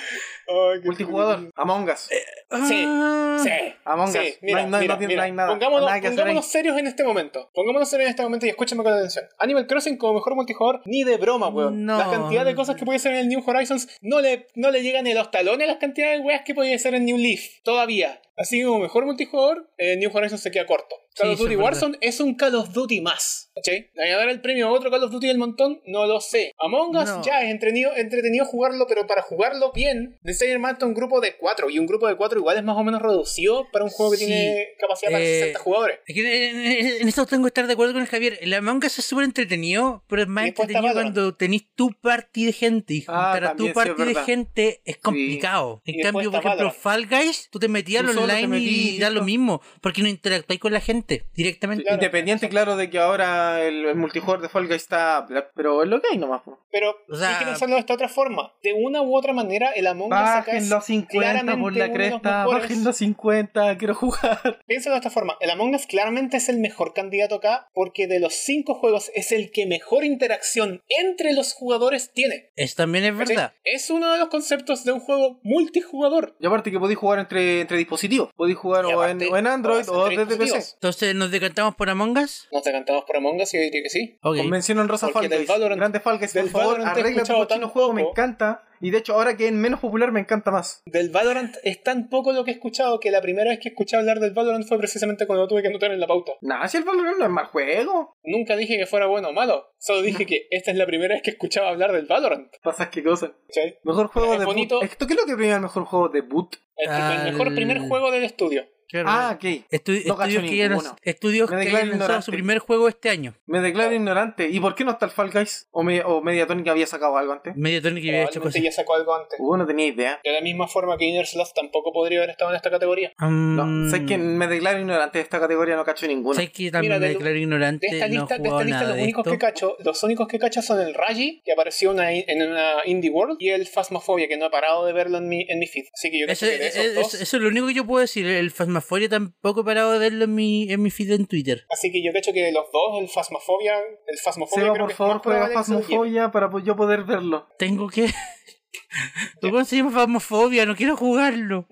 [SPEAKER 1] Ay, qué
[SPEAKER 2] Multijugador, Among Us.
[SPEAKER 1] Sí,
[SPEAKER 3] Ah,
[SPEAKER 1] sí.
[SPEAKER 2] Mm, Among Us.
[SPEAKER 1] Sí,
[SPEAKER 2] No
[SPEAKER 1] mira,
[SPEAKER 2] hay- no hay-
[SPEAKER 1] mira,
[SPEAKER 2] no tiene-
[SPEAKER 1] mira.
[SPEAKER 2] no hay nada-
[SPEAKER 1] Pongámonos,
[SPEAKER 2] nada que hacer
[SPEAKER 1] pongámonos serios en este momento. Pongámonos serios en este momento y escúchame con atención. Animal Crossing como mejor multijugador, ni de broma, weón.
[SPEAKER 3] No.
[SPEAKER 1] La cantidad de cosas que puede ser en el New Horizons no le, no le llegan ni a los talones las cantidades de weas que puede ser en New Leaf. Todavía. Así que como mejor multijugador, eh, New Horizons se queda corto. Call of
[SPEAKER 3] Sí,
[SPEAKER 1] Duty
[SPEAKER 3] eso es verdad.
[SPEAKER 1] Warzone es un Call of Duty más. ¿Cachai? ¿Le van a dar el premio a otro Call of Duty del montón? No lo sé. Among Us
[SPEAKER 3] No.
[SPEAKER 1] ya es entretenido, entretenido jugarlo, pero para jugarlo bien, Designer mata un grupo de cuatro. Y un grupo de cuatro igual es más o menos reducido para un juego que
[SPEAKER 3] Sí.
[SPEAKER 1] tiene capacidad para
[SPEAKER 3] Eh,
[SPEAKER 1] 60 jugadores.
[SPEAKER 3] Es que En, en- en eso tengo que estar de acuerdo con el Javier. El Among Us es súper entretenido, pero es más
[SPEAKER 1] Y después está
[SPEAKER 3] entretenido
[SPEAKER 1] Valorant.
[SPEAKER 3] cuando tenés tu party de gente. Y
[SPEAKER 2] Ah,
[SPEAKER 3] juntar a tu
[SPEAKER 2] también, sí, es
[SPEAKER 3] party de
[SPEAKER 2] verdad.
[SPEAKER 3] gente es complicado.
[SPEAKER 1] Y
[SPEAKER 3] En
[SPEAKER 1] después
[SPEAKER 3] cambio, por
[SPEAKER 1] está
[SPEAKER 3] ejemplo, Fall Guys, tú te metías
[SPEAKER 2] Tú
[SPEAKER 3] al
[SPEAKER 2] solo te
[SPEAKER 3] online y
[SPEAKER 2] metís,
[SPEAKER 3] da
[SPEAKER 2] listo.
[SPEAKER 3] lo mismo, porque no interactuáis con la gente directamente.
[SPEAKER 1] Claro.
[SPEAKER 2] Independiente, claro, de que ahora el, el multijugador de Fall Guys está. Pero es lo que hay nomás. po.
[SPEAKER 1] Pero
[SPEAKER 3] o sea-
[SPEAKER 1] hay que pensarlo de esta otra forma. De una u otra manera, el Among Us acá es
[SPEAKER 2] Bajen los 50 por
[SPEAKER 1] claramente
[SPEAKER 2] la
[SPEAKER 1] uno de los
[SPEAKER 2] cresta.
[SPEAKER 1] mejores.
[SPEAKER 2] Bajen los 50, quiero jugar.
[SPEAKER 1] Piénsalo de esta forma, el Among Us claramente es el mejor candidato acá porque de los cinco juegos es el que mejor interacción entre los jugadores tiene.
[SPEAKER 3] Eso también es
[SPEAKER 1] ¿cachai?
[SPEAKER 3] verdad.
[SPEAKER 1] Es uno de los conceptos de un juego multijugador.
[SPEAKER 2] Y aparte que podéis jugar entre, entre dispositivos. Podéis jugar
[SPEAKER 1] Y
[SPEAKER 2] o, en,
[SPEAKER 1] aparte,
[SPEAKER 2] o en Android
[SPEAKER 1] todos
[SPEAKER 2] o
[SPEAKER 1] entre
[SPEAKER 2] desde PC.
[SPEAKER 1] dispositivos.
[SPEAKER 3] Entonces, ¿nos decantamos por Among Us?
[SPEAKER 1] ¿Nos decantamos por Among Us? Yo diría que sí.
[SPEAKER 3] Ok.
[SPEAKER 2] Convención honrosa
[SPEAKER 1] Porque
[SPEAKER 2] Fall
[SPEAKER 1] del
[SPEAKER 2] Guys.
[SPEAKER 1] Valorant-
[SPEAKER 2] Grande Fall Guys, por
[SPEAKER 1] del
[SPEAKER 2] favor,
[SPEAKER 1] Valorant he
[SPEAKER 2] arregla tu
[SPEAKER 1] escuchado
[SPEAKER 2] cochino
[SPEAKER 1] tan
[SPEAKER 2] juego, me
[SPEAKER 1] poco.
[SPEAKER 2] encanta. Y de hecho, ahora que es menos popular, me encanta más.
[SPEAKER 1] Del Valorant es tan poco lo que he escuchado que la primera vez que escuché hablar del Valorant fue precisamente cuando lo tuve que anotar en la pauta.
[SPEAKER 2] Nah, si el Valorant no es mal juego.
[SPEAKER 1] Nunca dije que fuera bueno o malo, solo dije que esta es la primera vez que escuchaba hablar del Valorant.
[SPEAKER 2] Pasas qué cosa.
[SPEAKER 1] ¿cachai?
[SPEAKER 2] Mejor juego
[SPEAKER 1] Es
[SPEAKER 2] de boot.
[SPEAKER 1] bonito.
[SPEAKER 2] ¿Esto qué es lo que premia el mejor juego de boot?
[SPEAKER 1] El,
[SPEAKER 3] Al-
[SPEAKER 1] el mejor primer juego del estudio.
[SPEAKER 3] Claro.
[SPEAKER 2] Ah, ok.
[SPEAKER 3] Estu-
[SPEAKER 2] no cacho
[SPEAKER 3] estudios que hayan-
[SPEAKER 2] ninguno.
[SPEAKER 3] estudios
[SPEAKER 2] Me
[SPEAKER 3] que
[SPEAKER 2] declaro
[SPEAKER 3] hayan lanzado
[SPEAKER 2] ignorante.
[SPEAKER 3] su primer juego este año.
[SPEAKER 2] Me declaro ignorante. ¿Y por qué no está el Fall Guys? ¿O, me, o Mediatonic había sacado algo antes?
[SPEAKER 3] Mediatonic había hecho
[SPEAKER 1] Probablemente
[SPEAKER 3] cosas.
[SPEAKER 1] ya sacó algo antes.
[SPEAKER 2] Uh, no tenía idea.
[SPEAKER 1] De la misma forma que Inner Sloth tampoco podría haber estado en esta categoría.
[SPEAKER 2] No,
[SPEAKER 3] Mm,
[SPEAKER 2] sé que me declaro ignorante de esta categoría, no cacho ninguna.
[SPEAKER 3] Sé que también
[SPEAKER 1] Mira,
[SPEAKER 3] me
[SPEAKER 1] de-
[SPEAKER 3] declaro
[SPEAKER 1] De
[SPEAKER 3] ignorante.
[SPEAKER 1] esta
[SPEAKER 3] no
[SPEAKER 1] lista, de
[SPEAKER 3] he
[SPEAKER 1] esta
[SPEAKER 3] jugado
[SPEAKER 1] lista
[SPEAKER 3] nada
[SPEAKER 1] los
[SPEAKER 3] de
[SPEAKER 1] únicos
[SPEAKER 3] esto.
[SPEAKER 1] que cacho, los únicos que cacho son el Raji, que apareció una- en una Indie World, y el Phasmophobia, que no he parado de verlo en mi, en mi feed. Así que yo
[SPEAKER 3] Eso,
[SPEAKER 1] creo que de esos
[SPEAKER 3] es-
[SPEAKER 1] dos.
[SPEAKER 3] eso es lo único que yo puedo decir. El Phasmaphoria tampoco he parado de verlo en mi, en mi feed en Twitter.
[SPEAKER 1] Así que yo cacho que de los dos, el Phasmophobia, el Phasmophobia
[SPEAKER 2] Seba,
[SPEAKER 1] creo
[SPEAKER 2] por
[SPEAKER 1] que es
[SPEAKER 2] favor,
[SPEAKER 1] más
[SPEAKER 2] juega
[SPEAKER 1] probable que se lo lleve.
[SPEAKER 2] Phasmophobia para po- yo poder verlo.
[SPEAKER 3] Tengo que. Luego se llama Phasmophobia, no quiero jugarlo.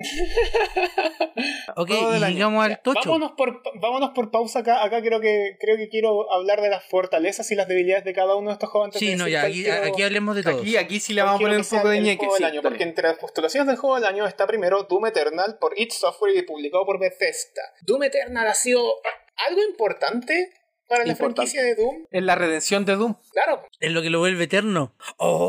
[SPEAKER 3] ok,
[SPEAKER 2] Juego del
[SPEAKER 3] y
[SPEAKER 2] año.
[SPEAKER 3] llegamos al tocho.
[SPEAKER 1] Vámonos por, vámonos por pausa acá. Acá creo que creo que quiero hablar de las fortalezas y las debilidades de cada uno de estos juegos antes de
[SPEAKER 3] sí, no,
[SPEAKER 1] decir
[SPEAKER 3] ya,
[SPEAKER 1] cuál
[SPEAKER 3] aquí,
[SPEAKER 1] quiero-
[SPEAKER 3] aquí hablemos de todo.
[SPEAKER 2] Aquí, aquí sí le vamos a
[SPEAKER 1] cuál quiero
[SPEAKER 2] poner un
[SPEAKER 1] que
[SPEAKER 2] poco
[SPEAKER 1] sea
[SPEAKER 2] de
[SPEAKER 1] el
[SPEAKER 2] ñeque.
[SPEAKER 1] juego del
[SPEAKER 2] sí,
[SPEAKER 1] año,
[SPEAKER 2] dale.
[SPEAKER 1] porque entre las postulaciones del juego del año está primero Doom Eternal por id Software y publicado por Bethesda. Doom Eternal ha sido algo importante para la
[SPEAKER 2] Importante.
[SPEAKER 1] franquicia de Doom.
[SPEAKER 2] En la redención de Doom.
[SPEAKER 1] Claro,
[SPEAKER 3] Es lo que lo vuelve eterno.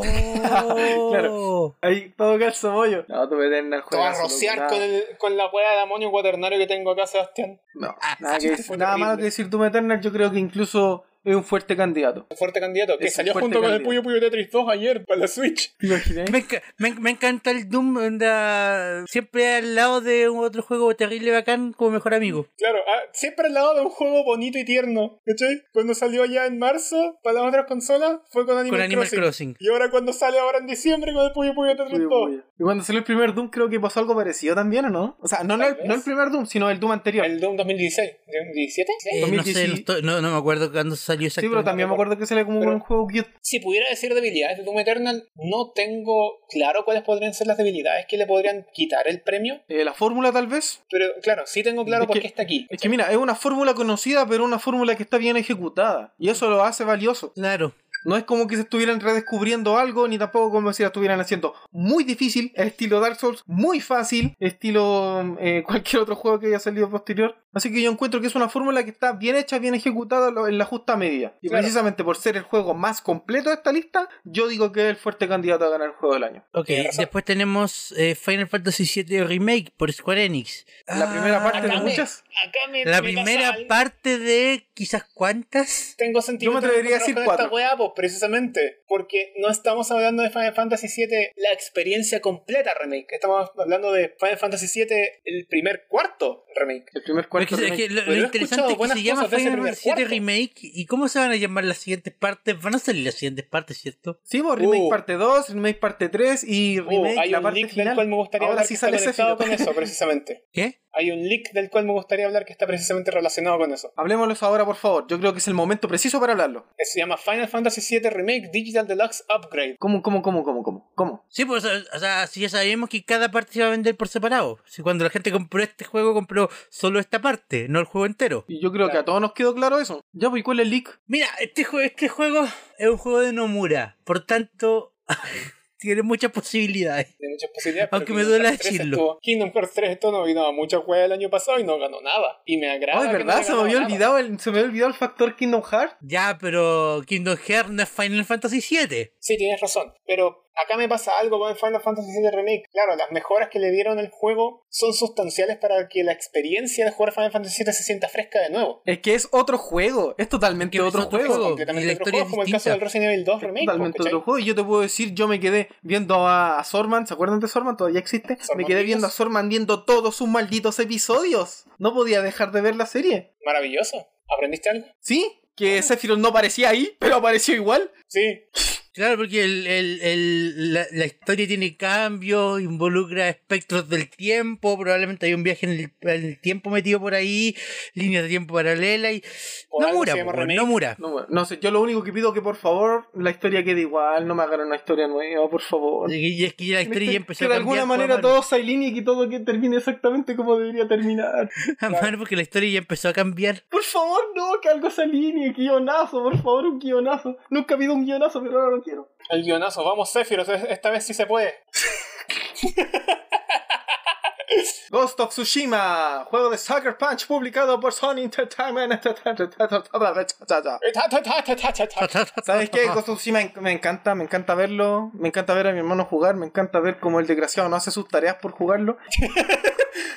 [SPEAKER 3] ¡Oh!
[SPEAKER 2] Claro. Ahí, todo calzo bollo. No, tú metes en el
[SPEAKER 1] te
[SPEAKER 2] juego.
[SPEAKER 1] vas a rociar con, el- con la hueá de amonio cuaternario que tengo acá, Sebastián.
[SPEAKER 2] No, nada, que
[SPEAKER 1] sí,
[SPEAKER 2] decir.
[SPEAKER 1] fue
[SPEAKER 2] Nada
[SPEAKER 1] terrible.
[SPEAKER 2] malo que decir Doom Eternal, yo creo que incluso es un fuerte candidato.
[SPEAKER 1] Un fuerte candidato que
[SPEAKER 2] Es un
[SPEAKER 1] salió
[SPEAKER 2] fuerte
[SPEAKER 1] junto con el Puyo
[SPEAKER 2] candidato.
[SPEAKER 1] Puyo Tetris 2 ayer para la Switch.
[SPEAKER 2] ¿Te imaginas?
[SPEAKER 3] Me, enca- me en- me encanta el Doom, onda, siempre al lado de un otro juego terrible bacán como mejor amigo.
[SPEAKER 1] Claro, ah, siempre al lado de un juego bonito y tierno, ¿cachai? Cuando salió ya en marzo para las otras consolas fue con Animal,
[SPEAKER 3] con Animal
[SPEAKER 1] Crossing.
[SPEAKER 3] Crossing.
[SPEAKER 1] Y ahora cuando sale ahora en diciembre con el Puyo Puyo Tetris 2.
[SPEAKER 2] Y cuando salió el primer Doom creo que pasó algo parecido también, ¿o no? O sea, no, no,
[SPEAKER 1] Tal
[SPEAKER 2] el,
[SPEAKER 1] vez.
[SPEAKER 2] no el primer Doom, sino el Doom anterior.
[SPEAKER 1] El Doom 2016, 2017.
[SPEAKER 3] Eh, no sé, no,
[SPEAKER 2] 2017.
[SPEAKER 3] estoy- no, no me acuerdo cuándo
[SPEAKER 2] sí,
[SPEAKER 3] salió
[SPEAKER 2] pero
[SPEAKER 3] exactamente.
[SPEAKER 2] también me acuerdo que salió como
[SPEAKER 1] Pero-
[SPEAKER 2] un juego cute.
[SPEAKER 1] Si pudiera decir debilidades de Doom Eternal, no tengo claro cuáles podrían ser las debilidades que le podrían quitar el premio.
[SPEAKER 2] Eh, la fórmula tal vez.
[SPEAKER 1] Pero claro, sí tengo claro
[SPEAKER 2] Es
[SPEAKER 1] por
[SPEAKER 2] que-
[SPEAKER 1] qué está aquí.
[SPEAKER 2] Es que mira, es una fórmula conocida, pero una fórmula que está bien ejecutada. Y eso lo hace valioso.
[SPEAKER 3] Claro.
[SPEAKER 2] No es como que se estuvieran redescubriendo algo, ni tampoco como si la estuvieran haciendo muy difícil, estilo Dark Souls, muy fácil, estilo eh, cualquier otro juego que haya salido posterior. Así que yo encuentro que es una fórmula que está bien hecha, bien ejecutada lo- en la justa medida. Y
[SPEAKER 1] Claro.
[SPEAKER 2] precisamente por ser el juego más completo de esta lista, yo digo que es el fuerte candidato a ganar el juego del año.
[SPEAKER 3] Ok,
[SPEAKER 1] Tienes razón.
[SPEAKER 3] después tenemos eh, Final Fantasy VII Remake por Square Enix.
[SPEAKER 2] La
[SPEAKER 3] Ah,
[SPEAKER 2] primera parte de
[SPEAKER 1] dame.
[SPEAKER 2] muchas.
[SPEAKER 1] Acá me
[SPEAKER 3] La
[SPEAKER 1] me pasa
[SPEAKER 3] primera
[SPEAKER 1] algo.
[SPEAKER 3] parte de quizás cuántas.
[SPEAKER 1] Tengo sentido.
[SPEAKER 2] Yo me atrevería a decir cuatro.
[SPEAKER 1] Esta weá, po, precisamente, porque no estamos hablando de Final Fantasy VII la experiencia completa remake, estamos hablando de Final Fantasy VII el primer cuarto remake.
[SPEAKER 2] El primer
[SPEAKER 3] Pero
[SPEAKER 2] cuarto
[SPEAKER 3] es que- es
[SPEAKER 2] remake.
[SPEAKER 3] que lo, lo
[SPEAKER 1] Pero he escuchado
[SPEAKER 3] interesante es que
[SPEAKER 1] buenas
[SPEAKER 3] se llama
[SPEAKER 1] cosas de ese
[SPEAKER 3] Final
[SPEAKER 1] primer
[SPEAKER 3] Fantasy VII
[SPEAKER 1] cuarto.
[SPEAKER 3] Remake y cómo se van a llamar las siguientes partes. Van a salir las siguientes partes, ¿cierto?
[SPEAKER 2] Sí, pues remake
[SPEAKER 1] Uh.
[SPEAKER 2] parte 2, remake parte 3 y
[SPEAKER 1] Uh,
[SPEAKER 2] remake
[SPEAKER 1] hay
[SPEAKER 2] la
[SPEAKER 1] un
[SPEAKER 2] parte
[SPEAKER 1] link del
[SPEAKER 2] final.
[SPEAKER 1] cual me gustaría
[SPEAKER 2] Ahora
[SPEAKER 1] hablar
[SPEAKER 2] sí
[SPEAKER 1] que está
[SPEAKER 2] sale
[SPEAKER 1] conectado
[SPEAKER 2] Sephiroth.
[SPEAKER 1] con eso, precisamente.
[SPEAKER 3] ¿Qué?
[SPEAKER 1] Hay un leak del cual me gustaría hablar que está precisamente relacionado con eso.
[SPEAKER 2] Hablemoslos ahora, por favor. Yo creo que es el momento preciso para hablarlo.
[SPEAKER 1] Que se llama Final Fantasy VII Remake Digital Deluxe Upgrade.
[SPEAKER 2] ¿Cómo, cómo, cómo, cómo, cómo? ¿Cómo?
[SPEAKER 3] Sí, pues, o sea, si ya sabemos que cada parte se va a vender por separado. Si cuando la gente compró este juego, compró solo esta parte, no el juego entero.
[SPEAKER 2] Y yo creo que
[SPEAKER 1] Claro.
[SPEAKER 2] a todos nos quedó claro eso. Ya, pues, ¿y cuál es el leak?
[SPEAKER 3] Mira, este, jue- este juego es un juego de Nomura. Por tanto, tiene muchas posibilidades.
[SPEAKER 1] De muchas posibilidades.
[SPEAKER 3] Aunque
[SPEAKER 1] pero
[SPEAKER 3] me
[SPEAKER 1] Kingdom
[SPEAKER 3] duela
[SPEAKER 1] Hearts 3
[SPEAKER 3] decirlo.
[SPEAKER 1] estuvo- Kingdom Hearts 3 esto no vino a muchos juegos el año pasado y no ganó nada. Y me agrada.
[SPEAKER 2] Oh, es
[SPEAKER 1] que no
[SPEAKER 2] verdad,
[SPEAKER 1] haya
[SPEAKER 2] se me
[SPEAKER 1] ganado
[SPEAKER 2] había
[SPEAKER 1] nada.
[SPEAKER 2] olvidado el, se me había olvidado el factor Kingdom Hearts.
[SPEAKER 3] Ya, pero Kingdom Hearts no es Final Fantasy VII.
[SPEAKER 1] Sí, tienes razón. Pero acá me pasa algo con Final Fantasy VII Remake. Claro, las mejoras que le dieron al juego son sustanciales para que la experiencia de jugar Final Fantasy VII se sienta fresca de nuevo.
[SPEAKER 2] Es que es otro juego, es totalmente
[SPEAKER 3] Es que es
[SPEAKER 2] otro
[SPEAKER 3] otro
[SPEAKER 2] juego.
[SPEAKER 3] juego.
[SPEAKER 1] Completamente
[SPEAKER 3] y la
[SPEAKER 1] otro
[SPEAKER 3] historia
[SPEAKER 1] juego,
[SPEAKER 3] es
[SPEAKER 1] como el
[SPEAKER 3] distinta.
[SPEAKER 1] caso del Resident Evil 2 Remake.
[SPEAKER 2] Totalmente
[SPEAKER 1] ¿cachai?
[SPEAKER 2] otro juego. Y yo te puedo decir, yo me quedé viendo a Sorman, ¿se acuerdan de Sorman? Todavía existe. Me
[SPEAKER 1] Sorman
[SPEAKER 2] quedé
[SPEAKER 1] Vidas.
[SPEAKER 2] viendo a Sorman viendo todos sus malditos episodios. No podía dejar de ver la serie.
[SPEAKER 1] Maravilloso. ¿Aprendiste algo?
[SPEAKER 2] ¿Sí? Que Sephiroth no aparecía ahí, pero apareció igual.
[SPEAKER 1] Sí,
[SPEAKER 3] Claro, porque el, el- el- la, la historia tiene cambios, involucra espectros del tiempo, probablemente hay un viaje en el, en el tiempo metido por ahí, líneas de tiempo paralelas y...
[SPEAKER 1] Por
[SPEAKER 3] no
[SPEAKER 1] algo
[SPEAKER 3] mura,
[SPEAKER 1] se llama
[SPEAKER 3] po,
[SPEAKER 1] remake.
[SPEAKER 3] no mura.
[SPEAKER 2] No, bueno, no sé, yo lo único que pido es que por favor la historia quede igual, no me hagan una historia nueva, por favor.
[SPEAKER 3] Y y es que ya la historia ya empezó
[SPEAKER 2] que
[SPEAKER 3] a
[SPEAKER 2] de
[SPEAKER 3] cambiar. pues,
[SPEAKER 2] alguna
[SPEAKER 3] po,
[SPEAKER 2] manera
[SPEAKER 3] a
[SPEAKER 2] todo sea y todo que termine exactamente como debería terminar.
[SPEAKER 3] a mano, porque la historia ya empezó a cambiar.
[SPEAKER 2] Por favor, no, que algo se alinee, guionazo, por favor, un guionazo. Nunca he pido un guionazo, pero ahora lo quiero.
[SPEAKER 1] El guionazo, vamos Sephiroth, es- esta vez sí se puede.
[SPEAKER 2] Ghost of Tsushima, juego de Sucker Punch publicado por Sony Entertainment.
[SPEAKER 1] Eh, Ta, ta, ta, ta, ta, ta, ta.
[SPEAKER 2] ¿Sabes qué? Ghost of Tsushima me encanta, me encanta verlo, me encanta ver a mi hermano jugar, me encanta ver cómo el desgraciado no hace sus tareas por jugarlo.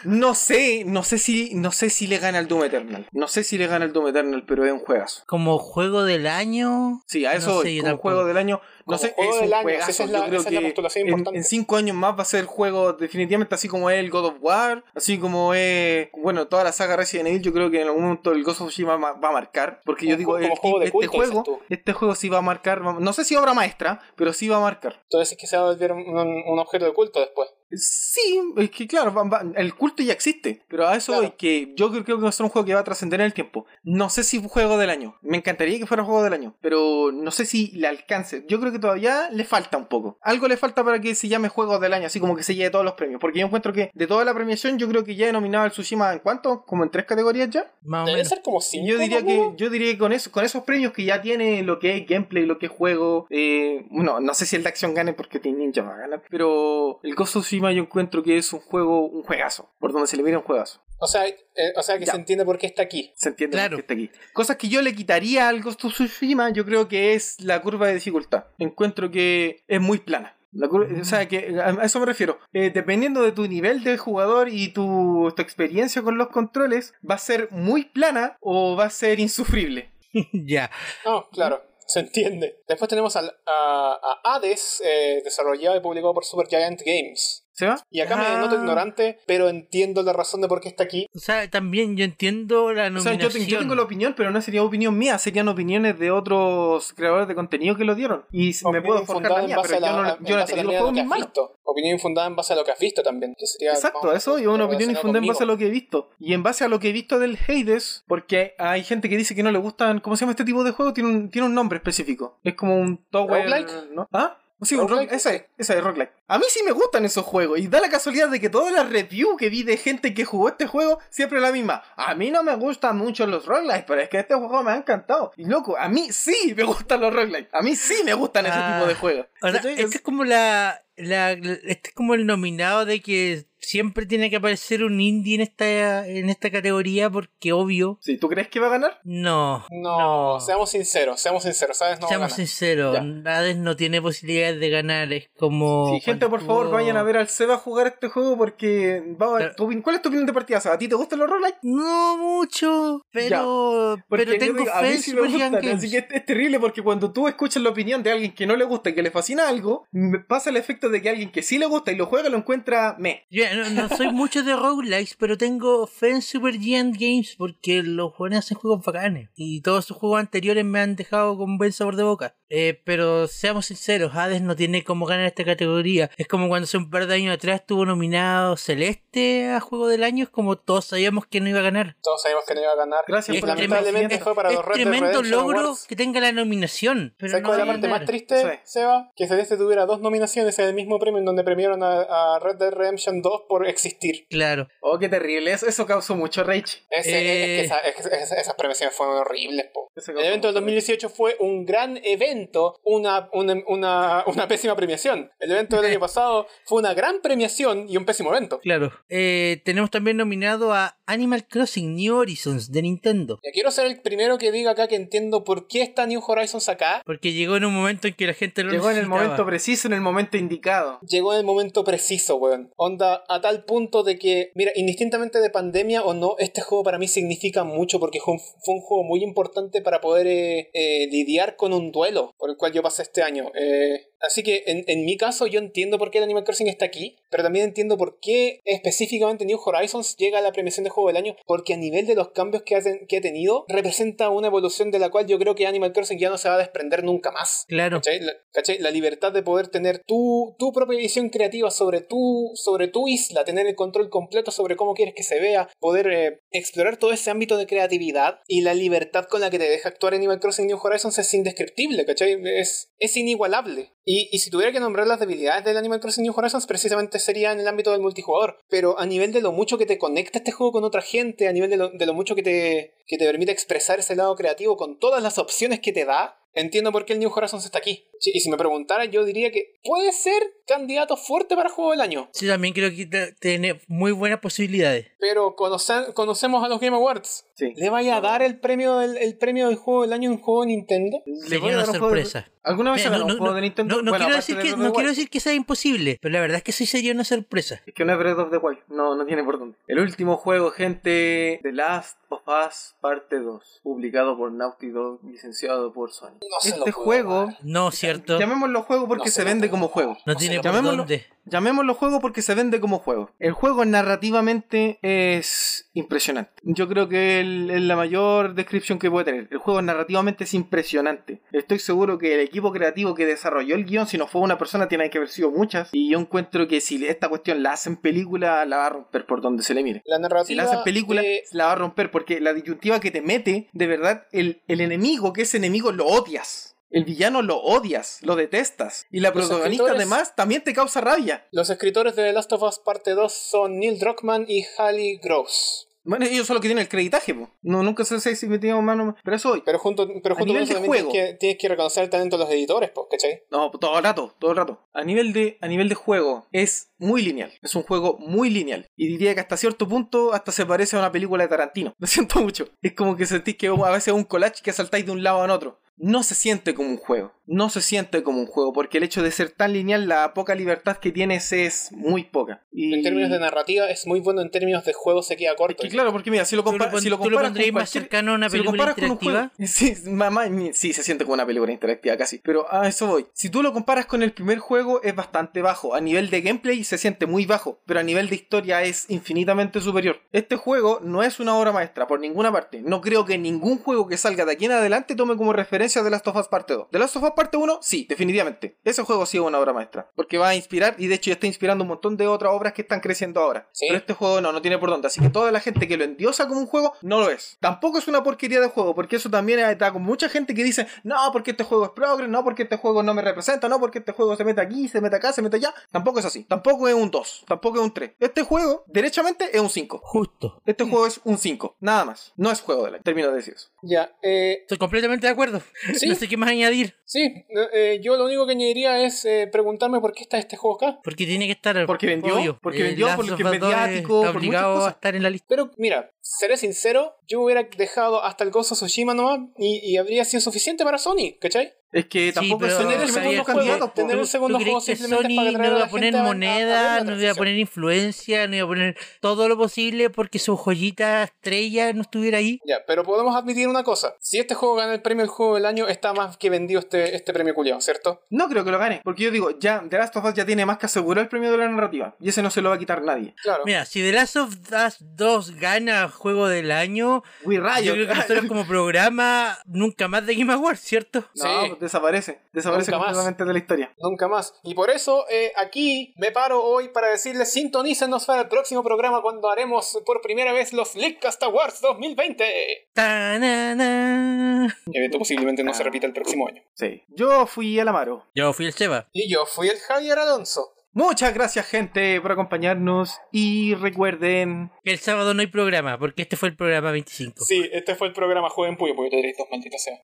[SPEAKER 2] No sé, no sé si, no sé si le gana el Doom Eternal. No sé si le gana el Doom Eternal, pero es un juegazo.
[SPEAKER 3] Como juego del año...
[SPEAKER 2] Sí, a eso
[SPEAKER 3] No
[SPEAKER 2] voy.
[SPEAKER 3] sé, yo
[SPEAKER 2] como
[SPEAKER 3] tampoco.
[SPEAKER 2] juego del año. No
[SPEAKER 1] Como
[SPEAKER 2] sé,
[SPEAKER 1] juego
[SPEAKER 2] es
[SPEAKER 1] del
[SPEAKER 2] un
[SPEAKER 1] año,
[SPEAKER 2] juegazo.
[SPEAKER 1] esa es la-
[SPEAKER 2] Yo creo
[SPEAKER 1] esa es la
[SPEAKER 2] que
[SPEAKER 1] postulación
[SPEAKER 2] en- En,
[SPEAKER 1] importante.
[SPEAKER 2] cinco años más va a ser juego definitivamente así como es el God of War, así como es, bueno, toda la saga Resident Evil. Yo creo que en algún momento el Ghost of Tsushima ma- va a marcar, porque yo
[SPEAKER 1] Como
[SPEAKER 2] digo
[SPEAKER 1] ju- como
[SPEAKER 2] el-
[SPEAKER 1] juego de
[SPEAKER 2] este
[SPEAKER 1] culto, dices
[SPEAKER 2] juego,
[SPEAKER 1] tú.
[SPEAKER 2] este juego sí va a marcar. va- No sé si obra maestra, pero sí va a marcar.
[SPEAKER 1] Entonces es que se va a volver un, un objeto de culto después.
[SPEAKER 2] Sí, es que claro, va- va- el culto ya existe, pero a eso
[SPEAKER 1] Claro.
[SPEAKER 2] voy, que yo creo, creo que va a ser un juego que va a trascender en el tiempo. No sé si juego del año, me encantaría que fuera juego del año, pero no sé si le alcance. Yo creo que todavía le falta un poco. Algo le falta para que se llame juego del año, así como que se lleve todos los premios, porque yo encuentro que de toda la premiación yo creo que ya he nominado al Tsushima en cuánto, como en tres categorías ya.
[SPEAKER 3] Más o
[SPEAKER 1] Deben
[SPEAKER 3] menos.
[SPEAKER 1] ser como cinco.
[SPEAKER 2] Yo diría
[SPEAKER 1] ¿no?
[SPEAKER 2] que yo diría que con eso, con esos premios que ya tiene lo que es gameplay, lo que es juego, eh, bueno, no sé si el de acción gane porque Team Ninja va a ganar, pero el Ghost of Tsushima yo encuentro que es un juego, un juegazo, por donde se le mira un juegazo.
[SPEAKER 1] O sea, eh, o sea que
[SPEAKER 2] Ya.
[SPEAKER 1] se entiende por qué está aquí.
[SPEAKER 2] Se entiende
[SPEAKER 3] Claro.
[SPEAKER 2] por qué está aquí. Cosas que yo le quitaría al Ghost of Tsushima, yo creo que es la curva de dificultad. Encuentro que es muy plana. La cur- o sea, que a a eso me refiero. Eh, dependiendo de tu nivel de jugador y tu, tu experiencia con los controles, va a ser muy plana o va a ser insufrible.
[SPEAKER 3] ya.
[SPEAKER 1] No, claro. Se entiende. Después tenemos al- a, a Hades, eh, desarrollado y publicado por Supergiant Games.
[SPEAKER 2] ¿Se va?
[SPEAKER 1] Y acá
[SPEAKER 3] Ah.
[SPEAKER 1] me noto ignorante, pero entiendo la razón de por qué está aquí.
[SPEAKER 3] O sea, también yo entiendo la
[SPEAKER 2] O sea, yo,
[SPEAKER 3] nominación.
[SPEAKER 2] te- yo tengo la opinión, pero no sería opinión mía, serían opiniones de otros creadores de contenido que lo dieron. Y s- me
[SPEAKER 1] Opinión
[SPEAKER 2] puedo forjar
[SPEAKER 1] infundada
[SPEAKER 2] la
[SPEAKER 1] en
[SPEAKER 2] mía,
[SPEAKER 1] base
[SPEAKER 2] pero
[SPEAKER 1] a
[SPEAKER 2] yo no,
[SPEAKER 1] la-
[SPEAKER 2] la-
[SPEAKER 1] en
[SPEAKER 2] yo
[SPEAKER 1] base
[SPEAKER 2] no
[SPEAKER 1] a
[SPEAKER 2] tenía
[SPEAKER 1] la
[SPEAKER 2] los
[SPEAKER 1] mierda
[SPEAKER 2] juegos en
[SPEAKER 1] que
[SPEAKER 2] mis
[SPEAKER 1] has
[SPEAKER 2] manos.
[SPEAKER 1] visto. Opinión infundada en base a lo que has visto también. que sería
[SPEAKER 2] Exacto,
[SPEAKER 1] más
[SPEAKER 2] eso, y una opinión
[SPEAKER 1] relacionado
[SPEAKER 2] infundada en base a
[SPEAKER 1] conmigo.
[SPEAKER 2] lo que he visto. Y en base a lo que he visto del Hades, porque hay gente que dice que no le gustan, ¿cómo se llama este tipo de juego? Tiene un, tiene un nombre específico. Es como un Tower,
[SPEAKER 1] ¿Roguelike?
[SPEAKER 2] ¿no? ¿Ah? Sí, un
[SPEAKER 1] ¿Roguelike?
[SPEAKER 2] roguelike, esa es, esa es roguelike. A mí sí me gustan esos juegos, y da la casualidad de que todas las reviews que vi de gente que jugó este juego, siempre la misma. A mí no me gustan mucho los roguelikes, pero es que este juego me ha encantado. Y loco, a mí sí me gustan los roguelikes. A mí sí me gustan ese
[SPEAKER 3] Ah.
[SPEAKER 2] tipo de juegos.
[SPEAKER 3] O sea,
[SPEAKER 2] ¿Cachai?
[SPEAKER 3] este es como la, la- Este es como el nominado de que siempre tiene que aparecer un indie en esta, en esta categoría porque obvio,
[SPEAKER 2] Sí, ¿tú crees que va a ganar?
[SPEAKER 3] no.
[SPEAKER 1] No,
[SPEAKER 3] No.
[SPEAKER 1] seamos sinceros, seamos sinceros, ¿sabes? No va a
[SPEAKER 3] Seamos
[SPEAKER 1] ganar.
[SPEAKER 3] sinceros,
[SPEAKER 2] Ya.
[SPEAKER 3] Hades no tiene posibilidades de ganar, es como...
[SPEAKER 2] sí, gente, por
[SPEAKER 3] cuando
[SPEAKER 2] favor,
[SPEAKER 3] tuvo-
[SPEAKER 2] vayan a ver al Seba jugar este juego porque... Va a-
[SPEAKER 3] Pero-
[SPEAKER 2] tu opin- ¿Cuál es tu opinión de partida, Seba? ¿A ti te gustan los roguelike?
[SPEAKER 3] No mucho, pero,
[SPEAKER 2] Porque
[SPEAKER 3] pero
[SPEAKER 2] yo
[SPEAKER 3] tengo
[SPEAKER 2] digo, a
[SPEAKER 3] fe
[SPEAKER 2] mí
[SPEAKER 3] en
[SPEAKER 2] sí me
[SPEAKER 3] Super Giant
[SPEAKER 2] gustan, Así
[SPEAKER 3] Games.
[SPEAKER 2] que es, es terrible porque cuando tú escuchas la opinión de alguien que no le gusta y que le fascina algo, me pasa el efecto de que alguien que sí le gusta y lo juega lo encuentra meh.
[SPEAKER 3] Yo no, no soy mucho de roguelikes, pero tengo fe en Super Giant Games porque los jóvenes hacen juegos bacanes. Y todos sus juegos anteriores me han dejado con buen sabor de boca. Eh, pero seamos sinceros, Hades no tiene cómo ganar esta categoría. Es como cuando hace un par de años atrás estuvo nominado Celeste a Juego del Año, es como todos sabíamos que no iba a ganar.
[SPEAKER 1] Todos sabemos que no iba a ganar.
[SPEAKER 2] Gracias
[SPEAKER 1] y
[SPEAKER 2] por la
[SPEAKER 1] pues, lamentablemente
[SPEAKER 2] tremenda-
[SPEAKER 1] fue para
[SPEAKER 3] es
[SPEAKER 1] los Red Dead
[SPEAKER 3] tremendo
[SPEAKER 1] Redemption
[SPEAKER 3] logro
[SPEAKER 1] Awards.
[SPEAKER 3] que tenga la nominación. Pero
[SPEAKER 1] ¿Sabes
[SPEAKER 3] no
[SPEAKER 1] cuál es
[SPEAKER 3] va
[SPEAKER 1] la
[SPEAKER 3] a
[SPEAKER 1] parte más
[SPEAKER 3] ganar.
[SPEAKER 1] triste,
[SPEAKER 2] Sí.
[SPEAKER 1] Seba? Que Celeste tuviera dos nominaciones en el mismo premio en donde premiaron a, a Red Dead Redemption 2 por existir.
[SPEAKER 3] Claro.
[SPEAKER 2] Oh, qué terrible. Eso, eso causó mucho rage.
[SPEAKER 1] Ese-
[SPEAKER 3] Eh.
[SPEAKER 1] es que esa- es que esa- esas premiaciones fueron horribles, po.
[SPEAKER 2] Eso
[SPEAKER 1] El
[SPEAKER 2] causó
[SPEAKER 1] evento del
[SPEAKER 2] mucho rage.
[SPEAKER 1] 2018 fue un gran evento, una, una, una, una pésima premiación. El evento del año pasado fue una gran premiación y un pésimo evento.
[SPEAKER 3] Claro. Eh, tenemos también nominado a Animal Crossing New Horizons de Nintendo.
[SPEAKER 1] Ya quiero ser el primero que diga acá que entiendo por qué está New Horizons acá.
[SPEAKER 3] Porque llegó en un momento en que la gente lo
[SPEAKER 2] Llegó en el
[SPEAKER 3] necesitaba.
[SPEAKER 2] momento preciso, en el momento indicado.
[SPEAKER 1] Llegó en el momento preciso, weón. Onda, a tal punto de que, mira, indistintamente de pandemia o no, este juego para mí significa mucho porque fue un, fue un juego muy importante para poder eh, eh, lidiar con un duelo por el cual yo pasé este año. Eh, así que en, en mi caso yo entiendo por qué el Animal Crossing está aquí, pero también entiendo por qué específicamente New Horizons llega a la premiación de juego del año, porque a nivel de los cambios que ha, ten- que ha tenido, representa una evolución de la cual yo creo que Animal Crossing ya no se va a desprender nunca más.
[SPEAKER 3] Claro.
[SPEAKER 1] ¿Cachai? La, ¿cachai? La libertad de poder tener tu, tu propia visión creativa sobre tu, sobre tu isla, tener el control completo sobre cómo quieres que se vea, poder eh, explorar todo ese ámbito de creatividad y la libertad con la que te deja actuar Animal Crossing New Horizons es indescriptible, ¿cachai? Es, es inigualable. Y, y si tuviera que nombrar las debilidades del Animal Crossing New Horizons, precisamente sería en el ámbito del multijugador. Pero a nivel de lo mucho que te conecta este juego con otra gente, a nivel de lo, de lo mucho que te, que te permite expresar ese lado creativo con todas las opciones que te da, Entiendo por qué el New Horizons está aquí. Sí, y si me preguntara, yo diría que puede ser candidato fuerte para juego del año.
[SPEAKER 3] Sí, también creo que te- tiene muy buenas posibilidades.
[SPEAKER 1] Pero conoce- conocemos a los Game Awards.
[SPEAKER 2] Sí.
[SPEAKER 1] ¿Le vaya a dar el premio, el, el premio del juego del año a un juego de Nintendo?
[SPEAKER 2] Le
[SPEAKER 3] Sería
[SPEAKER 2] voy a
[SPEAKER 3] una
[SPEAKER 2] dar un juego de-
[SPEAKER 3] sorpresa.
[SPEAKER 2] ¿Alguna vez
[SPEAKER 3] Mira,
[SPEAKER 2] ha
[SPEAKER 3] no
[SPEAKER 2] ganado
[SPEAKER 3] no-
[SPEAKER 2] un juego de
[SPEAKER 3] no-
[SPEAKER 2] Nintendo?
[SPEAKER 3] no- no
[SPEAKER 2] Bueno,
[SPEAKER 3] quiero
[SPEAKER 2] aparte
[SPEAKER 3] decir
[SPEAKER 2] de
[SPEAKER 3] que
[SPEAKER 2] Breath of
[SPEAKER 3] no
[SPEAKER 2] the
[SPEAKER 3] quiero
[SPEAKER 2] Wild.
[SPEAKER 3] decir que sea imposible, pero la verdad es que sí sería una sorpresa.
[SPEAKER 2] Es que no es Breath of the Wild. No, no tiene por dónde. El último juego, gente. The Last of Us Parte 2. Publicado por Naughty Dog. Licenciado por Sony.
[SPEAKER 1] No se lo
[SPEAKER 2] este
[SPEAKER 1] puedo
[SPEAKER 2] juego...
[SPEAKER 1] dar.
[SPEAKER 3] No, cierto.
[SPEAKER 2] Llamémoslo juego porque
[SPEAKER 1] No
[SPEAKER 2] se
[SPEAKER 1] lo
[SPEAKER 2] vende
[SPEAKER 1] puedo
[SPEAKER 2] como
[SPEAKER 1] dar.
[SPEAKER 2] juego.
[SPEAKER 3] No
[SPEAKER 1] se
[SPEAKER 3] tiene
[SPEAKER 1] lo
[SPEAKER 3] por
[SPEAKER 1] puedo
[SPEAKER 2] llamémoslo-
[SPEAKER 3] dónde.
[SPEAKER 2] Llamémoslo juego porque se vende como juego. El juego narrativamente es impresionante. Yo creo que el- es la mayor descripción que puede tener. El juego narrativamente es impresionante. Estoy seguro que el equipo creativo que desarrolló el guión, si no fue una persona, tiene que haber sido muchas. Y yo encuentro que si esta cuestión la hacen película, la va a romper por donde se le mire.
[SPEAKER 1] La narrativa.
[SPEAKER 2] Si la hacen película,
[SPEAKER 1] de-
[SPEAKER 2] la va a romper porque la disyuntiva que te mete, de verdad, el, el enemigo, que es enemigo, lo odias. El villano lo odias, lo detestas. Y la
[SPEAKER 1] Los
[SPEAKER 2] protagonista,
[SPEAKER 1] escritores-
[SPEAKER 2] además, también te causa rabia.
[SPEAKER 1] Los escritores de The Last of Us Parte 2 son Neil Druckmann y Halle Gross.
[SPEAKER 2] Bueno, ellos son los que tienen el creditaje, po. No, nunca se sé si metíamos mano. Pero eso hoy.
[SPEAKER 1] Pero junto, pero
[SPEAKER 2] A
[SPEAKER 1] junto con
[SPEAKER 2] nivel
[SPEAKER 1] eso
[SPEAKER 2] de
[SPEAKER 1] también
[SPEAKER 2] juego.
[SPEAKER 1] tienes que, tienes que reconocer el talento de los editores, po, ¿cachai?
[SPEAKER 2] No, todo el rato, todo el rato. A nivel, de, a nivel de juego, es muy lineal. Es un juego muy lineal. Y diría que hasta cierto punto, hasta se parece a una película de Tarantino. Lo siento mucho. Es como que sentís que a veces es un collage que saltáis de un lado a otro. No se siente como un juego. No se siente como un juego. Porque el hecho de ser tan lineal, la poca libertad que tienes es muy poca. Y...
[SPEAKER 1] En términos de narrativa, es muy bueno. En términos de juego, se queda
[SPEAKER 2] Es
[SPEAKER 1] corto.
[SPEAKER 2] que claro, porque mira, si lo,
[SPEAKER 3] ¿Tú lo,
[SPEAKER 2] compara-
[SPEAKER 3] pon-
[SPEAKER 2] si lo
[SPEAKER 3] tú lo
[SPEAKER 2] comparas
[SPEAKER 3] pondrías
[SPEAKER 2] con
[SPEAKER 3] más
[SPEAKER 2] cualquier
[SPEAKER 3] cercano a una
[SPEAKER 2] Si lo
[SPEAKER 3] película
[SPEAKER 2] comparas con un juego.
[SPEAKER 3] interactiva?
[SPEAKER 2] Sí, mamá, ni- sí, se siente como una película interactiva casi. Pero a eso voy. Si tú lo comparas con el primer juego, es bastante bajo. A nivel de gameplay se siente muy bajo, pero a nivel de historia es infinitamente superior. Este juego no es una obra maestra por ninguna parte. No creo que ningún juego que salga de aquí en adelante tome como referencia The Last of Us Parte 2. The Last of Us Parte 1, sí, definitivamente. Ese juego sí es una obra maestra. Porque va a inspirar, y de hecho ya está inspirando un montón de otras obras que están creciendo ahora.
[SPEAKER 1] Sí.
[SPEAKER 2] Pero este juego no, no tiene por dónde. Así que toda la gente que lo endiosa como un juego, no lo es. Tampoco es una porquería de juego, porque eso también está con mucha gente que dice, no, porque este juego es progress, no, porque este juego no me representa, no, porque este juego se mete aquí, se mete acá, se mete allá. Tampoco es así. Tampoco es un 2, tampoco es un 3. Este juego, derechamente, es un 5.
[SPEAKER 3] Justo.
[SPEAKER 2] Este juego es un 5, nada más. No es juego del año. Termino de decir eso.
[SPEAKER 1] Ya, eh,
[SPEAKER 3] Estoy completamente de acuerdo.
[SPEAKER 1] Sí,
[SPEAKER 3] No sé qué más añadir.
[SPEAKER 1] sí. eh, yo lo único que añadiría es eh, preguntarme por qué está este juego acá.
[SPEAKER 3] Porque tiene que estar. Eh,
[SPEAKER 2] Porque vendió, porque vendió,
[SPEAKER 3] Last
[SPEAKER 2] porque
[SPEAKER 3] of
[SPEAKER 2] es
[SPEAKER 3] Us 2
[SPEAKER 2] mediático, por
[SPEAKER 3] Está
[SPEAKER 2] muchas
[SPEAKER 3] obligado a
[SPEAKER 2] cosas.
[SPEAKER 3] estar en la lista.
[SPEAKER 1] Pero mira, seré sincero, yo hubiera dejado hasta el Ghost of Tsushima nomás y, y habría sido suficiente para Sony, ¿cachai?
[SPEAKER 2] Es que tampoco
[SPEAKER 3] pero
[SPEAKER 2] es Sony el que metió
[SPEAKER 3] sabía
[SPEAKER 2] los
[SPEAKER 3] que-
[SPEAKER 2] candidatos, po.
[SPEAKER 1] tener un segundo
[SPEAKER 3] ¿Tú crees
[SPEAKER 1] juego
[SPEAKER 3] que
[SPEAKER 1] simplemente
[SPEAKER 3] Sony
[SPEAKER 1] es para atraer
[SPEAKER 3] no
[SPEAKER 1] a
[SPEAKER 3] iba
[SPEAKER 1] la
[SPEAKER 3] a poner
[SPEAKER 1] gente a- a- a ver la
[SPEAKER 3] moneda, no iba a
[SPEAKER 1] transmisión?
[SPEAKER 3] poner influencia, no iba a poner todo lo posible porque su joyita estrella no estuviera ahí?
[SPEAKER 1] Ya, pero podemos admitir una cosa. Si este juego gana el premio del juego del año, está más que vendido este, este premio culiado, ¿cierto?
[SPEAKER 2] No creo que lo gane, porque yo digo, ya, The Last of Us ya tiene más que asegurar el premio de la narrativa, y ese no se lo va a quitar nadie.
[SPEAKER 1] Claro.
[SPEAKER 3] Mira, si The Last of Us 2 gana juego del año,
[SPEAKER 2] We Riot.
[SPEAKER 3] yo creo que nosotros como programa nunca más de Game Awards, ¿cierto?
[SPEAKER 2] No, pues desaparece, desaparece
[SPEAKER 1] Nunca más.
[SPEAKER 2] completamente de la historia.
[SPEAKER 1] Nunca más. Y por eso eh, aquí me paro hoy para decirles sintonícenos para el próximo programa cuando haremos por primera vez los Leakcast Awards 2020.
[SPEAKER 3] Ta-na-na.
[SPEAKER 1] Evento posiblemente no se repita el próximo año.
[SPEAKER 2] Sí. Yo fui al Amaro.
[SPEAKER 3] Yo fui el Seba.
[SPEAKER 1] Y yo fui el Javier Alonso.
[SPEAKER 2] Muchas gracias, gente, por acompañarnos, y recuerden...
[SPEAKER 3] El sábado no hay programa porque este fue el programa 25.
[SPEAKER 1] Sí, este fue el programa Jueguen Puyo, porque te diréis dos malditas sea.